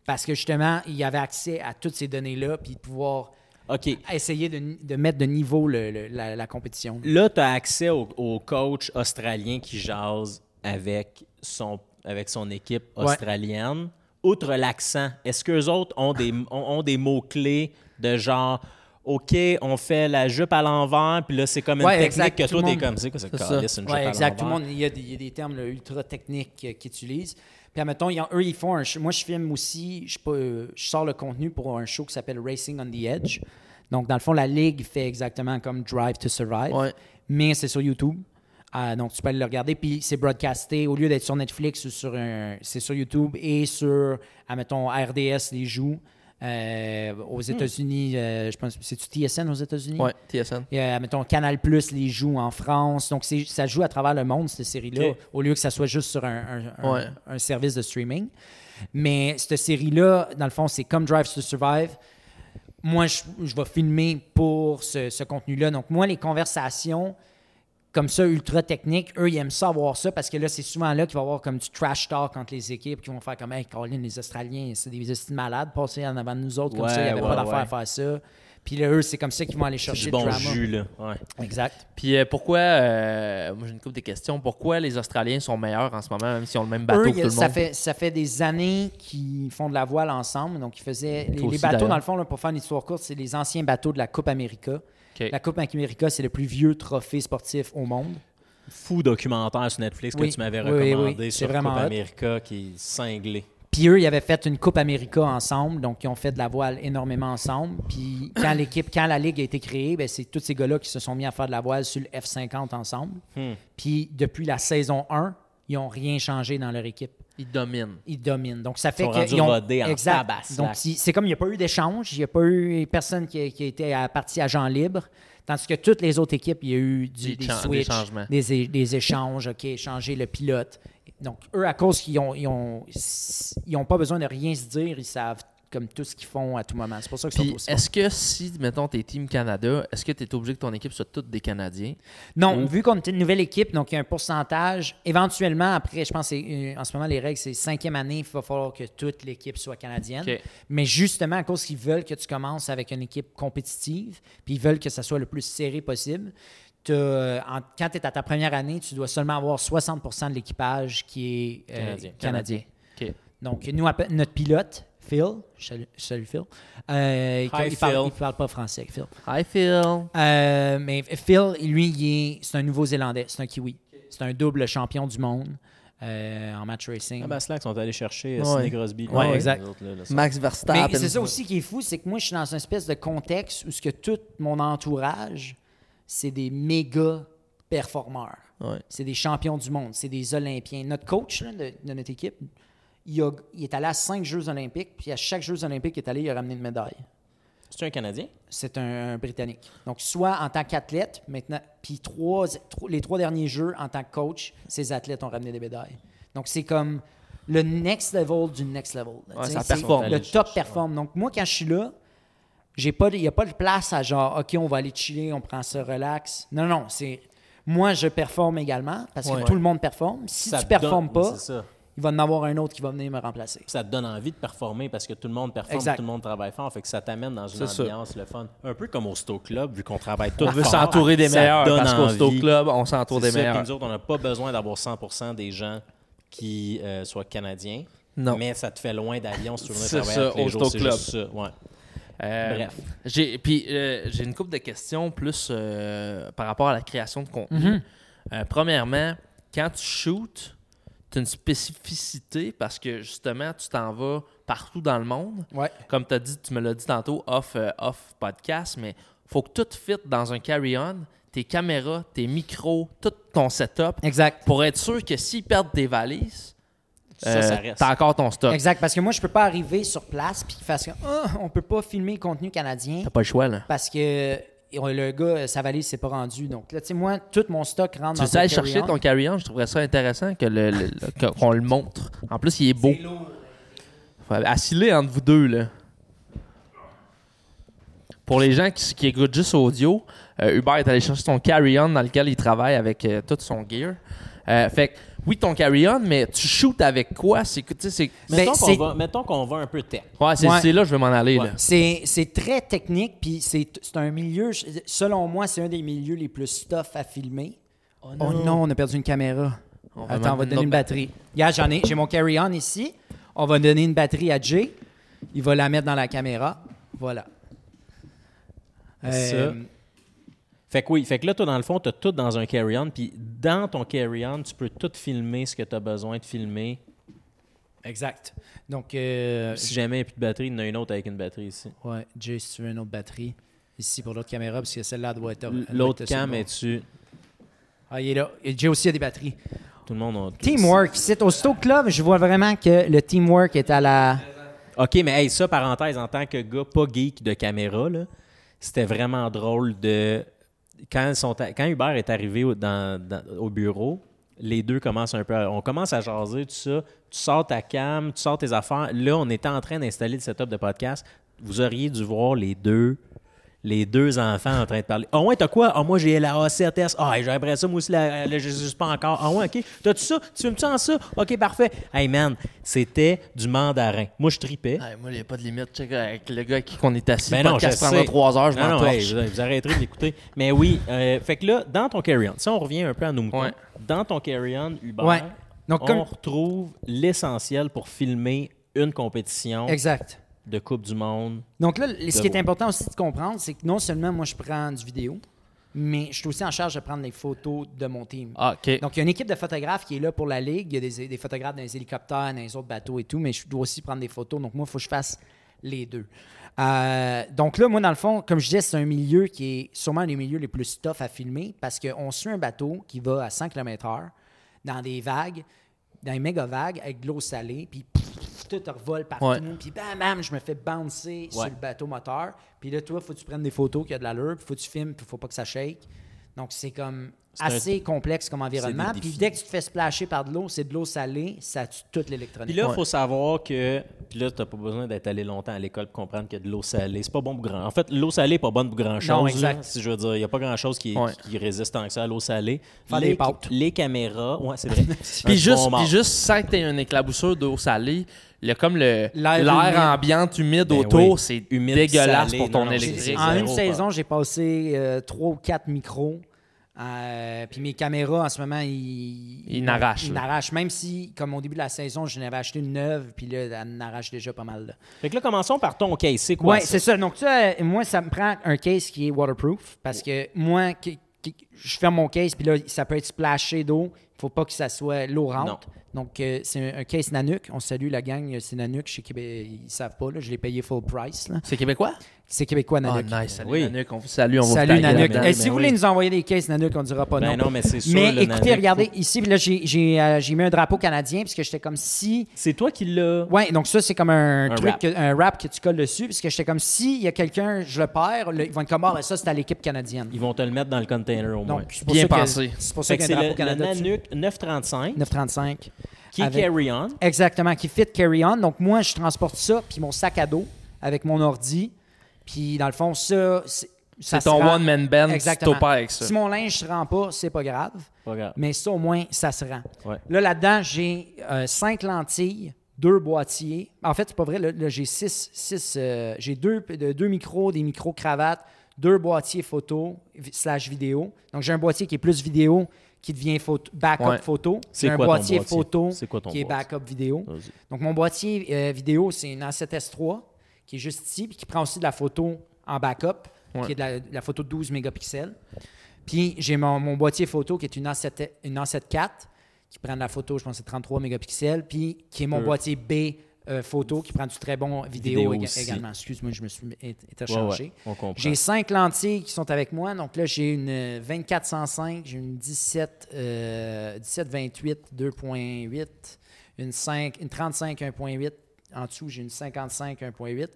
B: Parce que justement, il avait accès à toutes ces données-là, puis pouvoir
C: <laughs> OK.
B: essayer de, de mettre de niveau le- le- la, la compétition.
C: Là, tu as accès au, au coach australien qui jase avec son, avec son équipe
B: Ouais.
C: australienne. Outre l'accent, est-ce qu'eux autres ont
B: <laughs>
C: des, ont, ont des mots-clés de genre OK, on fait la jupe à l'envers, puis là, c'est comme une
B: Ouais,
C: technique
B: exact,
C: que
B: tout
C: toi,
B: le
C: t'es
B: monde-
C: comme c'est quoi ce
D: C'est ça.
C: câlisse, une jupe
B: Oui,
C: à
B: exact. Tout le
C: l'envers?
B: monde, il y a des, il y a des termes là, ultra techniques euh, qu'ils utilisent. Puis, admettons, ils ont- eux, ils font un show- Moi, je filme aussi, je, peux- euh, je sors le contenu pour un show qui s'appelle Racing on the Edge. Donc, dans le fond, la ligue fait exactement comme Drive to Survive,
D: Ouais.
B: mais c'est sur YouTube. Ah, donc, tu peux aller le regarder. Puis, c'est broadcasté. Au lieu d'être sur Netflix ou sur un. C'est sur YouTube et sur, admettons, RDS les joue. euh, aux
C: Hmm.
B: États-Unis, euh, je pense, c'est-tu TSN aux États-Unis?
D: Ouais, TSN.
B: Et, euh, mettons, Canal Plus les joue en France. Donc, c'est- ça joue à travers le monde, ces séries-là,
C: Ok.
B: au lieu que ça soit juste sur un, un- un-
D: Ouais.
B: un service de streaming. Mais cette série-là, dans le fond, c'est comme Drive to Survive. Moi, je, je vais filmer pour ce, ce contenu-là. Donc, moi, les conversations comme ça, ultra techniques, eux, ils aiment ça avoir ça parce que là, c'est souvent là qu'il va y avoir comme du trash talk entre les équipes qui vont faire comme, hey, Colin, les Australiens, c'est des estimes malades, passer en avant de nous autres, comme
C: Ouais,
B: ça, il n'y avait
C: ouais,
B: pas d'affaire
C: ouais.
B: à faire ça. Puis là, eux, c'est comme ça qu'ils vont aller chercher le
C: du bon
B: drama.
C: jus, là. Ouais.
B: Exact.
D: Puis euh, pourquoi, euh, moi j'ai une couple de questions, pourquoi les Australiens sont meilleurs en ce moment, même s'ils ont le même bateau
B: Eux,
D: que tout le monde?
B: ça fait, ça fait des années qu'ils font de la voile ensemble. Donc, ils faisaient. Les,
D: aussi,
B: les bateaux,
D: d'ailleurs.
B: dans le fond, là, pour faire une histoire courte, c'est les anciens bateaux de la Coupe América.
D: Ok.
B: La Coupe América, c'est le plus vieux trophée sportif au monde.
C: Fou documentaire sur Netflix que
B: Oui,
C: tu m'avais
B: oui, oui, oui.
C: recommandé
B: C'est
C: sur Coupe
B: vraiment hot. Mm.
C: America qui est cinglé.
B: Puis eux, ils avaient fait une Coupe América ensemble, donc ils ont fait de la voile énormément ensemble. Puis
D: <coughs>
B: quand l'équipe, quand la ligue a été créée, ben, c'est tous ces gars-là qui se sont mis à faire de la voile sur le F50 ensemble.
D: Hmm.
B: Puis depuis la saison 1, ils n'ont rien changé dans leur équipe.
D: Ils dominent.
B: ils dominent. Donc, ça fait
C: sont
B: que.
C: rendus
B: ils ont-
C: rodés en
B: exact.
C: tabaslac.
B: Donc, si- c'est comme il n'y a pas eu d'échange, il n'y a pas eu personne qui a, qui a été à- parti agent libre. Tandis que toutes les autres équipes, il y a eu
D: Des
B: du- des,
D: chan- des
B: switches,
D: changements.
B: des, é- des échanges, OK, changer le pilote. Donc, eux, à cause qu'ils n'ont ils ont, ils ont pas besoin de rien se dire, ils savent comme tout ce qu'ils font à tout moment. C'est pour ça qu'ils
D: Puis
B: sont aussi bons.
D: est-ce que si, mettons, t'es Team Canada, est-ce que t'es obligé que ton équipe soit toutes des Canadiens?
B: Non, vu qu'on est une nouvelle équipe, donc il y a un pourcentage. Éventuellement, après, je pense que c'est, euh, en ce moment, les règles, c'est cinquième année, il va falloir que toute l'équipe soit canadienne.
D: OK.
B: Mais justement, à cause qu'ils veulent que tu commences avec une équipe compétitive, puis ils veulent que ça soit le plus serré possible, t'as, euh, en- quand tu es à ta première année, tu dois seulement avoir 60 de l'équipage qui est euh,
C: Canadien.
B: canadien.
D: OK.
B: Donc, nous, appe- notre pilote, Phil, salut, salut Phil, euh, il,
C: Hi,
B: il parle,
C: Phil.
B: il parle pas français, Phil.
D: Hi Phil!
B: Euh, mais Phil, lui, il est- c'est un Nouveau-Zélandais, c'est un Kiwi. C'est un double champion du monde euh, en match racing.
C: Ah, ben, Slack sont allés chercher euh,
D: Ouais.
C: Sidney Crosby.
B: Ouais,
C: Les
B: exact.
C: autres, là, là, sont-
D: Max
B: mais
D: Verstappen.
B: c'est ça aussi qui est fou, c'est que moi, je suis dans une espèce de contexte où ce que tout mon entourage, c'est des méga performeurs.
D: Ouais.
B: C'est des champions du monde, c'est des Olympiens. Notre coach là, de, de notre équipe, il, a- il est allé à cinq Jeux olympiques, puis à chaque Jeux olympique, il est allé, il a ramené une médaille.
C: C'est un Canadien?
B: c'est un, un Britannique. Donc, soit en tant qu'athlète, maintenant, puis trois, tro- les trois derniers jeux en tant que coach, ces athlètes ont ramené des médailles. Donc, c'est comme le next level du next level. là,
D: Ouais,
B: tu sais,
D: ça
B: c'est
D: performe.
B: Le top performe. Donc, moi, quand je suis là, j'ai pas, il n'y a pas de place à genre, OK, on va aller chiller, on prend ça relax. Non, non, c'est. Moi, je performe également parce que
D: Ouais.
B: tout le monde performe. Si
C: Ça
B: tu
C: te
B: performes
C: donne-
B: pas,
C: C'est ça.
B: il va en avoir un autre qui va venir me remplacer.
C: Puis ça te donne envie de performer parce que tout le monde performe,
B: Exact.
C: tout le monde travaille fort, fait que ça t'amène dans une
D: C'est
C: ambiance, le fun. Un peu comme au Stoke Club, vu qu'on travaille tous
D: On veut
C: fort,
D: s'entourer des
C: ça
D: meilleurs
C: donne
D: parce qu'au
C: envie.
D: Stoke Club, on
C: C'est
D: s'entoure des
C: ça,
D: meilleurs.
C: puis nous autres, on n'a pas besoin d'avoir 100% des gens qui euh, soient canadiens.
D: Non.
C: Mais ça te fait loin d'avion si tu veux
D: C'est
C: travailler
D: ça,
C: avec les
D: au
C: jours,
D: Stoke
C: c'est
D: Club.
C: juste ça, ouais.
D: Euh,
C: Bref.
D: J'ai puis euh, j'ai une couple de questions plus euh, par rapport à la création de contenu.
C: Mhm.
D: Euh, premièrement, quand tu shootes, tu as une spécificité parce que justement tu t'en vas partout dans le monde.
B: Ouais.
D: Comme tu dit, tu me l'as dit tantôt off euh, off podcast, mais faut que tout fit dans un carry-on, tes caméras, tes micros, tout ton setup
B: Exact.
D: pour être sûr que s'ils perdent tes valises,
C: Ça, ça
D: euh,
C: reste.
D: t'as encore ton stock.
B: Exact, parce que moi, je peux pas arriver sur place puis qu'il fasse comme, Ah, on peut pas filmer le contenu canadien
D: T'as pas le choix là.
B: parce que euh, le gars, sa valise s'est pas rendue. Donc là, tu sais, moi, tout mon stock
D: Tu
B: rentre dans
D: veux
B: un
D: aller chercher
B: carry-on.
D: ton carry-on, je trouverais ça intéressant que le, le- le- que- qu'on le montre. En plus, il est beau. Faut Assis-le entre vous deux, là. Pour les gens qui, qui écoutent juste audio, euh, Hubert est allé chercher son carry-on dans lequel il travaille avec euh, tout son gear. Euh, fait que, oui, ton carry-on, mais tu shoots avec quoi? C'est que, tu sais, c'est...
B: Mais-
C: Mettons
B: Ben,
C: qu'on
B: c'est-
C: va, mettons qu'on va un peu tech.
D: Ouais, c'est,
B: Ouais.
D: c'est là que je vais m'en aller, là.
B: C'est c'est très technique, puis c'est c'est un milieu, je- selon moi, c'est un des milieux les plus stuff à filmer. Oh non, on a perdu une caméra.
D: va
B: Attends, on
D: mettre
B: va
D: une
B: te donner
D: autre
B: une batterie. Regarde, j'en ai, j'ai mon carry-on ici. On va donner une batterie à Jay. Il va la mettre dans la caméra. Voilà.
C: Ça.
B: Euh,
C: Fait que oui, fait que là, toi, dans le fond, tu as tout dans un carry-on, puis dans ton carry-on, tu peux tout filmer ce que tu as besoin de filmer.
B: Exact. Donc, euh,
C: Si jamais il n'y a plus de batterie, il y en a une autre avec une batterie ici.
B: ouais, Jay, si tu veux une autre batterie, ici pour l'autre caméra, parce que celle-là elle doit être. elle doit
C: L'autre
B: être sur le
C: cam
B: bord.
C: est-tu.
B: Ah, il est là. Et Jay aussi a des batteries.
C: Tout le monde a.
B: Teamwork. C'est au Stoke Club, je vois vraiment que le teamwork est à la.
C: OK, mais hey, ça, parenthèse, en tant que gars pas geek de caméra, là, c'était vraiment drôle de. Quand, ils sont à- quand Hubert est arrivé au, dans- dans- au bureau, les deux commencent un peu. à- On commence à jaser, tout ça. Tu sors ta cam, tu sors tes affaires. Là, on était en train d'installer le setup de podcast. Vous auriez dû voir les deux. Les deux enfants en train de parler. Ah ouais, t'as quoi? Ah, moi, j'ai la ACTS. Ah, hey, j'aimerais ça, moi aussi, la, euh, la- je sais pas encore. Ah ouais, OK. T'as-tu ça? Tu fumes-tu en ça? OK, parfait. Hey, man, c'était du mandarin. Moi, je tripais.
D: Hey, moi, il n'y a pas de limite. Check avec le gars avec qui on est assis.
C: Ben
D: le
C: non,
D: podcast
C: je sais.
D: prendra trois
B: Ah,
D: heures, je
C: Non,
D: m'en
C: non, hey,
D: torche.
C: vous, vous arrêterez de l'écouter. Mais oui, euh, fait que là, dans ton carry-on, si on revient un peu à nos moutons,
D: Ouais.
C: dans ton carry-on, Uber,
B: Ouais. Donc,
C: on
B: comme-
C: retrouve l'essentiel pour filmer une compétition
B: Exact.
C: de Coupe du Monde.
B: Donc là, le- ce
C: De
B: qui
C: beau.
B: est important aussi de comprendre, c'est que non seulement moi, je prends du vidéo, mais je suis aussi en charge de prendre les photos de mon team.
D: Ah, OK.
B: Donc, il y a une équipe de photographes qui est là pour la ligue. Il y a des, des photographes dans les hélicoptères, dans les autres bateaux et tout, mais je dois aussi prendre des photos. Donc, moi, il faut que je fasse les deux. Euh, donc là, moi, dans le fond, comme je disais, c'est un milieu qui est sûrement un des milieux les plus tough à filmer parce qu'on suit un bateau qui va à 100 km/h dans des vagues, dans des méga vagues avec de l'eau salée, puis pff, tout revole partout,
D: Ouais.
B: puis bam, bam, je me fais bouncer sur
C: Ouais.
B: le bateau moteur. Puis là, toi, faut que tu prennes des photos qui a de l'allure, puis faut que tu filmes, puis faut pas que ça shake. Donc, c'est comme
C: un-
B: assez complexe comme environnement.
C: C'est des
B: Puis
C: défis.
B: dès que tu te fais splasher par de l'eau, c'est de l'eau salée, ça tue toute l'électronique.
C: Puis là, il faut savoir que. Puis là, t'as pas besoin d'être allé longtemps à l'école pour comprendre que de l'eau salée, c'est pas bon pour grand. En fait, l'eau salée n'est pas bonne pour grand chose.
B: Non, exact.
C: si je veux dire, il n'y a pas grand chose qui,
D: Ouais.
C: qui- qui résiste tant que ça à l'eau salée.
B: Faire
C: les,
B: des pâtes.
C: les caméras,
B: <laughs>
C: ouais, c'est vrai. Un
D: Puis juste,
C: bon mort.
D: puis juste sans que t'aies une éclaboussure d'eau salée, le, comme le-
B: L'air
D: l'air
B: humide.
D: ambiant humide
C: Ben
D: autour,
C: oui.
D: c'est
C: Humide,
D: dégueulasse
C: salé,
D: pour
C: non,
D: ton
C: non, c'est-
D: électrique.
C: c'est-
B: en une
C: zéro,
B: saison, j'ai passé euh, trois ou quatre micros. Euh, puis mes caméras, en ce moment, ils...
D: Ils n'arrachent,
B: Ils
D: là.
B: n'arrachent. Même si, comme au début de la saison, je n'avais acheté une neuve, puis là, elle n'arrache déjà pas mal. là.
C: Fait que là, commençons par ton case. C'est quoi
B: Oui,
C: ça?
B: c'est ça. Donc, ça, euh, moi, ça me prend un case qui est waterproof parce que moi, qui- qui- je ferme mon case, puis là, ça peut être splashé d'eau. Il faut pas que ça soit l'eau rentre. Donc, euh, c'est un, un case Nanook. On salue la gang, euh, c'est Nanook. Chez Québec, ils savent pas. Là, je l'ai payé full price. là.
D: C'est québécois?
B: C'est québécois, Nanook.
D: Ah, nice. Salut,
C: Oui.
D: Nanook. On vous salue. On vous ben
B: Salut, Nanook.
C: là-dedans.
B: Et
C: Mais
B: si vous
C: oui.
B: voulez nous envoyer des cases Nanook, on dira pas
C: Ben
B: non.
C: non, mais c'est sûr,
B: Mais
C: le
B: écoutez,
C: Nanook,
B: regardez, ici, là, j'ai- j'ai euh, j'ai mis un drapeau canadien parce que j'étais comme si...
C: C'est toi qui l'as.
B: Ouais, donc ça, c'est comme un,
C: Un
B: truc,
C: rap.
B: que- un rap que tu colles dessus, parce que j'étais comme, s'il y a quelqu'un, je le perds, là, ils vont être comme, ah, ben, ça, c'est à l'équipe canadienne.
C: Ils vont te le mettre dans le container au moins.
B: Donc, c'est pour
D: Bien
B: ça que-
D: pensé.
B: C'est pour ça
C: Fait que
B: qu'il y
C: c'est
B: a un
C: le,
B: drapeau
C: le
B: Canada dessus.
C: Nanook 935
B: 935.
C: qui est
B: Avec-
C: Carry On.
B: Exactement, qui fit carry-on. Donc, moi, je transporte ça, puis mon sac à dos, avec mon ordi. Puis, dans le fond, ça... C'est
D: C'est
B: ça se
D: ton
B: rend-
D: one-man band, tu
B: Exactement.
D: t'opères avec ça.
B: Si mon linge se rend pas, c'est pas grave.
C: Pas grave.
B: Mais ça, au moins, ça se rend.
C: Ouais.
B: Là, là-dedans, j'ai euh, cinq lentilles, deux boîtiers. En fait, c'est pas vrai, là, là, j'ai six. six euh, j'ai deux, de- deux micros, des micros cravates, deux boîtiers photo vi- slash vidéo. Donc, j'ai un boîtier qui est plus vidéo, qui devient photo, backup
D: Ouais.
B: photo.
C: C'est
B: J'ai un
C: quoi ton
B: boîtier,
C: boîtier?
B: photo
C: C'est quoi ton
B: qui est
C: boîtier?
B: backup vidéo.
C: Vas-y.
B: Donc, mon boîtier euh, vidéo, c'est une A7S 3 qui est juste ici, puis qui prend aussi de la photo en backup, qui est de la, de la photo de 12 mégapixels. Puis j'ai mon, mon boîtier photo qui est une A7, une A7 IV qui prend de la photo, je pense que c'est 33 mégapixels, puis qui est mon
C: Peu.
B: boîtier B euh, photo qui prend du très bon vidéo,
C: Vidéo
B: éga-
C: aussi.
B: également. Excuse-moi, je me suis é-
C: Ouais,
B: interchangé.
C: ouais, on comprend.
B: J'ai cinq lentilles qui sont avec moi. Donc là, j'ai une euh, 2405, j'ai une 17, euh, 1728 2.8, une, 5, une 35 1.8. En dessous, j'ai une 55 1.8.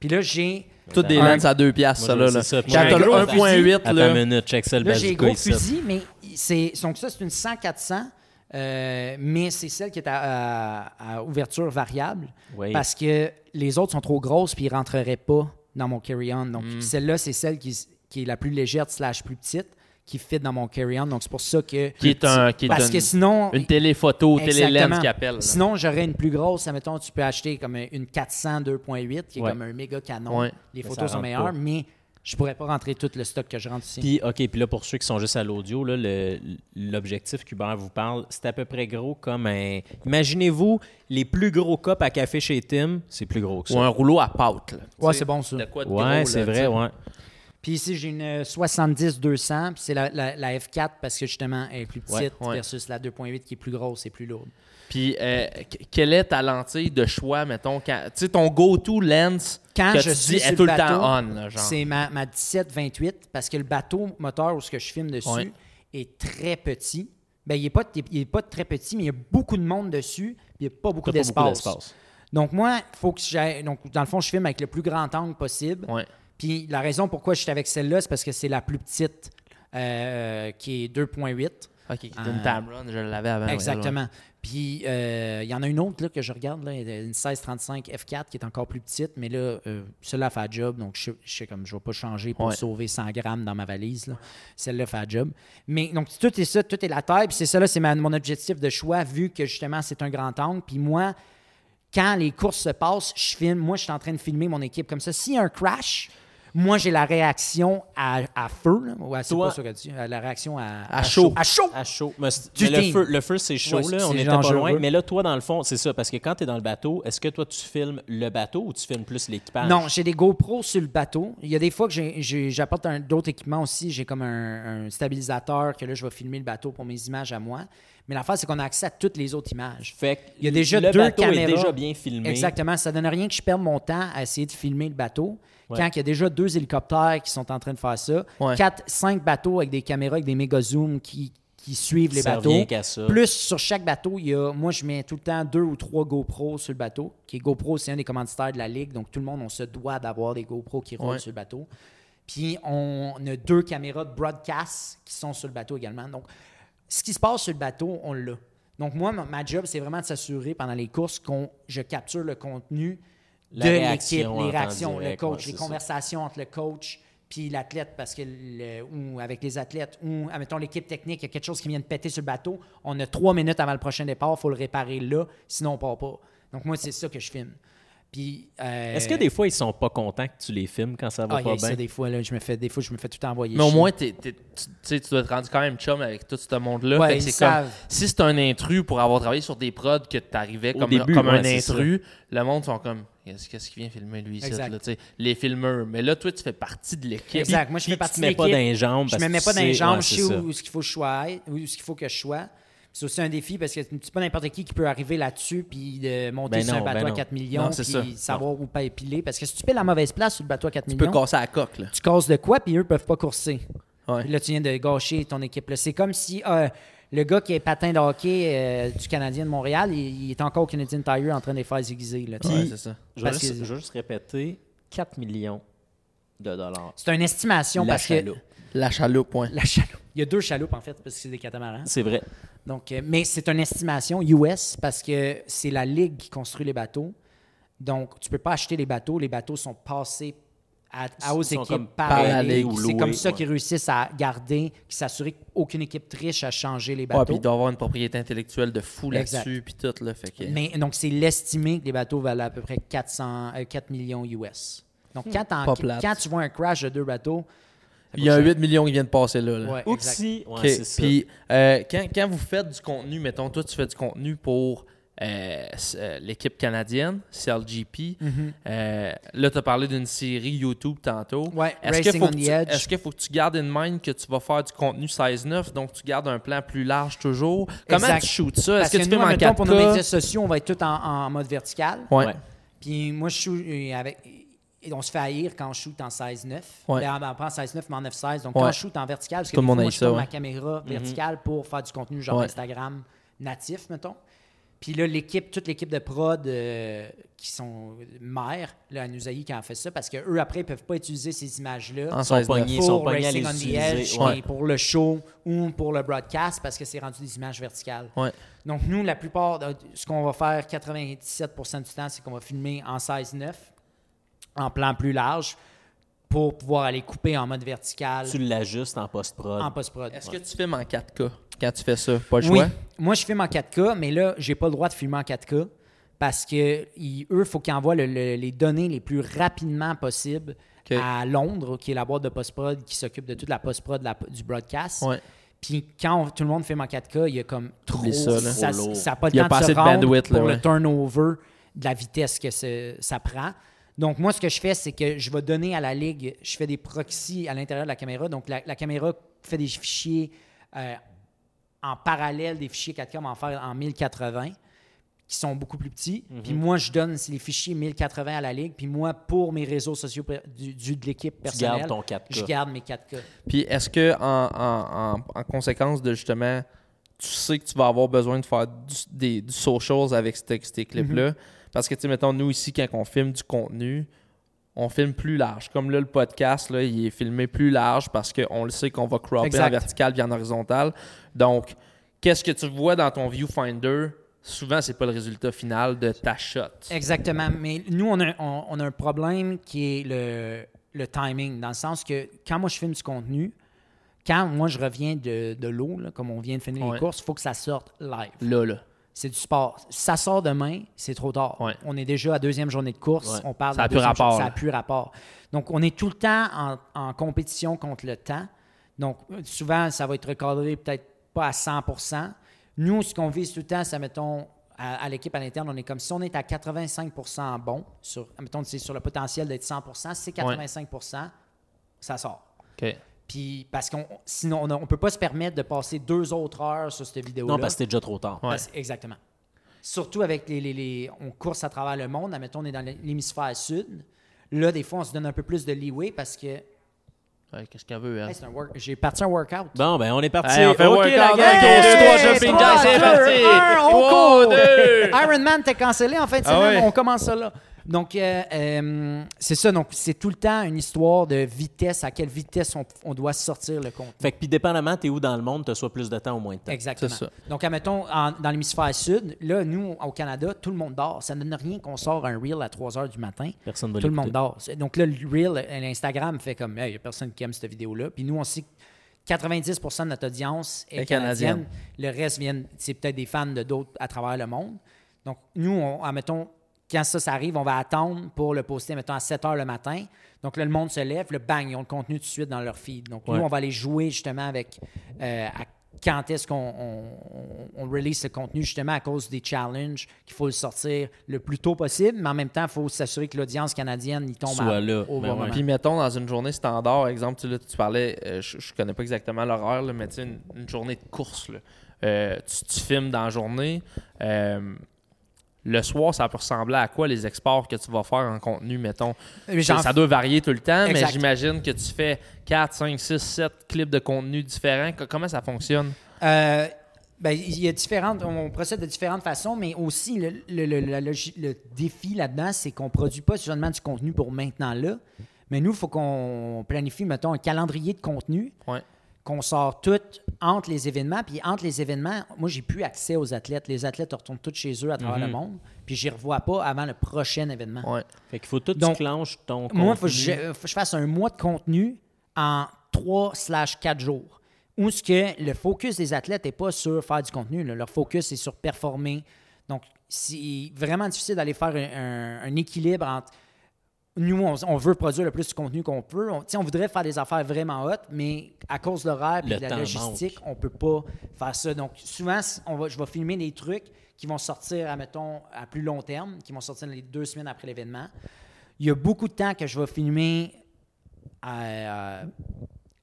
B: Puis là, j'ai.
D: Toutes des
B: Un-
D: lenses à deux piastres, ça,
C: Moi,
D: là.
C: je-
D: là.
C: c'est ça.
D: Quand
C: Moi,
D: t'as
C: j'ai
D: le
C: gros
D: 1.8,
C: Attends
D: là...
C: une minute, check ça le
B: Là, j'ai
C: bazooka
B: gros
C: ici.
B: fusil, mais c'est. Donc, ça, c'est une 100-400, euh, mais c'est celle qui est à, à- à ouverture variable.
C: Oui.
B: Parce que les autres sont trop grosses puis ils rentreraient pas dans mon carry-on. Donc,
D: Mm.
B: celle-là, c'est celle qui, s- qui est la plus légère, slash plus petite, qui fit dans mon carry-on. Donc, c'est pour ça que.
D: Qui est un- qui est
B: Parce
D: une-
B: que sinon.
D: Une téléphoto, télélens
B: Exactement.
D: qui appelle. là.
B: Sinon, j'aurais une plus grosse. Admettons, tu peux acheter comme une 400 2.8, qui est
C: Ouais.
B: comme un méga canon.
D: Ouais.
B: Les
C: Mais ça
B: photos sont
C: rentre
B: meilleures,
C: pas.
B: mais je pourrais pas rentrer tout le stock que je rentre ici.
C: Puis, OK, puis là, pour ceux qui sont juste à l'audio, là, le- l'objectif qu'Hubert vous parle, c'est à peu près gros comme un. Imaginez-vous les plus gros cups à café chez Tim, c'est plus gros que ça.
D: Ou un rouleau à pâte, là.
B: ouais,
D: Tu sais,
B: c'est bon ça.
D: de quoi de gros,
C: Ouais,
D: là,
C: c'est
D: tu
C: vrai,
D: sais.
C: ouais.
B: Puis ici, j'ai une euh, 70-200, puis c'est la, la- la F4 parce que justement, elle est plus petite
D: Ouais, ouais.
B: versus la 2.8 qui est plus grosse et plus lourde.
D: Puis, euh, qu- quelle est ta lentille de choix, mettons, quand... Tu sais, ton go-to lens
B: Quand
D: que
B: je
D: tu
B: suis
D: dis
B: sur
D: est
B: le
D: tout le
B: bateau,
D: temps on, là, genre.
B: C'est ma, ma 17-28 parce que le bateau moteur où ce que je filme dessus
D: Ouais.
B: est très petit. Ben, il n'est pas, il est pas très petit, mais il y a beaucoup de monde dessus, puis il n'y a pas beaucoup
C: T'as pas beaucoup
B: d'espace.
C: d'espace.
B: Donc, moi, faut que j'aille. Donc, dans le fond, je filme avec le plus grand angle possible.
A: Ouais.
B: Puis la raison pourquoi je suis avec celle-là, c'est parce que c'est la plus petite, euh, qui est 2.8.
D: Ok, c'est
B: Euh,
D: une Tamron, je l'avais avant. ouais,
B: Exactement. Puis euh, il y en a une autre là, que je regarde, là, une 1635 F4 qui est encore plus petite, mais là, euh, celle-là fait la job, donc je, je sais comme je ne vais pas changer pour
D: Ouais.
B: sauver 100 grammes dans ma valise. là. Celle-là fait la job. Mais donc tout est ça, tout est la taille, puis c'est ça, là, c'est ma- mon objectif de choix vu que justement c'est un grand angle. Puis moi, quand les courses se passent, je filme, moi je suis en train de filmer mon équipe comme ça. S'il y a un crash, moi j'ai la réaction à, à feu, là, ou à, c'est
C: Toi-
B: pas ça que tu dis, à la réaction à,
D: À chaud.
B: À chaud!
C: À chaud. Mais c'est-
B: Du
C: mais le
B: team.
C: feu, le feu, c'est chaud,
B: Ouais, c'est
C: là. On était pas
B: dangereux.
C: loin. Mais là, toi, dans le fond, c'est ça. Parce que quand tu es dans le bateau, est-ce que toi, tu filmes le bateau ou tu filmes plus l'équipage?
B: Non, j'ai des GoPros sur le bateau. Il y a des fois que j'ai- j'ai- j'apporte un- d'autres équipements aussi. J'ai comme un, un stabilisateur que là, je vais filmer le bateau pour mes images à moi. Mais l'affaire, c'est qu'on a accès à toutes les autres images.
C: Fait que
B: Il y a déjà
C: le
B: deux
C: bateau
B: caméras.
C: est déjà bien filmé.
B: Exactement. Ça donne rien que je perde mon temps à essayer de filmer le bateau. Quand il y a déjà deux hélicoptères qui sont en train de faire ça,
D: Ouais.
B: quatre, cinq bateaux avec des caméras, avec des méga zooms qui, qui suivent les
C: Ça
B: bateaux.
C: revient qu'à ça.
B: Plus sur chaque bateau, il y a, moi je mets tout le temps deux ou trois GoPros sur le bateau. Qui est GoPro, c'est un des commanditaires de la ligue, donc tout le monde on se doit d'avoir des GoPros qui roulent
D: Ouais.
B: sur le bateau. Puis on a deux caméras de broadcast qui sont sur le bateau également. Donc ce qui se passe sur le bateau, on l'a. Donc moi, ma- ma job, c'est vraiment de s'assurer pendant les courses qu'on je capture le contenu
C: La
B: de
C: réaction
B: l'équipe,
C: en
B: les
C: temps
B: réactions, le
C: direct, ouais,
B: coach,
C: c'est
B: les
C: ça.
B: conversations entre le coach puis l'athlète, parce que le- ou avec les athlètes, ou admettons l'équipe technique, il y a quelque chose qui vient de péter sur le bateau, on a trois minutes avant le prochain départ, il faut le réparer là, sinon on part pas. Donc moi, c'est ça que je filme. Puis, euh,
C: Est-ce que des fois, ils sont pas contents que tu les filmes quand ça va
B: ah, il y
C: pas
B: a ça
C: bien?
B: des fois, là, je me fais, des fois, je me fais tout envoyer.
A: Mais au
B: chier.
A: moins, t'es- t'es- tu tu sais, tu dois te rendre quand même chum avec tout ce monde-là.
B: Ouais,
A: Fait que
B: ils
A: c'est comme-
B: savent.
A: si c'est un intrus pour avoir travaillé sur des prods que t'arrivais
C: Au
A: comme,
C: début,
A: comme un
C: ouais, c'est
A: intrus, le monde sont comme qu'est-ce qu'est-ce qu'il vient filmer lui ici,
B: Exact.
A: là, tu sais, les filmeurs. Mais là, toi, tu fais partie de l'équipe.
B: Exact. Moi, je
C: Puis
B: fais
C: tu
B: partie
C: te
B: de
C: mets pas
B: l'équipe.
C: dans les jambes
B: Je
C: parce
B: me
C: que
B: mets pas
C: tu
B: dans les
C: sais-
B: jambes.
C: ouais,
B: je
C: c'est
B: sais
C: ça.
B: où, où ce qu'il faut que je sois, où ce qu'il faut que je sois. C'est aussi un défi parce que c'est pas n'importe qui qui peut arriver là-dessus puis de monter
C: Ben
B: sur un
C: non, ben
B: bateau à
C: non.
B: 4 millions
A: Non,
B: puis
A: c'est ça.
B: savoir où pas épiler. Parce que si tu piles la mauvaise place sur le bateau à 4
D: Tu peux
B: millions,
D: casser la coque, là.
B: tu causes de quoi puis eux peuvent pas courser.
D: Ouais.
B: Là, tu viens de gâcher ton équipe. là. C'est comme si euh, le gars qui est patin de hockey euh, du Canadien de Montréal, il, il est encore au Canadian Tire en train de les faire ziguiser. là, tu sais.
D: Ouais, c'est ça.
C: Je veux
B: Parce
C: juste,
B: que-
C: je veux juste répéter 4 millions de dollars.
B: C'est une estimation
C: La
B: parce
C: chaloupe.
B: que
D: La chaloupe, point.
B: la chaloupe. Il y a deux chaloupes en fait parce que c'est des catamarans.
C: C'est vrai.
B: Donc, euh, mais c'est une estimation US parce que c'est la Ligue qui construit les bateaux. Donc, tu ne peux pas acheter les bateaux. Les bateaux sont passés à, à aux
C: Ils sont
B: équipes
C: comme
B: par,
D: par
B: la
D: la
B: Ligue.
C: Ligue ou
B: C'est
C: loués,
B: comme ça
C: ouais.
B: qu'ils réussissent à garder, qu'ils s'assurent qu'aucune équipe triche à changer les
D: Ouais,
B: bateaux.
D: puis il doit avoir une propriété intellectuelle de fou
B: Exact.
D: là-dessus, puis tout, là. Fait que...
B: Mais donc, c'est l'estimé que les bateaux valent à peu près 400, euh, 4 millions US. Donc, quand, t'en-
D: Pas plate.
B: quand tu vois un crash de deux bateaux,
D: Il y a un 8 millions qui viennent de passer là. là.
B: ouais,
C: Ou que
B: exact.
C: si. Ouais,
D: OK,
C: c'est ça.
D: Puis euh, quand, quand vous faites du contenu, mettons, toi, tu fais du contenu pour euh, s- euh, l'équipe canadienne, CLGP.
B: Mhm.
D: euh, là, tu as parlé d'une série YouTube tantôt.
B: Ouais,
D: Est-ce qu'il
B: Racing
D: faut,
B: on
D: que
B: the
D: tu-
B: Edge.
D: est-ce qu'il faut que tu gardes in mind que tu vas faire du contenu 16-9, donc tu gardes un plan plus large toujours? Comment
B: Exact.
D: tu shootes ça?
B: Parce
D: Est-ce que,
B: que,
D: tu
B: nous,
D: filmes en
B: admettons,
D: 4K?
B: pour nos médias sociaux, on va être tout en, en mode vertical.
D: Ouais.
C: Ouais.
B: Puis moi, je shoot euh, avec. et on se fait haïr quand je shoot en 16-9.
D: Ouais.
B: Ben, ben, pas en 16-9, mais en 9-16. Donc,
D: Ouais.
B: quand je shoot en vertical, parce que
D: Tout le
B: des
D: monde
B: fois,
D: haït
B: moi, je
D: ça,
B: prends
D: ouais. Mm-hmm.
B: ma caméra verticale pour faire du contenu genre
D: Ouais.
B: Instagram natif, mettons. Puis là, l'équipe, toute l'équipe de prod euh, qui sont mères, là, à nous haït quand on fait ça, parce qu'eux, après, ils peuvent pas utiliser ces images-là
D: En
C: Ils sont
D: 16-9.
C: pognés, ils sont
B: pour
C: pognés à
B: Racing
C: les
B: on the
C: utiliser.
B: Edge
C: Ouais.
B: et pour le show ou pour le broadcast parce que c'est rendu des images verticales.
D: Ouais.
B: Donc, nous, la plupart, de- ce qu'on va faire 97 du temps, c'est qu'on va filmer en 16-9, en plan plus large, pour pouvoir aller couper en mode vertical,
C: Tu l'ajustes en post-prod.
B: en post-prod.
D: Est-ce que tu filmes en 4K quand tu fais ça? Pas le
B: Oui.
D: choix?
B: Moi, je filme en 4K, mais là, j'ai pas le droit de filmer en 4K parce que ils- eux, il faut qu'ils envoient le- le- les données les plus rapidement possible
D: OK.
B: à Londres, qui est la boîte de post-prod qui s'occupe de toute la post-prod de la- du broadcast.
D: Ouais.
B: Puis quand on- tout le monde filme en 4K, il y a comme trop
D: Oublie ça, là.
B: ça
C: Trop lourd.
B: ça a pas le
D: Il y a
B: temps
D: pas
B: de se
D: assez de
B: rendre
D: bandwidth, là,
B: pour le
D: ouais.
B: turnover de la vitesse que ce- ça prend. Donc moi, ce que je fais, c'est que je vais donner à la ligue, je fais des proxys à l'intérieur de la caméra. Donc la, la caméra fait des fichiers euh, en parallèle des fichiers 4K, mais en faire en 1080 qui sont beaucoup plus petits.
D: Mhm.
B: Puis moi, je donne les fichiers 1080 à la ligue. Puis moi, pour mes réseaux sociaux per- du, du- de l'équipe
C: Tu gardes
B: personnelle,
C: ton 4K.
B: je garde mes 4K.
D: Puis est-ce que en, en- en- en conséquence de justement, tu sais que tu vas avoir besoin de faire du, des, du socials avec ces, ces clips-là, Parce que, tu sais, mettons, nous ici, quand on filme du contenu, on filme plus large. Comme là, le podcast, là, il est filmé plus large parce qu'on le sait qu'on va cropper
B: Exact.
D: en vertical puis en horizontal. Donc, qu'est-ce que tu vois dans ton viewfinder? Souvent, c'est pas le résultat final de ta shot.
B: Exactement. Mais nous, on a, on, on a un problème qui est le, le timing, dans le sens que quand moi je filme du contenu, quand moi je reviens de, de l'eau, là, comme on vient de finir
D: Ouais.
B: les courses, il faut que ça sorte live.
D: Là, là.
B: C'est du sport. Si ça sort demain, c'est trop tard.
D: Ouais.
B: On est déjà à deuxième journée de course.
C: Ouais.
B: On parle
D: Ça
B: de
D: a plus
B: deuxième
D: rapport,
B: jour- Ça
D: là.
B: n'a plus rapport. Donc, on est tout le temps en, en compétition contre le temps. Donc, euh, souvent, ça va être recadré peut-être pas à 100 Nous, ce qu'on vise tout le temps, c'est, mettons, à, à l'équipe à l'interne, on est comme si on est à 85 en bon. Sur, mettons, c'est sur le potentiel d'être 100 Si c'est 85 ça sort.
D: OK.
B: Puis, parce qu'on sinon, on ne peut pas se permettre de passer deux autres heures sur cette vidéo-là.
C: Non, parce que c'était déjà trop tard.
D: Ouais.
B: Parce- exactement. Surtout avec les, les- les- On course à travers le monde. Admettons, on est dans l'hémisphère sud. Là, des fois, on se donne un peu plus de leeway parce que hey,
D: Ouais, qu'est-ce qu'elle veut, hein? elle?
B: c'est un work- j'ai parti un workout.
C: Bon, ben, on est parti.
D: Hey, on fait
C: Ok,
D: workout, hein,
C: la
D: ok,
C: gang.
D: deux, trois,
B: Hey,
D: jumping
B: trois,
D: jack, c'est
B: deux,
D: parti!
B: un, on
D: Trois,
B: court.
D: deux.
B: Iron Man t'es cancellé en fin de
D: Ah
B: semaine,
D: ouais.
B: on commence ça là. Donc, euh, euh, c'est ça. Donc, c'est tout le temps une histoire de vitesse, à quelle vitesse on, on doit sortir le compte.
C: Fait que, puis dépendamment, t'es où dans le monde, t'as soit plus de temps ou moins de temps.
B: Exactement.
D: C'est ça.
B: Donc, admettons, en- dans l'hémisphère sud, là, nous, au Canada, tout le monde dort. Ça ne donne rien qu'on sort un reel à 3 heures du matin.
C: Personne ne va
B: Tout le monde
C: l'écouter.
B: dort. C'est- Donc là, le reel, euh, l'Instagram fait comme, il n'y a personne qui aime cette vidéo-là. Puis nous, on sait que 90 de notre audience est
D: Est
B: canadienne.
D: canadienne.
B: Le reste viennent, c'est peut-être des fans de d'autres à travers le monde. Donc nous, on, admettons, quand ça, ça arrive, on va attendre pour le poster, mettons, à 7 heures le matin. Donc là, le monde se lève, le bang, ils ont le contenu tout de suite dans leur feed. Donc
C: Ouais.
B: nous, on va aller jouer justement avec euh, à quand est-ce qu'on on, on- on release le contenu, justement à cause des challenges, qu'il faut le sortir le plus tôt possible, mais en même temps, il faut s'assurer que l'audience canadienne y tombe
C: Soit
B: à-
C: là,
B: au bon
C: ben ouais.
B: moment.
D: Puis mettons dans une journée standard, exemple, tu, là, tu parlais, euh, je, je connais pas exactement l'horaire, là, mais tu sais, une, une journée de course, là. Euh, tu, tu filmes dans la journée. euh, le soir, ça peut ressembler à quoi les exports que tu vas faire en contenu, mettons?
B: Mais Eh j'en-
D: Ça doit varier tout le temps,
B: Exact.
D: mais j'imagine que tu fais 4, 5, 6, 7 clips de contenu différents. Co- Comment ça fonctionne?
B: Euh, ben, il y a différentes, on procède de différentes façons, mais aussi le, le- le- la logi- le défi là-dedans, c'est qu'on produit pas seulement du contenu pour maintenant là, mais nous, il faut qu'on planifie, mettons, un calendrier de contenu
D: Ouais.
B: qu'on sort tout entre les événements. Puis entre les événements, moi, j'ai plus accès aux athlètes. Les athlètes retournent tous chez eux à travers le monde, puis je les revois pas avant le prochain événement.
D: Ouais.
C: Fait qu'il faut tout
B: Donc,
C: clencher ton
B: Moi, il faut que
C: contenu.
B: je, faut que je fasse un mois de contenu en 3 slash 4 jours. Où ce que le focus des athlètes n'est pas sur faire du contenu. là. Leur focus est sur performer. Donc, c'est vraiment difficile d'aller faire un, un- un équilibre entre nous, on, on veut produire le plus de contenu qu'on peut. On, tu sais, on voudrait faire des affaires vraiment hot, mais à cause de l'horaire et
C: Le
B: de la
C: temps
B: logistique, on peut pas faire ça. Donc, souvent, si on va, je vais filmer des trucs qui vont sortir, admettons, à plus long terme, qui vont sortir les deux semaines après l'événement. Il y a beaucoup de temps que je vais filmer à, à-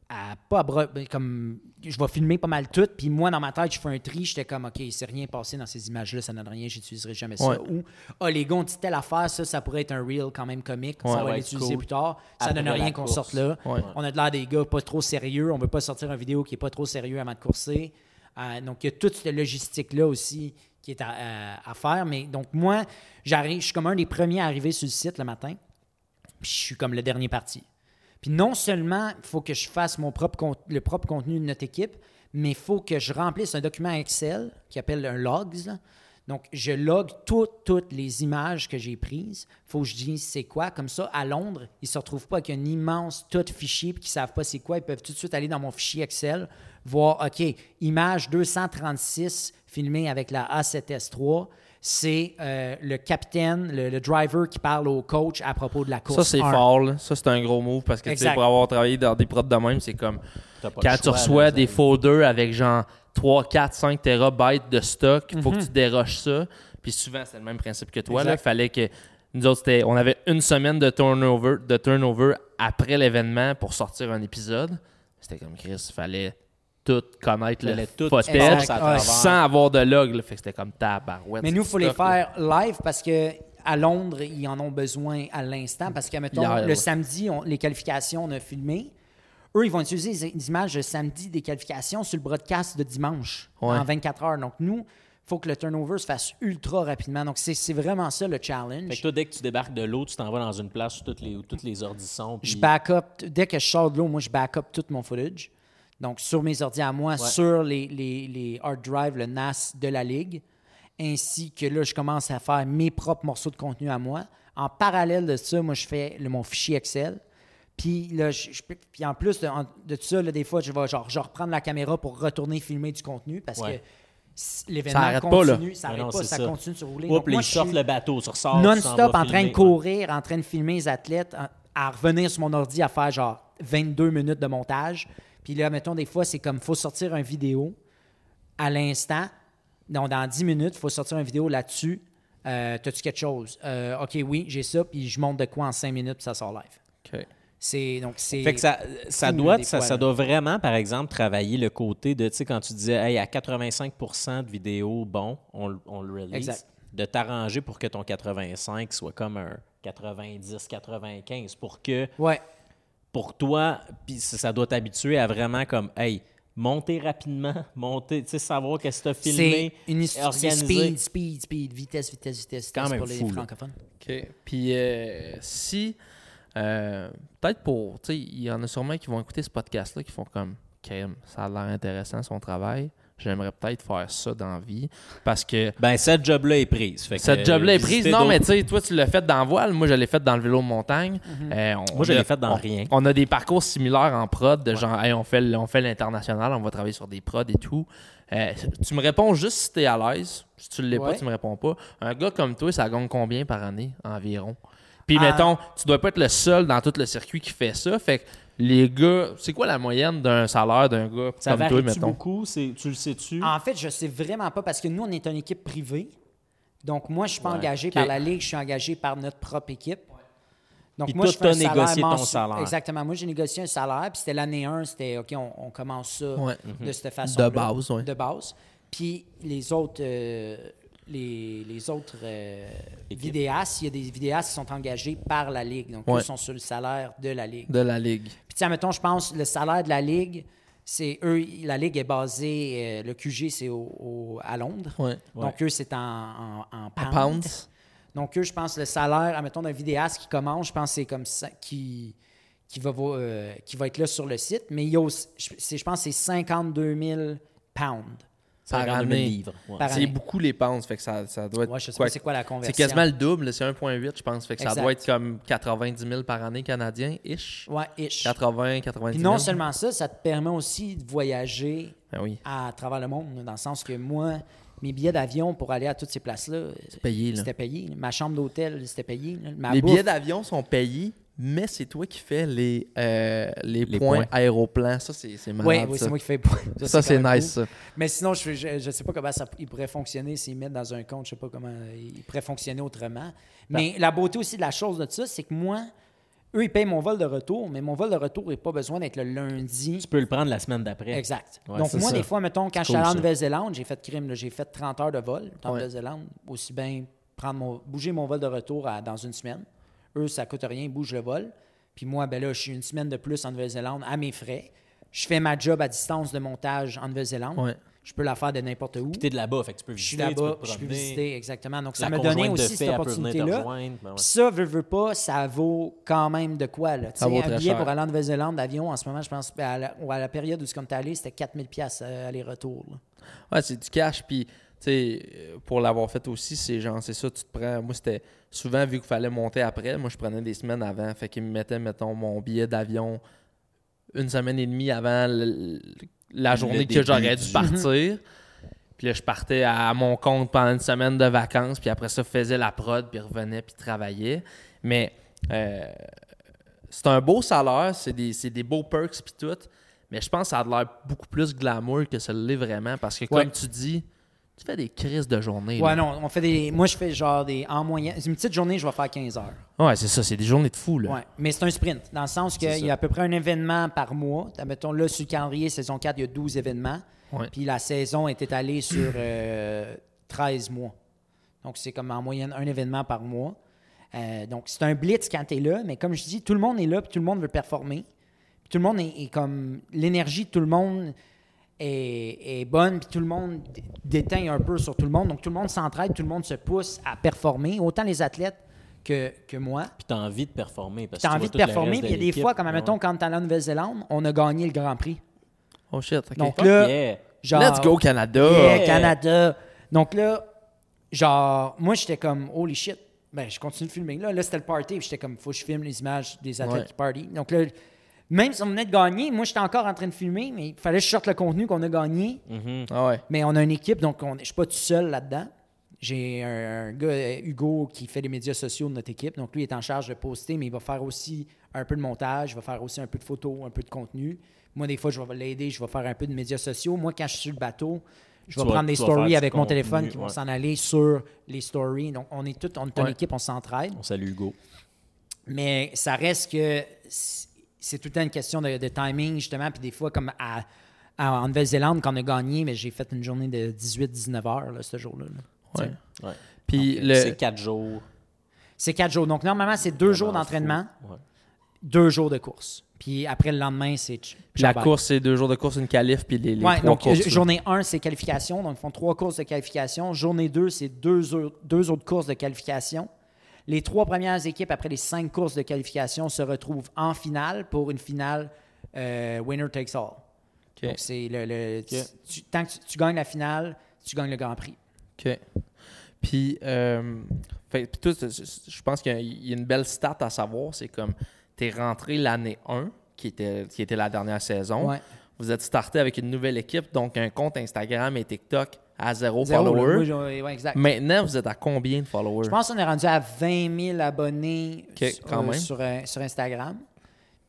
B: à pas abru- ben, comme je vais filmer pas mal tout puis moi dans ma tête je fais un tri j'étais comme ok il s'est rien passé dans ces images là ça donne rien j'utiliserai jamais ça
D: Ouais.
B: ou ah les gars on dit telle affaire ça ça pourrait être un reel quand même comique
D: Ouais,
B: ça va
C: ouais,
B: l'utiliser
C: cool.
B: plus tard ça
C: Après
B: donne
C: la
B: rien qu'on
C: course.
B: sorte là
D: Ouais.
B: on a de l'air des gars pas trop sérieux on veut pas sortir une vidéo qui est pas trop sérieux avant de courser Euh, donc il y a toute cette logistique là aussi qui est à, euh, à- à faire mais donc moi j'arrive je suis comme un des premiers à arriver sur le site le matin puis je suis comme le dernier parti. Puis non seulement il faut que je fasse mon propre con- le propre contenu de notre équipe, mais il faut que je remplisse un document Excel qui appelle un logs. là. Donc, je log toutes, toutes les images que j'ai prises. faut que je dise c'est quoi. Comme ça, à Londres, ils ne se retrouvent pas avec un immense tas de fichiers puis qu'ils ne savent pas c'est quoi. Ils peuvent tout de suite aller dans mon fichier Excel, voir, OK, image 236 filmée avec la A7S3. C'est euh, le capitaine, le, le driver qui parle au coach à propos de la course.
D: Ça, c'est
B: un.
D: fort. là. Ça, c'est un gros move parce que tu sais,
B: Exact.
D: pour avoir travaillé dans des prods de même, c'est comme
C: T'as pas le
D: quand tu
C: choix,
D: reçois
C: là,
D: des
C: c'est-
D: folders avec genre 3, 4, 5 terabytes de stock, il faut que tu déroches ça. Puis souvent, c'est le même principe que toi.
B: Mhm. Exact.
D: Là. fallait que nous autres, c'était- on avait une semaine de turnover, de turnover après l'événement pour sortir un épisode. C'était comme Chris, il fallait tout connaître le
C: Fallait tout
D: footage
B: passer à
D: euh,
B: travers.
D: sans avoir de log. là. Fait que c'était comme tabarouette.
B: Mais nous, il faut
D: c'est
B: les
D: stock, là.
B: faire live parce que à Londres, ils en ont besoin à l'instant parce que, mettons,
D: Hier,
B: le
D: ouais.
B: samedi, on- les qualifications, on a filmé. Eux, ils vont utiliser les- les images de samedi des qualifications sur le broadcast de dimanche
D: Ouais.
B: en 24 heures. Donc, nous, faut que le turnover se fasse ultra rapidement. Donc, c'est- c'est vraiment ça le challenge.
C: Fait que toi, dès que tu débarques de l'eau, tu t'en vas dans une place où toutes les, où toutes les ordissons.
B: Je back up, t- dès que je sors de l'eau, moi, je back up tout mon footage. Donc, sur mes ordi à moi, sur les, les, les hard drives, le NAS de la Ligue. Ainsi que là, je commence à faire mes propres morceaux de contenu à moi. En parallèle de ça, moi, je fais le- mon fichier Excel. Puis là, je, je peux- puis en plus de, en- de tout ça, là, des fois, je vais genre, je reprendre la caméra pour retourner filmer du contenu parce
C: Ouais.
B: que s- l'événement
D: arrête pas, là.
B: continue, ça
C: Ah
B: arrête
C: non,
B: pas,
C: c'est
B: ça,
C: ça.
B: continue de se rouler.
C: Oups,
B: Donc, moi,
C: ils
B: je
C: sortent
B: suis-
C: le bateau, tu ressors. tu t'en
B: non-stop
C: vas
B: en train de
C: filmer.
B: courir, en train de filmer les athlètes, en- à revenir sur mon ordi à faire genre 22 minutes de montage. Puis là, mettons, des fois, c'est comme faut sortir une vidéo à l'instant. Non, dans 10 minutes, il faut sortir une vidéo là-dessus. Euh, T'as-tu quelque chose? Euh, OK, oui, j'ai ça, puis je monte de quoi en 5 minutes, puis ça sort live.
D: OK.
B: C'est donc c'est.
C: Fait que ça, ça,
B: fou,
C: doit,
B: des
C: ça,
B: fois,
C: ça
B: là.
C: doit vraiment, par exemple, travailler le côté de, tu sais, quand tu disais, hey, à 85 de vidéos, bon, on, le- on le release.
B: Exact.
C: De t'arranger pour que ton 85 soit comme un 90-95 pour que,
B: Ouais.
C: pour toi, puis ça ça doit t'habituer à vraiment comme, hey, monter rapidement, <laughs> monter, tu sais, savoir qu'est-ce que tu as filmé,
B: C'est une histoire. c'est
C: organiser.
B: Speed, speed, speed, vitesse, vitesse, vitesse,
C: quand
B: vitesse
C: même
B: pour les
C: fou, là.
B: francophones.
D: OK. Puis euh, si. euh, Peut-être pour. Tu sais, il y en a sûrement qui vont écouter ce podcast-là, qui font comme. Kim, ça a l'air intéressant son travail. J'aimerais peut-être faire ça dans la vie. Parce que.
C: Ben, cette job-là est prise. Fait que, euh,
D: Cette job-là est
C: visiter
D: prise. Non,
C: d'autres- Mhm.
D: mais tu sais, toi, tu l'as fait dans le voile. Moi, je l'ai fait dans le vélo de montagne. Euh, on-
C: Moi, je l'ai
D: on-
C: fait dans
D: on-
C: rien.
D: On a des parcours similaires en prod, de genre, hey, on fait, le- on fait l'international, on va travailler sur des prods et tout. Euh, tu me réponds juste si t'es à l'aise. Si tu l'es pas,
B: Ouais.
D: tu me réponds pas. Un gars comme toi, ça gagne combien par année environ? Puis,
B: Ah.
D: mettons, tu dois pas être le seul dans tout le circuit qui fait ça. Fait que les gars, c'est quoi la moyenne d'un salaire d'un gars
C: Ça
D: comme
C: varie
D: toi, mettons?
C: beaucoup, C'est- tu le sais-tu?
B: En fait, je sais vraiment pas parce que nous, on est une équipe privée. Donc, moi, je suis pas engagé
D: OK.
B: par la Ligue, je suis engagé par notre propre équipe. Donc,
C: Puis
B: moi,
C: toi,
B: je fais un
C: t'as négocié ton
B: mensu-
C: salaire.
B: Exactement. Moi, j'ai négocié un salaire, puis c'était l'année 1, c'était OK, on, on commence ça
D: Ouais.
B: de cette façon-là.
D: De base, ouais.
B: De base. Puis les autres, euh, les, les autres euh, vidéastes, il y a des vidéastes qui sont engagés par la Ligue. Donc,
D: Ouais.
B: eux sont sur le salaire de la Ligue.
D: De la ligue.
B: Puis, tiens, mettons, je pense le salaire de la Ligue, c'est eux, la Ligue est basée, euh, le QG, c'est au- au- à Londres.
D: Ouais.
B: Donc, eux, c'est en, en, en pound.
D: Pounds.
B: Donc, eux, je pense le salaire, mettons, d'un vidéaste qui commence, je pense que c'est comme ça, qui, qui, va, vo- euh, qui va être là sur le site. Mais il y a aussi- je, c'est- je pense que c'est 52 000 pounds.
D: Par
C: 52 000
D: année.
C: livres. ouais.
B: Par
D: C'est
B: année.
D: beaucoup les pounds, fait que ça, ça doit être.
B: Ouais, je sais
D: quoi-
B: pas c'est quoi la conversion.
D: C'est quasiment le double, c'est 1,8, je pense. Fait que ça
B: Exact.
D: doit être comme 90 000 par année canadien, ish.
B: Ouais, ish.
D: 80, 90
B: Puis
D: 000.
B: non seulement ça, ça te permet aussi de voyager
D: Ben oui.
B: à travers le monde, dans le sens que moi, mes billets d'avion pour aller à toutes ces places-là,
D: payé, là.
B: c'était payé. Ma chambre d'hôtel, c'était payé. là. Ma
D: Les
B: bouffe,
D: billets d'avion sont payés, mais c'est toi qui fais les, euh, les,
C: Les
D: points,
C: points.
D: aéroplans. Ça, c'est c'est malade.
B: ouais, oui,
D: Ah, ça,
B: c'est moi qui fais.
D: Ça,
B: quand
D: c'est
B: même
D: nice,
B: cool.
D: ça.
B: Mais sinon, je, je, je sais pas comment ça il pourrait fonctionner s'ils mettent dans un compte, je sais pas comment euh, il pourrait fonctionner
D: Ben.
B: autrement. Mais la beauté aussi de la chose de ça, c'est que moi, eux, ils payent mon vol de retour, mais mon vol de retour n'est pas besoin d'être le lundi.
C: Tu peux le prendre la semaine d'après.
B: Exact.
C: Ouais,
B: Donc,
C: c'est
B: moi,
C: ça.
B: des fois, mettons, quand je suis
C: cool,
B: allé en
C: ça.
B: Nouvelle-Zélande, j'ai fait crime, là, j'ai fait 30 heures de vol en
D: Ouais.
B: Nouvelle-Zélande, aussi bien prendre mon, bouger mon vol de retour à- dans une semaine. Eux, ça coûte rien, ils bougent le vol. Puis moi, ben là, je suis une semaine de plus en Nouvelle-Zélande à mes frais. Je fais ma job à distance de montage en Nouvelle-Zélande.
D: Ouais.
B: Je peux la faire de n'importe où.
C: Puis t'es de là-bas, fait que tu peux
B: Je suis
C: visiter. tu
B: là-bas,
C: peux te
B: je peux
C: promener.
B: visiter, exactement. Donc, ça
C: La
B: me donnait
C: conjointe de
B: aussi
C: fait,
B: cette
C: elle peut venir te
B: opportunité-là.
C: rejoindre, ben ouais.
B: Puis Ça, veux, veux pas, ça vaut quand même de quoi. Là. Tu sais,
D: vaut
B: un
D: très
B: billet
D: cher.
B: pour aller en Nouvelle-Zélande d'avion, en ce moment, je pense, ben, à la, ou à la période où ce qu'on est allé, c'était 4000 pièces euh, aller-retour. là.
D: Ouais, c'est du cash. Puis, tu sais, euh, pour l'avoir fait aussi, c'est genre, c'est ça, tu te prends. Moi, c'était souvent, vu qu'il fallait monter après, moi, je prenais des semaines avant. Fait qu'ils me mettaient, mettons, mon billet d'avion une semaine et demie avant le- la journée que
C: début
D: j'aurais
C: du-
D: dû partir. Puis là, je partais à mon compte pendant une semaine de vacances. Puis après ça, faisais la prod, puis revenais, puis travaillais. Mais euh, c'est un beau salaire, c'est des, c'est des beaux perks puis tout, mais je pense que ça a l'air beaucoup plus glamour que ça l'est vraiment parce que
B: Ouais.
D: comme tu dis, tu fais des crises de journée.
B: Ouais,
D: là.
B: non, on fait des. Moi, je fais genre des. En moyenne, une petite journée, je vais faire 15 heures.
D: Ouais, c'est ça, c'est des journées de fou là.
B: Ouais, mais c'est un sprint, dans le sens qu'il y a à peu près un événement par mois. T'as, Mettons, là, sur le calendrier, saison 4, il y a 12 événements.
D: Ouais.
B: Puis la saison est étalée sur euh, 13 mois. Donc, c'est comme en moyenne un événement par mois. Euh, donc, c'est un blitz quand t'es là, mais comme je dis, tout le monde est là, puis tout le monde veut performer. Puis tout le monde est, est comme. L'énergie de tout le monde est, est bonne, puis tout le monde dé- déteint un peu sur tout le monde. Donc, tout le monde s'entraide, tout le monde se pousse à performer, autant les athlètes que, que moi.
C: Puis t'as envie de performer. Parce
B: Tu as
C: que tu
B: envie
C: vois
B: de
C: tout le
B: performer,
C: reste
B: puis il y a des
C: l'équipe.
B: fois, comme
C: Ouais,
B: admettons,
C: ouais.
B: quand on allait en Nouvelle-Zélande, on a gagné le Grand Prix.
D: Oh shit, ok.
B: Donc
C: Fuck
B: là,
C: yeah.
B: genre,
D: Let's go, Canada!
B: Yeah,
C: Yeah.
B: Canada. Donc là, genre, moi, j'étais comme, holy shit. Ben, je continue de filmer. Là, là c'était le party. puis J'étais comme, faut que je filme les images des athlètes
D: Ouais.
B: qui party. Donc là, même si on venait de gagner, moi, j'étais encore en train de filmer, mais il fallait que je sorte le contenu qu'on a gagné.
D: Ah ouais.
B: Mais on a une équipe, donc on- je ne suis pas tout seul là-dedans. J'ai un, un gars, euh, Hugo, qui fait les médias sociaux de notre équipe. Donc, lui est en charge de poster, mais il va faire aussi un peu de montage, il va faire aussi un peu de photos, un peu de contenu. Moi, des fois, je vais l'aider, je vais faire un peu de médias sociaux. Moi, quand je suis sur le bateau, je
C: Tu
B: vais
C: vas-
B: prendre des
C: tu vas faire
B: stories
C: du
B: avec mon
C: contenu,
B: téléphone qui vont
C: ouais.
B: s'en aller sur les stories. Donc, on est tous, on est une
D: Ouais.
B: équipe, on s'entraide.
C: On salue Hugo.
B: Mais ça reste que c- c'est tout le temps une question de, de timing, justement. Puis des fois, comme à, à- en Nouvelle-Zélande, quand on a gagné, mais j'ai fait une journée de 18-19 heures là, ce jour-là. là.
D: ouais.
C: Ouais.
D: Puis
C: C'est
D: le.
C: quatre jours.
B: C'est quatre jours. Donc, normalement, c'est deux jours
C: Vraiment
B: d'entraînement,
C: fou. Ouais.
B: deux jours de course. Puis après, le lendemain, c'est... ch-
D: La
B: ciao, bye.
D: course, c'est deux jours de course, une qualif, puis les, les
B: Ouais,
D: trois
B: donc
D: courses.
B: euh,
D: là.
B: journée 1, c'est qualification. Donc, ils font trois courses de qualification. Journée 2, c'est deux, au- deux autres courses de qualification. Les trois premières équipes, après les cinq courses de qualification, se retrouvent en finale pour une finale euh, winner takes all.
D: Ok.
B: Donc, c'est le, le- tu- tant que tu, tu gagnes la finale, tu gagnes le Grand Prix.
D: OK. Puis, euh, fait- puis toi, c'est- c'est- je pense qu'il y a- il y a une belle stat à savoir. C'est comme, t'es rentré l'année 1, qui était, qui était la dernière saison.
B: Ouais.
D: Vous êtes starté avec une nouvelle équipe, donc un compte Instagram et TikTok à zéro,
B: Zéro, là.
D: follower.
B: Moi, j'ai- ouais, exact.
D: Maintenant, vous êtes à combien de followers?
B: Je pense qu'on est rendu à 20 000 abonnés
D: Ok,
B: sur,
D: quand même.
B: sur, euh, sur Instagram.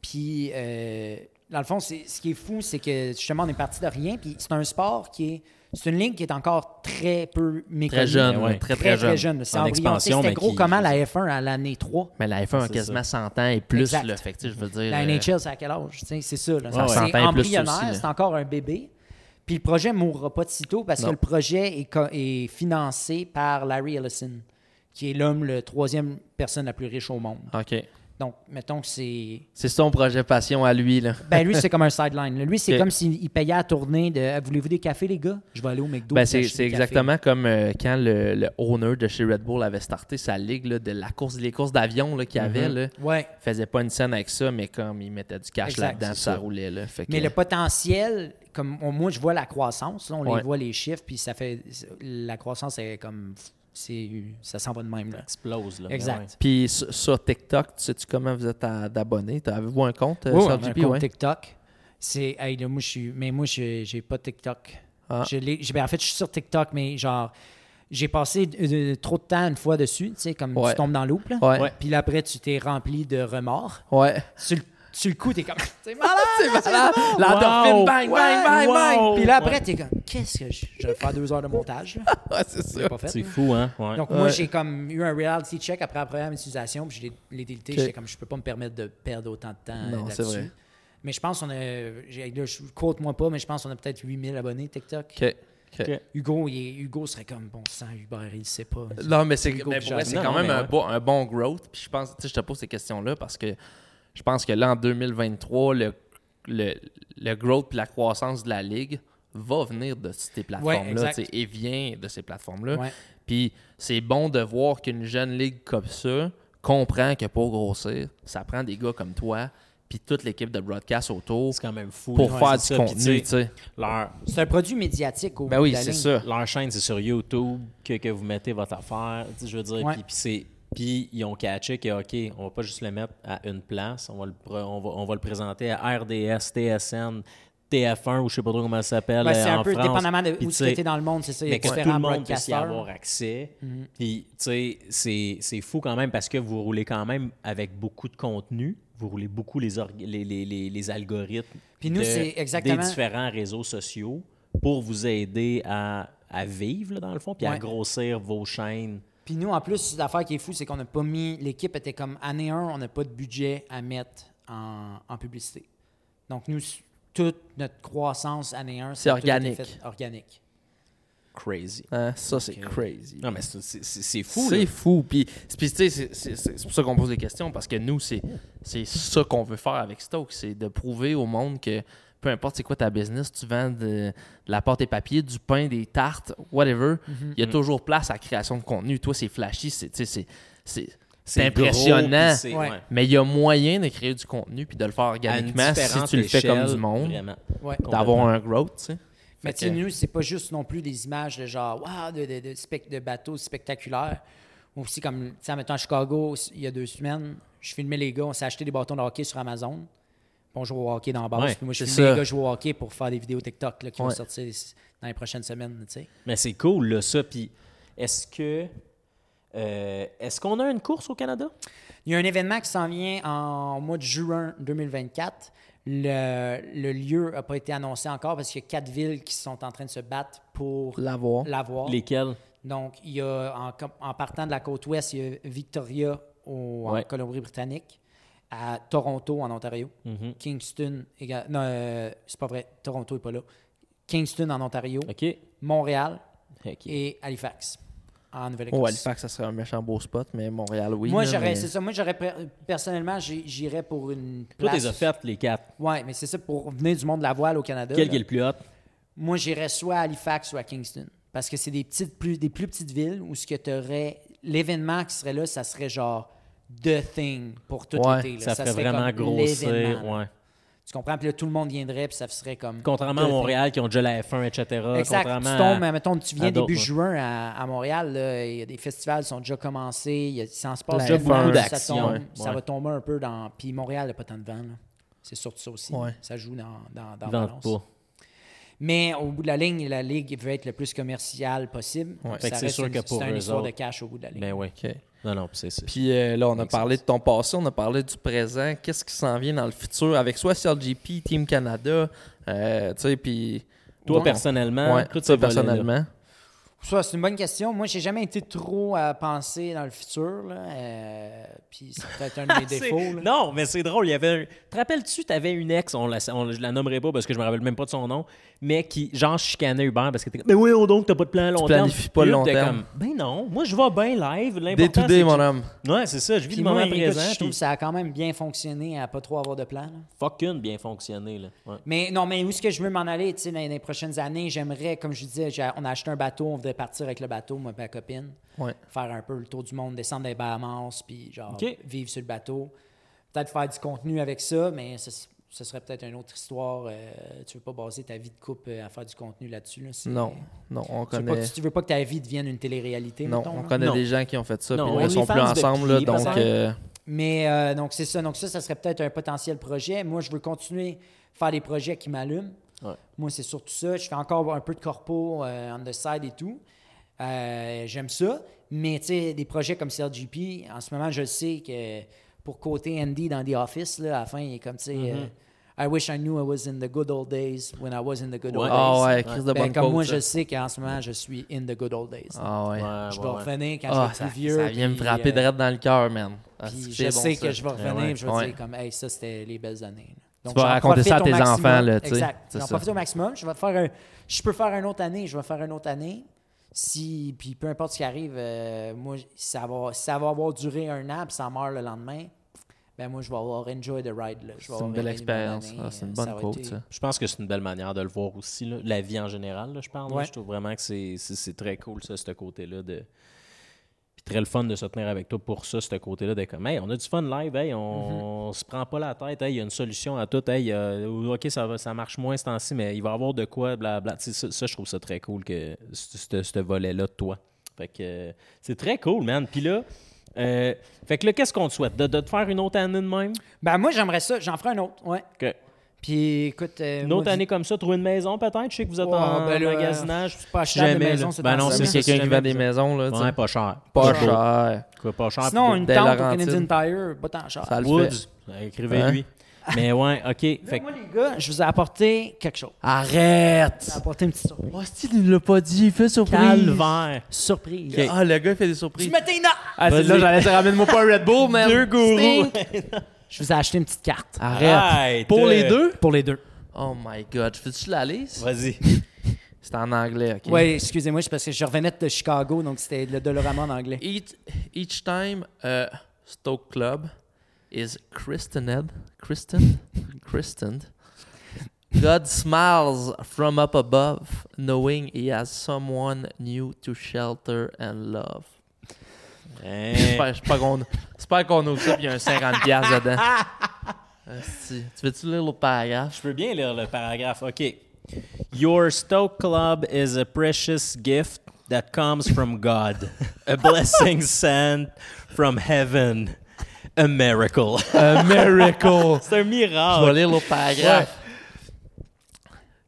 B: Puis, euh, dans le fond, c'est- ce qui est fou, c'est que justement, on est parti de rien. Puis, c'est un sport qui est. C'est une ligne qui est encore très peu méconnue.
D: Très jeune,
C: Mais ouais.
D: très, très, jeune.
B: C'est embryonnaire.
C: En expansion,
B: C'était
C: mais
B: gros
C: qui-
B: comment la F1 à l'année 3.
D: Mais la F1 a
C: C'est
D: quasiment 100 ans et plus,
B: Ah, Exact.
D: là. Fait que, tu sais, je veux dire...
B: La
D: euh,
B: NHL, c'est à quel âge? Tu sais, C'est ça. là.
D: Ouais, ouais.
B: c'est
D: 100 ans et plus aussi,
B: embryonnaire,
D: là.
B: c'est encore un bébé. Puis le projet ne mourra pas de sitôt parce
D: Non.
B: que le projet est, co- est financé par Larry Ellison, qui est l'homme, le troisième personne la plus riche au monde.
D: OK.
B: Donc, mettons que c'est.
D: C'est son projet passion à lui, là.
B: Ben, lui, c'est comme un sideline. là. Lui, c'est
D: Ok.
B: comme s'il payait à tourner de Ah, Voulez-vous des cafés, les gars Je vais aller au McDo.
D: Ben,
B: puis
D: c'est
B: acheter
D: c'est
B: des cafés.
D: exactement comme euh, quand le, le owner de chez Red Bull avait starté sa ligue là, de la course, les courses d'avion là, qu'il
B: Mhm.
D: avait. là.
B: Ouais.
D: Il faisait pas une scène avec ça, mais comme il mettait du cash
B: Exact,
D: là-dedans,
B: c'est
D: ça
B: ça.
D: roulait. Là. Fait que-
B: Mais le potentiel, comme on- moi, je vois la croissance. là, on
D: Ouais.
B: les voit les chiffres, puis ça fait. La croissance, est comme. c'est Ça s'en va de même. Là.
C: Explose. Là.
B: Exact.
C: Mais ouais.
D: Puis sur, sur TikTok, tu sais-tu comment vous êtes à- d'abonnés? T'as- Avez-vous un compte, euh,
B: Oui,
D: sur
B: on a un
D: GP,
B: compte
D: ouais?
B: TikTok. C'est, hey, là, moi, je suis, mais moi, je j'ai pas TikTok.
D: Ah.
B: Je l'ai- j'ai- ben, en fait, je suis sur TikTok, mais genre, j'ai passé euh, trop de temps une fois dessus, tu sais, comme
D: Ouais.
B: tu tombes dans l'oupe, là.
D: Ouais. Ouais.
B: Puis là, après, tu t'es rempli de remords.
D: Ouais.
B: Sur le, sur le coup, t'es comme, <laughs> t'es malade!
D: L'endorphine,
C: Wow!
D: bang, bang, bang, bang!
C: Wow!
B: Puis là, après, t'es comme, qu'est-ce que je. Je vais faire deux heures de
D: <laughs>
B: montage, là.
D: Ouais, Ah, c'est ça.
B: J'ai pas fait.
C: C'est fou, hein? Ouais.
B: Donc,
D: Euh,
B: moi, j'ai comme eu un reality check après la première utilisation, puis je l'ai- l'ai délité.
D: Ok.
B: J'étais comme, je peux pas me permettre de perdre autant de temps
D: Non,
B: euh,
D: c'est vrai.
B: là-dessus. Mais je pense qu'on a. j'ai- Là, je compte-moi pas, mais je pense qu'on a peut-être 8000 abonnés TikTok.
D: OK. OK.
C: Ok.
B: Hugo, il est- Hugo serait comme, bon sang, Hubert, il sait pas.
D: Non, mais c'est
B: Hugo
D: mais
B: puis
D: pour vrai, c'est
C: Jardin.
D: quand
C: Non,
D: même
C: mais
D: un,
C: ouais.
D: bon, un bon growth. Puis je pense, tu sais, je te pose ces questions-là parce que je pense que là, en 2023, le, le, le growth puis la croissance de la ligue va venir de ces plateformes-là
B: exact.
D: tu sais, et vient de ces plateformes-là.
B: Ouais.
D: Puis c'est bon de voir qu'une jeune ligue comme ça comprend que pour grossir, ça prend des gars comme toi puis toute l'équipe de broadcast autour
C: C'est quand même fou.
D: pour
C: là.
D: faire
C: C'est
D: du
C: ça. Puis,
D: contenu.
C: tu
D: tu
C: sais,
D: sais.
C: Leur,
B: C'est un produit médiatique au
D: Ben
B: bout
D: oui,
B: de la
D: c'est
B: ligne.
D: ça.
C: leur chaîne, c'est sur YouTube que, que vous mettez votre affaire. Tu sais, Je veux dire,
B: Ouais.
C: puis- puis c'est- puis ils ont catché que, OK, on va pas juste le mettre à une place, on va le, pre- on va, on va le présenter à RDS, TSN, TF1 ou je sais pas trop comment ça s'appelle.
B: Ben, c'est
C: euh,
B: un
C: en
B: peu
C: France.
B: dépendamment de
C: Puis,
B: où
C: tu
B: tu
C: sais,
B: étais dans le monde, c'est ça. Il y a
C: mais que tout
B: différents
C: le monde puisse y
B: broadcasters. Mm-hmm.
C: avoir accès. Puis, tu sais, c'est- c'est fou quand même parce que vous roulez quand même avec beaucoup de contenu. Vous roulez beaucoup les, org- les, les, les- les algorithmes
B: Puis nous,
C: de-
B: c'est exactement-
C: des différents réseaux sociaux pour vous aider à, à vivre, là, dans le fond, puis à
B: Ouais.
C: grossir vos chaînes.
B: Puis nous, en plus, l'affaire qui est fou, c'est qu'on n'a pas mis. L'équipe était comme année 1, on n'a pas de budget à mettre en, en publicité. Donc nous, toute notre croissance année 1,
D: C'est organique.
B: organique.
C: Crazy.
D: Hein, ça, c'est crazy.
C: euh, Non, mais c'est- c'est c'est- c'est fou. là.
D: C'est fou. Puis, puis, tu sais, c'est- c'est c'est pour ça qu'on pose des questions, parce que nous, c'est c'est ça qu'on veut faire avec Stoke, c'est de prouver au monde que peu importe c'est quoi ta business, tu vends de, de la pâte et papier, du pain, des tartes, whatever,
C: Mm-hmm.
D: il y a toujours place à la création de contenu. Toi, c'est flashy, c'est, tu sais, c'est, c'est, c'est
C: gros,
D: impressionnant.
C: puis c'est-
B: Ouais.
C: ouais.
D: mais il y a moyen de créer du contenu puis de le faire
C: À une
D: organiquement si
C: différente
D: tu le fais comme
C: échelle,
D: du monde,
C: Vraiment.
B: Ouais.
D: d'avoir un growth, tu sais.
B: Mais
D: Fait
B: tu sais,
D: que-
B: nous, c'est pas juste non plus des images de genre, waouh, de, de, de spec- de bateaux spectaculaires. Aussi, comme, tu sais, mettons à Chicago, s- il y a deux semaines, je filmais les gars, on s'est acheté des bâtons de hockey sur Amazon. Puis on joue au hockey dans la base.
C: Ouais,
B: puis moi, je
D: c'est
B: filme les
D: ça.
B: gars jouer au hockey pour faire des vidéos TikTok là, qui vont
D: Ouais.
B: sortir s- dans les prochaines semaines, tu sais.
C: Mais c'est cool, là, ça. Puis, est-ce que. euh, est-ce qu'on a une course au Canada?
B: Il y a un événement qui s'en vient en mois de juin 2024. Le, le lieu n'a pas été annoncé encore parce qu'il y a quatre villes qui sont en train de se battre pour
D: L'avoir.
B: l'avoir.
C: Lesquelles?
B: Donc, il y a, en, com- en partant de la côte ouest, il y a Victoria au, en
C: Ouais.
B: Colombie-Britannique, à Toronto en Ontario,
C: Mhm.
B: Kingston, éga- non, euh, c'est pas vrai, Toronto n'est pas là, Kingston en Ontario,
C: OK.
B: Montréal
C: OK.
B: et Halifax en Nouvelle-Écosse.
D: Oh, Halifax, ça serait un méchant beau spot, mais Montréal, oui.
B: Moi,
D: là,
B: j'aurais,
D: mais-
B: c'est ça, moi, j'aurais, pre- personnellement, j'ai- j'irais pour une
C: Toi,
B: place.
C: t'es offertes, les quatre.
B: Ouais, mais c'est ça, pour venir du monde de la voile au Canada.
C: Quel
B: là.
C: qui est le plus hot?
B: Moi, j'irais soit à Halifax ou à Kingston. Parce que c'est des, petites, plus, des plus petites villes où ce que tu aurais. L'événement qui serait là, ça serait genre The Thing pour tout
D: Ouais,
B: l'été. là.
C: Ça, fait
B: serait
C: vraiment
B: comme
C: grossir.
B: l'événement, là.
C: Ouais.
B: Tu comprends? Puis là, tout le monde viendrait, puis ça serait comme.
C: Contrairement à
B: The
C: Montréal qui ont déjà la F1, etc.
B: Thing. Exact. Tu
C: Contrairement
B: tombes,
C: à-
B: mettons, tu
C: à
B: viens
C: d'autres,
B: début
C: ouais.
B: juin à, à Montréal, là, il y a des festivals qui sont déjà commencés, il y a- il s'en se passe
D: La
B: déjà
D: F1,
B: beaucoup
C: d'action,
B: Ça, tombe,
C: ouais.
B: ça va tomber un peu dans. Puis Montréal n'a pas tant de vent, là. C'est surtout ça aussi.
D: Ouais.
B: Ça joue dans, dans, dans
C: Ils
B: Valence.
C: vendent pas.
B: Mais au bout de la ligne, la ligue veut être le plus commerciale possible.
D: Ouais.
C: Fait que
B: Ça
C: c'est
B: reste
C: sûr
B: une-
C: que pour
B: c'est une
C: eux
B: histoire de
C: autres-
B: cash au bout de la ligne.
C: Ben oui.
D: OK.
C: Non, non, c'est ça.
D: Puis euh, là, on a parlé de ton passé, on a parlé du présent. Qu'est-ce qui s'en vient dans le futur avec soit CLGP, Team Canada, euh, tu sais, puis.
C: Toi,
D: Ouais.
C: personnellement,
D: Ouais,
C: tout
D: toi,
C: ça
D: personnellement.
B: Ça, c'est une bonne question. Moi, j'ai jamais été trop à penser dans le futur. là. Euh, puis c'est peut-être un de mes
C: <laughs>
B: défauts. là.
C: Non, mais c'est drôle. Il y avait. un- Te rappelles-tu, t'avais une ex, on la, on- je la nommerai pas parce que je me rappelle même pas de son nom, mais qui, genre, chicanait Hubert parce que t'es comme, mais oui, oh donc, t'as pas de plan à long terme.
D: planifies pas
C: Puis là,
D: long
C: t'es
D: terme.
C: comme, ben non, moi, je vais bien live.
D: Day to
C: L'important,
D: day,
C: c'est
D: mon
C: que-
D: homme.
C: Ouais, c'est ça. Je vis
B: Puis
C: le
B: moi,
C: moment
B: écoute,
C: présent.
B: je trouve
C: puis
B: que ça a quand même bien fonctionné à pas trop avoir de plan. là.
C: fucking bien fonctionné, là. Ouais.
B: Mais non, mais où est-ce que je veux m'en aller tu sais, dans les- dans les prochaines années? J'aimerais, comme je disais, j'ai- on a acheté un bateau, on voudrait partir avec le bateau, moi et ma copine.
D: Ouais.
B: faire un peu le tour du monde, descendre des Bahamas, puis genre
C: OK.
B: vivre sur le bateau. Peut-être faire du contenu avec ça, mais ce, ce serait peut-être une autre histoire. euh, tu veux pas baser ta vie de couple euh, à faire du contenu là-dessus. là, c'est-
D: Non, non, on
B: Tu veux, pas,
D: connaît.
B: que- tu veux pas que ta vie devienne une télé-réalité,
D: Non,
B: mettons,
D: on
B: là.
D: connaît
C: Non.
D: des gens qui ont fait ça,
C: Non,
D: puis là, ils sont plus
C: OnlyFans de
D: ensemble, là,
C: pied,
D: donc.
C: peut-être.
D: euh,
B: Mais euh, donc, c'est ça. Donc, ça, ça serait peut-être un potentiel projet. Moi, je veux continuer à faire des projets qui m'allument.
C: Ouais.
B: Moi, c'est surtout ça. Je fais encore un peu de corpo euh, on the side et tout. Euh, J'aime ça. Mais, tu sais, des projets comme CLGP, en ce moment, je le sais que pour côté Andy dans The Office, là, à la fin, il est comme, tu sais,
D: Mm-hmm.
B: euh, I wish I knew I was in the good old days when I was in the good
C: Ouais.
B: old
D: Ah
B: days.
D: ouais, crise de
B: Ben,
D: bonne
B: comme
D: côte,
B: moi,
D: ça.
B: je sais qu'en ce moment, je suis in the good old days.
D: Ah ouais.
C: Ouais,
B: je
C: ouais,
B: vais
C: ouais.
B: revenir quand
D: Ah,
B: je
D: ça,
B: vais être plus vieux.
D: ça vient me
B: puis,
D: frapper
B: euh,
D: direct dans le cœur, man. Ah,
B: puis
D: c'est
B: je
D: bon,
B: sais
D: ça.
B: que je vais revenir,
C: ouais.
B: je vais
D: Ouais.
B: dire comme, hey, ça c'était les belles années. là. Donc,
D: vas
B: j'en
D: raconter ça à
B: profite au
D: tes
B: maximum.
D: enfants, là, tu sais.
B: Exact.
D: C'est
B: J'en
D: ça.
B: profite au maximum. Je vais faire un- je peux faire une autre année, je vais faire une autre année. Si, puis peu importe ce qui arrive, euh, moi, si ça, va, si ça va avoir duré un an, puis ça meurt le lendemain, ben moi, je vais avoir enjoy the ride. là. Je vais
D: C'est
B: avoir
D: une belle
B: aimé
D: expérience.
B: année.
D: Ah, c'est une
B: Euh,
D: bonne
B: ça va
D: quote,
B: être-
D: ça.
C: Je pense que c'est une belle manière de le voir aussi, là. la vie en général, là, je parle. là.
B: Ouais.
C: Je trouve vraiment que c'est- c'est c'est très cool, ça, ce côté-là. De... Puis très le fun de se tenir avec toi pour ça, ce côté-là, de comme, hey, on a du fun live, hey, on, on se prend pas la tête, hey, il y a une solution à tout, hey, euh, ok, ça, va, ça marche moins ce temps-ci, mais il va y avoir de quoi, blablabla. Tu sais, Ça, ça, je trouve ça très cool, que ce- ce ce volet-là de toi. Fait que euh, c'est très cool, man. Puis là, euh, fait que là, qu'est-ce qu'on te souhaite? De, de te faire une autre année de même?
B: Ben moi, j'aimerais ça. J'en ferai un autre, ouais.
C: Que-
B: Puis écoute... euh,
C: Une
B: moi,
C: autre
B: vi-
C: année comme ça, trouver une maison peut-être. Je sais que vous êtes
B: Ouais,
C: en
B: ben là,
C: magasinage.
B: c'est pas achetable,
C: Jamais,
B: les maisons,
C: là.
B: c'est
C: Ben
B: en
C: non,
B: ce
C: c'est
B: moment.
D: C'est quelqu'un qui vend des maisons, là, tu
C: Ouais,
D: sais.
C: pas cher.
D: Pas
B: Ouais.
D: cher.
C: Quoi, pas cher.
B: Sinon,
C: puis
B: une
D: Dès
B: tente au
D: Laurentides.
B: Canadian Tire, pas tant cher.
D: Ça le
C: Woods. Hein?
D: fait.
C: Écrivez-lui. Mais ouais, OK. <laughs> Fait que-
B: Moi, les gars, je vous ai apporté quelque chose.
D: Arrête!
B: J'ai apporté une petite surprise.
D: Oh, style, il l'a pas dit, il fait surprise.
C: calvaire.
B: Surprise.
D: Ah, le gars, il fait des surprises.
B: Je me t'ai- non!
D: Ah, c'est
C: Vas-y.
D: là, j'allais te ramener moi pas un Red Bull, man. Deux gourous.
B: Je vous ai acheté une petite carte.
D: Arrête.
C: Arrête.
D: Pour les deux?
B: Pour les deux.
D: Ah. Oh my god. Fais-tu la liste?
C: Vas-y.
D: C'est en anglais, ok?
B: Oui, excusez-moi, c'est parce que je revenais de Chicago, donc c'était le Dolorama en anglais.
D: Each, each time a Stoke Club is christened, christened, christened God smiles from up above, knowing he has someone new to shelter and love.
A: Eh.
C: Hein.
D: J'espère j'espère qu'on j'espère qu'on ouvre ça puis il y a un 50$
A: <laughs>
D: piastres dedans. Asti. Tu veux-tu lire l'autre paragraphe?
C: Je peux bien lire le paragraphe. OK. Your Stoke Club is a precious gift that comes from God, <laughs> a blessing sent from heaven, a miracle.
A: A miracle.
C: C'est un
B: Ah,
D: Je vais
C: miracle.
D: lire l'autre paragraphe.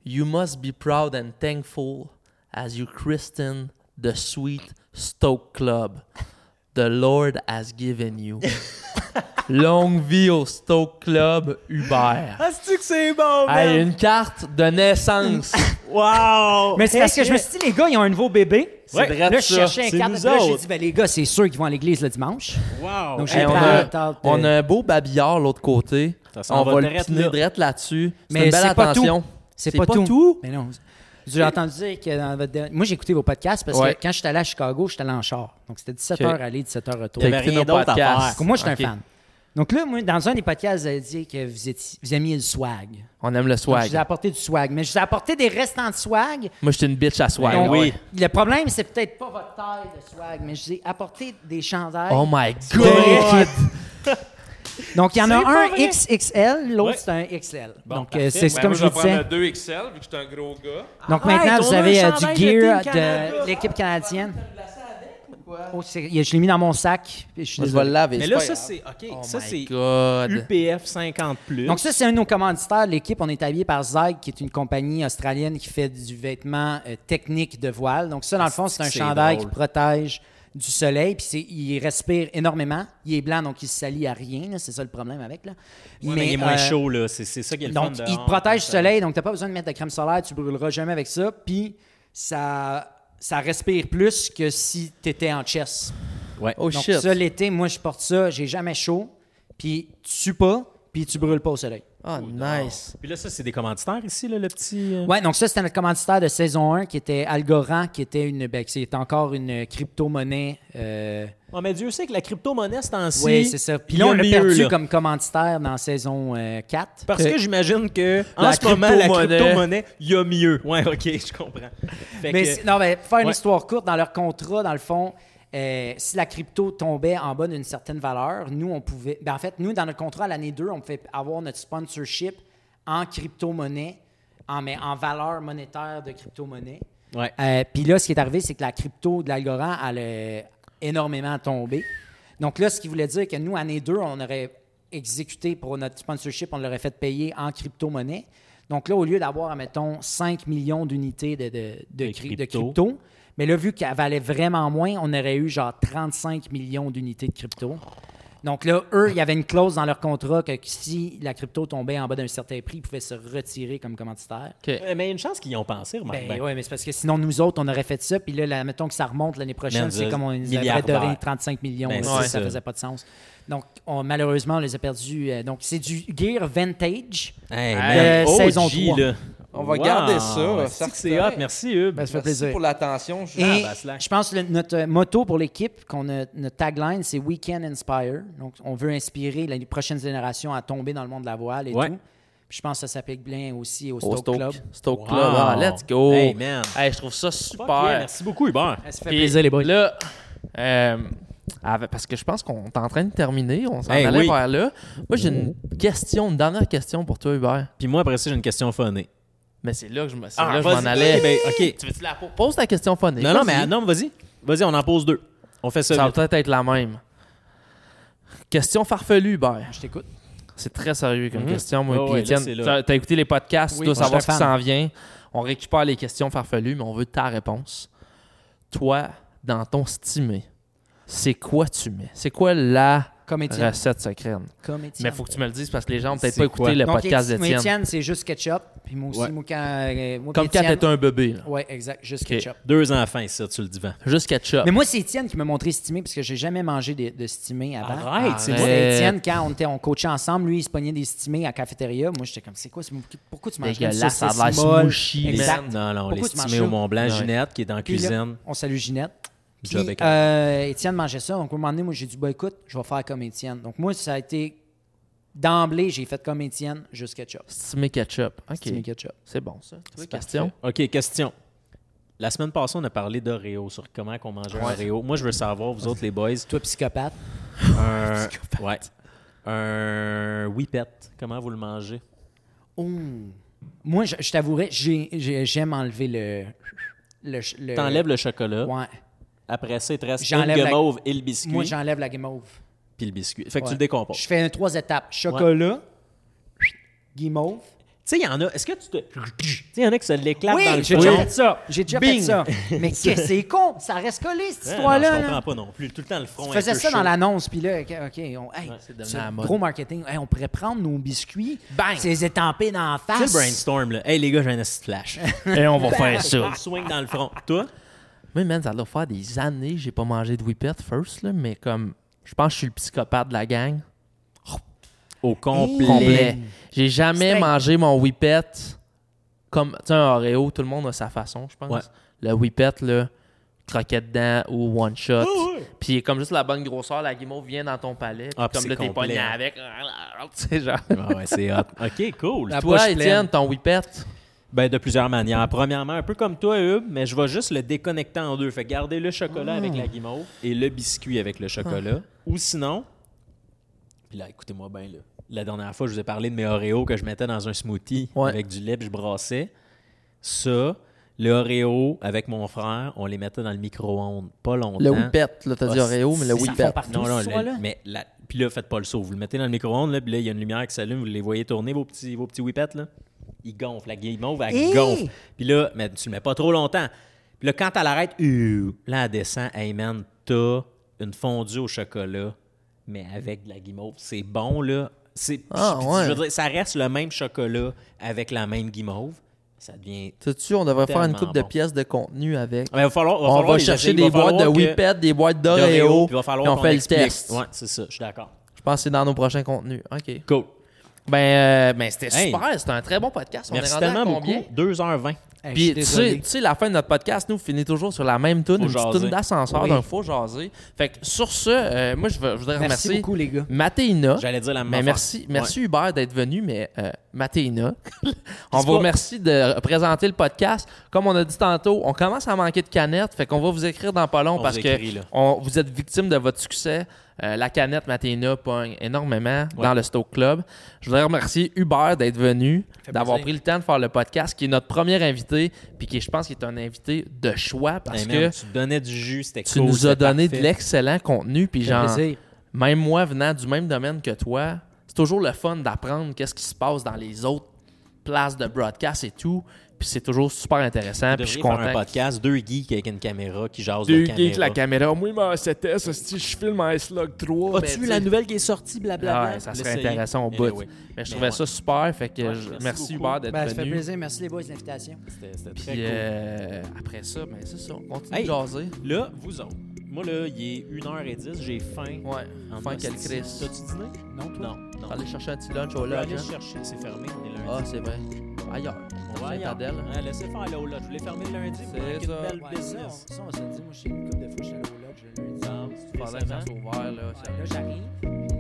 D: You must be proud and thankful as you christen the sweet Stoke Club the Lord has given
B: <laughs>
D: you. Longue vie au Stoke Club Hubert.
C: Ah, c'est-tu que c'est bon,
D: Hey,
C: man?
D: une carte de naissance.
C: Wow!
B: Mais c'est parce que je me suis dit, les gars, ils ont un nouveau bébé.
C: Ouais.
D: drette
B: Là, je
D: ça.
B: cherchais un
C: C'est
B: cadre.
C: nous
B: Là, j'ai
C: autres.
B: dit, ben, les gars, c'est sûr qu'ils vont à l'église le dimanche.
C: Wow!
B: Donc, <laughs> j'ai
D: Hey, on,
B: pris
D: a,
B: la tente,
D: on a
B: euh,
D: un beau babillard l'autre côté.
C: Ça s'en
D: On
C: va
D: va le
C: direct
D: piner
C: là.
D: direct là-dessus. C'est
B: Mais
D: une belle
B: c'est pas
D: attention.
B: tout. C'est pas, tout. Mais non. J'ai entendu dire que dans votre dernier- Moi, j'ai écouté vos podcasts parce
D: Ouais.
B: que quand j'étais allé à Chicago, j'étais allé en char. Donc, c'était 17
D: Ok.
B: h aller, 17 h retour.
C: Il y avait
D: T'as écouté
C: rien
D: nos
C: d'autre à
D: podcasts.
C: faire.
B: Comme moi, je suis
D: Ok.
B: un fan. Donc là, moi, dans un des podcasts, vous avez dit que vous, étiez, vous aimiez le swag.
D: On aime le
B: Donc,
D: swag.
B: je vous ai apporté du swag. Mais je vous ai apporté des restants de swag.
D: Moi, j'étais une bitch à swag.
B: Donc,
C: oui.
B: Le problème, c'est peut-être pas votre taille de swag, mais je vous ai apporté des chandails.
D: Oh my
B: God!
D: god!
B: Donc, il y en a
C: C'est pas
B: un
C: vrai.
B: XXL, l'autre,
C: Ouais.
B: c'est un XL.
C: Bon,
B: Donc,
C: parfait.
B: euh, c'est
C: Ben,
B: comme je vous disais.
A: deux XL, vu que j'étais un gros gars.
B: Donc,
C: Arrête,
B: maintenant,
C: on
B: vous
C: a un
B: avez euh,
C: chandail
B: du
C: de
B: gear
C: Team
B: de
C: Canada.
B: l'équipe canadienne. Oh, c'est- je l'ai mis dans mon sac. puis Je suis
D: Moi, je vais le
B: désolé.
D: laver.
C: Mais là, ça, c'est. OK,
D: Oh
C: ça,
D: my
C: c'est
D: god!
C: UPF 50. Plus.
B: Donc, ça, c'est un de nos commanditaires. L'équipe, on est habillé par Zag, qui est une compagnie australienne qui fait du vêtement euh, technique de voile. Donc, ça, dans le fond, c'est un
C: C'est
B: chandail
C: drôle.
B: qui protège du soleil. Puis, c'est- il respire énormément. Il est blanc, donc il ne se salit à rien. là. C'est ça le problème avec. Là.
C: Ouais, mais il est moins
B: euh,
C: chaud, là. C'est c'est ça qui est le
B: Donc, il
C: fun
B: te
C: dehors,
B: protège du
C: comme ça.
B: soleil, donc tu n'as pas besoin de mettre de crème solaire, tu brûleras jamais avec ça. Puis, ça, ça respire plus que si tu étais en chess.
C: Ouais.
D: Oh
B: donc,
D: shit!
B: ça, l'été, moi, je porte ça, j'ai jamais chaud, puis tu sues pas, puis tu brûles pas au soleil.
D: Oh nice!
C: Puis là, ça, c'est des commanditaires ici, là, le petit. euh,
B: Ouais, donc ça, c'était notre commanditaire de saison 1 qui était Algorand, qui était une. Ben, c'est encore une crypto-monnaie. euh,
C: Oh, mais Dieu sait que la crypto-monnaie, c'est en
B: ouais, c'est ça. Puis là, on l'a perdu comme commanditaire dans saison euh, 4.
C: Parce que j'imagine que en
D: La
C: ce moment, la
D: crypto-monnaie-
C: crypto-monnaie, il y a mieux. Ouais, OK, je comprends. Fait
B: Mais
C: que-
B: c'est- non, mais pour faire une
C: Ouais.
B: histoire courte, dans leur contrat, dans le fond, euh, si la crypto tombait en bas d'une certaine valeur, nous, on pouvait. ben, en fait, nous, dans notre contrat, à l'année 2, on fait avoir notre sponsorship en crypto-monnaie, en, mais en valeur monétaire de crypto-monnaie.
C: Ouais.
B: Euh, Puis là, ce qui est arrivé, c'est que la crypto de l'algorand, elle a énormément tombé. Donc là, ce qui voulait dire que nous, année 2, on aurait exécuté pour notre sponsorship, on l'aurait fait payer en crypto-monnaie. Donc là, au lieu d'avoir, mettons, 5 millions d'unités de, de, de
C: De
B: cri- de
C: crypto.
B: crypto, mais là, vu qu'elle valait vraiment moins, on aurait eu genre 35 millions d'unités de crypto. Donc là, eux, il y avait une clause dans leur contrat que si la crypto tombait en bas d'un certain prix, ils pouvaient se retirer comme commanditaire.
C: Euh, Mais il y a une chance qu'ils y ont pensé, remarque.
B: Ben,
C: bien.
B: ouais, mais c'est parce que sinon, nous autres, on aurait fait ça. Puis là, la- mettons que ça remonte l'année prochaine,
C: Man,
B: c'est
C: ça,
B: comme on les avait
C: milliardaire.
B: doré 35 millions.
C: Ben,
B: là,
C: c'est
B: ça, ça
C: ça.
B: faisait pas de sens. Donc, on- malheureusement, on les a perdus. euh, donc, c'est du gear vintage.
C: Hey,
B: Euh,
C: man,
B: saison
C: OG,
B: 3.
C: là.
D: On va garder ça,
C: C'est que c'est
D: certain.
C: hot. Merci, Hugues.
B: Ben, ça fait
D: Merci
B: plaisir.
D: pour l'attention. Je-
B: Et
C: bah, slack.
B: je pense que le- notre euh, motto pour l'équipe, qu'on a- notre tagline, c'est We can inspire. Donc, on veut inspirer la prochaine génération à tomber dans le monde de la voile et
C: Ouais.
B: tout. Puis je pense que ça s'applique bien aussi au
D: Au
B: Stoke,
D: Stoke
B: Club.
D: Stoke
C: Wow.
D: Club. Ah, let's go!
C: Hey, man.
D: Hey, je trouve ça
C: Fuck
D: super!
C: yeah, merci beaucoup, Hubert.
B: Ça fait
D: Puis
B: plaisir, les boys.
D: Là, euh, avec- parce que je pense qu'on est en train de terminer, on s'en
C: Hey,
D: allait
C: oui.
D: vers là. Moi, j'ai une question, une dernière question pour toi, Hubert.
C: Puis moi, après ça, j'ai une question phonée.
D: Mais c'est là que je me- c'est
C: Ah,
D: là que je m'en
C: vas-y.
D: allais.
C: Ben, OK.
D: Tu veux-tu la po- pose ta question phonique?
C: Non, non,
D: Vas-y.
C: mais non, vas-y. Vas-y, on en pose deux. On fait ça.
D: Ça va
C: vite.
D: peut-être être la même. Question farfelue, Hubert.
B: Je t'écoute.
D: C'est très sérieux comme
C: Mhm.
D: question, moi.
C: Ah
D: Puis
C: ouais,
D: Étienne,
C: là, c'est là.
D: t'as- t'as écouté les podcasts, tu
B: Oui,
D: dois
B: moi,
D: savoir ce qui
B: j'étais fan.
D: s'en vient. On récupère les questions farfelues, mais on veut ta réponse. Toi, dans ton stimé, c'est quoi tu mets? C'est quoi la
B: Comme Étienne.
D: recette secrète?
B: Comme Étienne.
D: Mais faut que tu me le dises parce que les gens ont peut-être
C: C'est
D: pas écouté
C: quoi?
D: le
B: Donc,
D: podcast
B: Éti- moi,
D: d'Étienne.
B: Étienne, c'est juste ketchup. Puis moi aussi,
C: Ouais.
B: moi, quand. euh, moi,
D: Comme
B: puis
D: quand
B: Étienne-
D: t'étais un bébé. là.
B: Ouais, exact, juste
D: Ok. Ah.
B: ketchup.
C: Deux enfants ici sur le divan.
D: Juste ketchup.
B: Mais moi, c'est Étienne qui m'a montré stimé parce que j'ai jamais mangé de, de stimé avant.
C: Arrête, c'est
D: vrai.
B: C'était Étienne, quand on, était, on coachait ensemble, lui, il se pognait des stimés à la cafétéria. Moi, j'étais comme, c'est quoi, c'est- pourquoi tu manges comme ça?
D: Dégueulasse, ça a l'air smooshy,
B: Exact.
C: Les- Non, non,
B: Pourquoi tu
C: les
B: manges
C: stimés
B: ça?
C: au Mont-Blanc.
D: Ouais.
C: Ginette, qui est en
B: Puis là,
C: cuisine.
B: on salue Ginette. Puis,
C: Job éclair.
B: euh, Étienne mangeait ça. Donc, à un moment donné, moi, j'ai dit, bah, écoute, je vais faire comme Étienne. Donc, moi, ça a été d'emblée, j'ai fait comme Étienne, juste ketchup.
D: Stimé ketchup. OK.
B: Stimé ketchup.
D: C'est bon, ça. Tu veux,
C: Parfait.
D: question?
C: OK, question. La semaine passée, on a parlé d'Oreo, sur comment on mangeait un Oreo. Moi, je veux savoir, vous autres, les boys,
B: Toi, psychopathe.
C: un... ouais. Un whippet, comment vous le mangez?
B: Euh, Moi, je, je t'avouerais, j'ai- j'ai- j'aime enlever le. le, le
C: T'enlèves le chocolat.
B: Ouais.
C: Après ça, il te reste une
B: J'enlève la-
C: guimauve et le biscuit.
B: Moi, j'enlève la guimauve.
C: Puis le biscuit. Fait que tu
B: Ouais.
C: le décomposes.
B: Je fais un, trois étapes. Chocolat, guimauve.
C: Tu sais, il y en a. Est-ce que tu te. Tu sais, il y en a qui se l'éclatent
B: Oui,
C: dans le
B: j'ai
C: four.
B: déjà fait ça. J'ai déjà fait
C: Bing.
B: ça.
C: <laughs>
B: Mais qu'est-ce que c'est con. Ça reste collé, cette
C: Ouais, non,
B: histoire-là.
C: Je
B: là.
C: comprends pas non plus. Tout le temps, le front
B: Tu
C: est
B: faisais
C: un peu
B: ça dans
C: chaud.
B: l'annonce, puis là, OK, OK, on, hey,
D: c'est devenu
B: c'est
D: la mode.
B: gros marketing. Hey, on pourrait prendre nos biscuits,
A: Bang!
B: se les étamper dans la
C: Tu sais, le
B: face.
C: brainstorm, là. Hey, les gars, j'ai un acide flash.
D: <laughs> Et on va
C: On swing dans le front. Toi?
D: Moi, man, ça doit faire des années que j'ai pas mangé de whippet first, là, mais comme je pense que je suis le psychopathe de la gang.
C: Au complet.
D: Complet. J'ai jamais
B: Steak.
D: mangé mon whippet comme, tu sais, un Oreo, tout le monde a sa façon, je pense.
C: Ouais.
D: Le whippet, là, croquette dedans ou one shot. Puis comme juste la bonne grosseur, la guimauve vient dans ton palais. puis
C: Ah, puis
D: comme
C: c'est
D: là, t'es
C: complet,
D: pogné
C: hein.
D: avec. <laughs> Tu sais, genre.
C: Ah ouais, c'est hot. OK, cool.
D: Toi, Étienne, ton whippet.
C: Ben, de plusieurs manières. Premièrement, un peu comme toi, Hub, mais je vais juste le déconnecter en deux. Fait garder le chocolat
D: Ah.
C: avec la guimauve et le biscuit avec le chocolat. Ou sinon, puis là, écoutez-moi bien, là. La dernière fois, je vous ai parlé de mes Oreos que je mettais dans un smoothie
D: Ouais.
C: avec du lait puis je brassais. Ça, le Oreo avec mon frère, on les mettait dans le micro-ondes pas longtemps.
D: Le whippet, là, t'as dit
C: Ah,
D: Oreo, mais le
B: ça
D: whippet.
B: fond partout,
C: Non, non,
B: ce
C: le-
B: soir-là.
C: mais la- puis là, faites pas le saut. Vous le mettez dans le micro-ondes, là, puis là, il y a une lumière qui s'allume, vous les voyez tourner, vos petits, vos petits whippets, là. Ils gonflent, la guimauve, elle
B: Hey!
C: gonfle. Puis là, mais tu le mets pas trop longtemps. Puis là, quand elle arrête, euh, là, elle descend, hey man, t'as une fondue au chocolat, mais avec de la guimauve. C'est bon, là. C'est,
D: Ah,
C: puis
D: ouais.
C: je veux dire, ça reste le même chocolat avec la même guimauve. Ça devient...
D: Sais-tu, on devrait faire une
C: Tellement
D: coupe de
C: bon.
D: pièces de contenu avec.
C: Ah, ben, il va falloir, il
D: on
C: falloir
D: va
C: les
D: chercher
C: essayer,
D: des
C: il va
D: boîtes de
C: falloir que-
D: Whippet, des boîtes
C: d'Oreo,
D: d'Oreo,
C: puis il va
D: puis
C: falloir
D: on
C: qu'on
D: fait le
C: explique.
D: test.
C: Ouais, c'est ça, je suis d'accord.
D: Je pense que c'est dans nos prochains contenus. OK.
C: Cool.
D: Ben, euh, ben c'était
C: Hey.
D: super. C'était un très bon podcast. On
C: Merci
D: est rendu à
C: tellement
D: combien?
C: beaucoup. Ben, 2h20.
B: Hey,
D: Puis
B: je
D: tu
B: suis
D: sais,
B: désolé.
D: tu sais, la fin de notre podcast, nous, finit toujours sur la même tune,
C: Faut
D: une petite
C: jaser.
D: tune d'ascenseur
B: Oui.
D: d'un faux jaser. Fait que sur ce, euh, moi, je, veux- je voudrais
B: Merci
D: remercier
B: beaucoup, les gars.
D: Mathéina.
C: J'allais dire la même
D: Mais
C: affaire.
D: Ben, merci, merci Hubert d'être venu, mais euh, Mathéina, <laughs> on
C: C'est
D: vous
C: pas-
D: remercie de présenter le podcast. Comme on a dit tantôt, on commence à manquer de canettes, fait qu'on va vous écrire dans pas long
C: On
D: parce
C: vous
D: que
C: écrit, là.
D: on- vous êtes victime de votre succès. Euh, la canette Mathéina pogne énormément dans le Stoke Club. Je voudrais remercier Hubert d'être venu, d'avoir pris le temps de faire le podcast, qui est notre premier invité, puis qui, je pense, qui est un invité de choix parce
C: Hey, man,
D: que
C: Ben, tu donnais du jus, c'était
D: tu
C: cool,
D: nous as
C: c'était
D: donné de
C: parfait.
D: l'excellent contenu, puis genre
B: plaisir.
D: même moi venant du même domaine que toi, c'est toujours le fun d'apprendre qu'est-ce qui se passe dans les autres places de broadcast et tout. Puis c'est toujours super intéressant.
C: On
D: Puis je suis
C: devrait faire un
D: content.
C: podcast, deux geeks avec une caméra qui jasent
A: Deux
C: de caméra.
A: geeks, la caméra. Moi, ma c'était ça. Si je filme un slug 3,
C: As-tu vu la nouvelle qui est sortie, blablabla?
D: ben, Ouais, ça serait
C: L'essayer.
D: intéressant au bout.
C: Anyway.
D: Mais je
C: Mais
D: trouvais
C: ouais.
D: ça super. Fait que
C: Ouais,
D: je-
C: merci
D: merci
C: beaucoup.
D: Hubert d'être
B: Ben, ça fait
D: venu.
B: plaisir. Merci, les boys, de l'invitation.
C: C'était c'était
D: Puis
C: très cool.
D: euh, après ça, ben, c'est ça. On continue
C: Hey.
D: de jaser.
C: Là, vous autres. Moi, là, il est 1h10, j'ai faim.
D: Ouais.
C: En
D: Fin quelle
C: hostie.
D: crise.
C: T'as-tu dîné?
B: Non, toi?
C: Non. non.
D: Aller chercher un petit lunch au
C: On va
D: lodge.
C: aller
D: hein.
C: chercher, c'est fermé, on est lundi.
D: Ah, c'est vrai. Ailleurs.
C: on va aller.
D: Saint-Adèle. hein?
C: Ouais, Laissez faire là au lodge. Je voulais fermer le lundi pour
D: C'est
C: une
D: ça.
B: Ouais, ça,
C: belle
B: on,
C: business. Ah,
B: ça, on se dit, moi, je suis une couple de fois, je suis allé au lodge le lundi.
C: Ça,
D: Pendant que ça soit ouvert, là.
B: Ouais, là, j'arrive, puis euh, euh,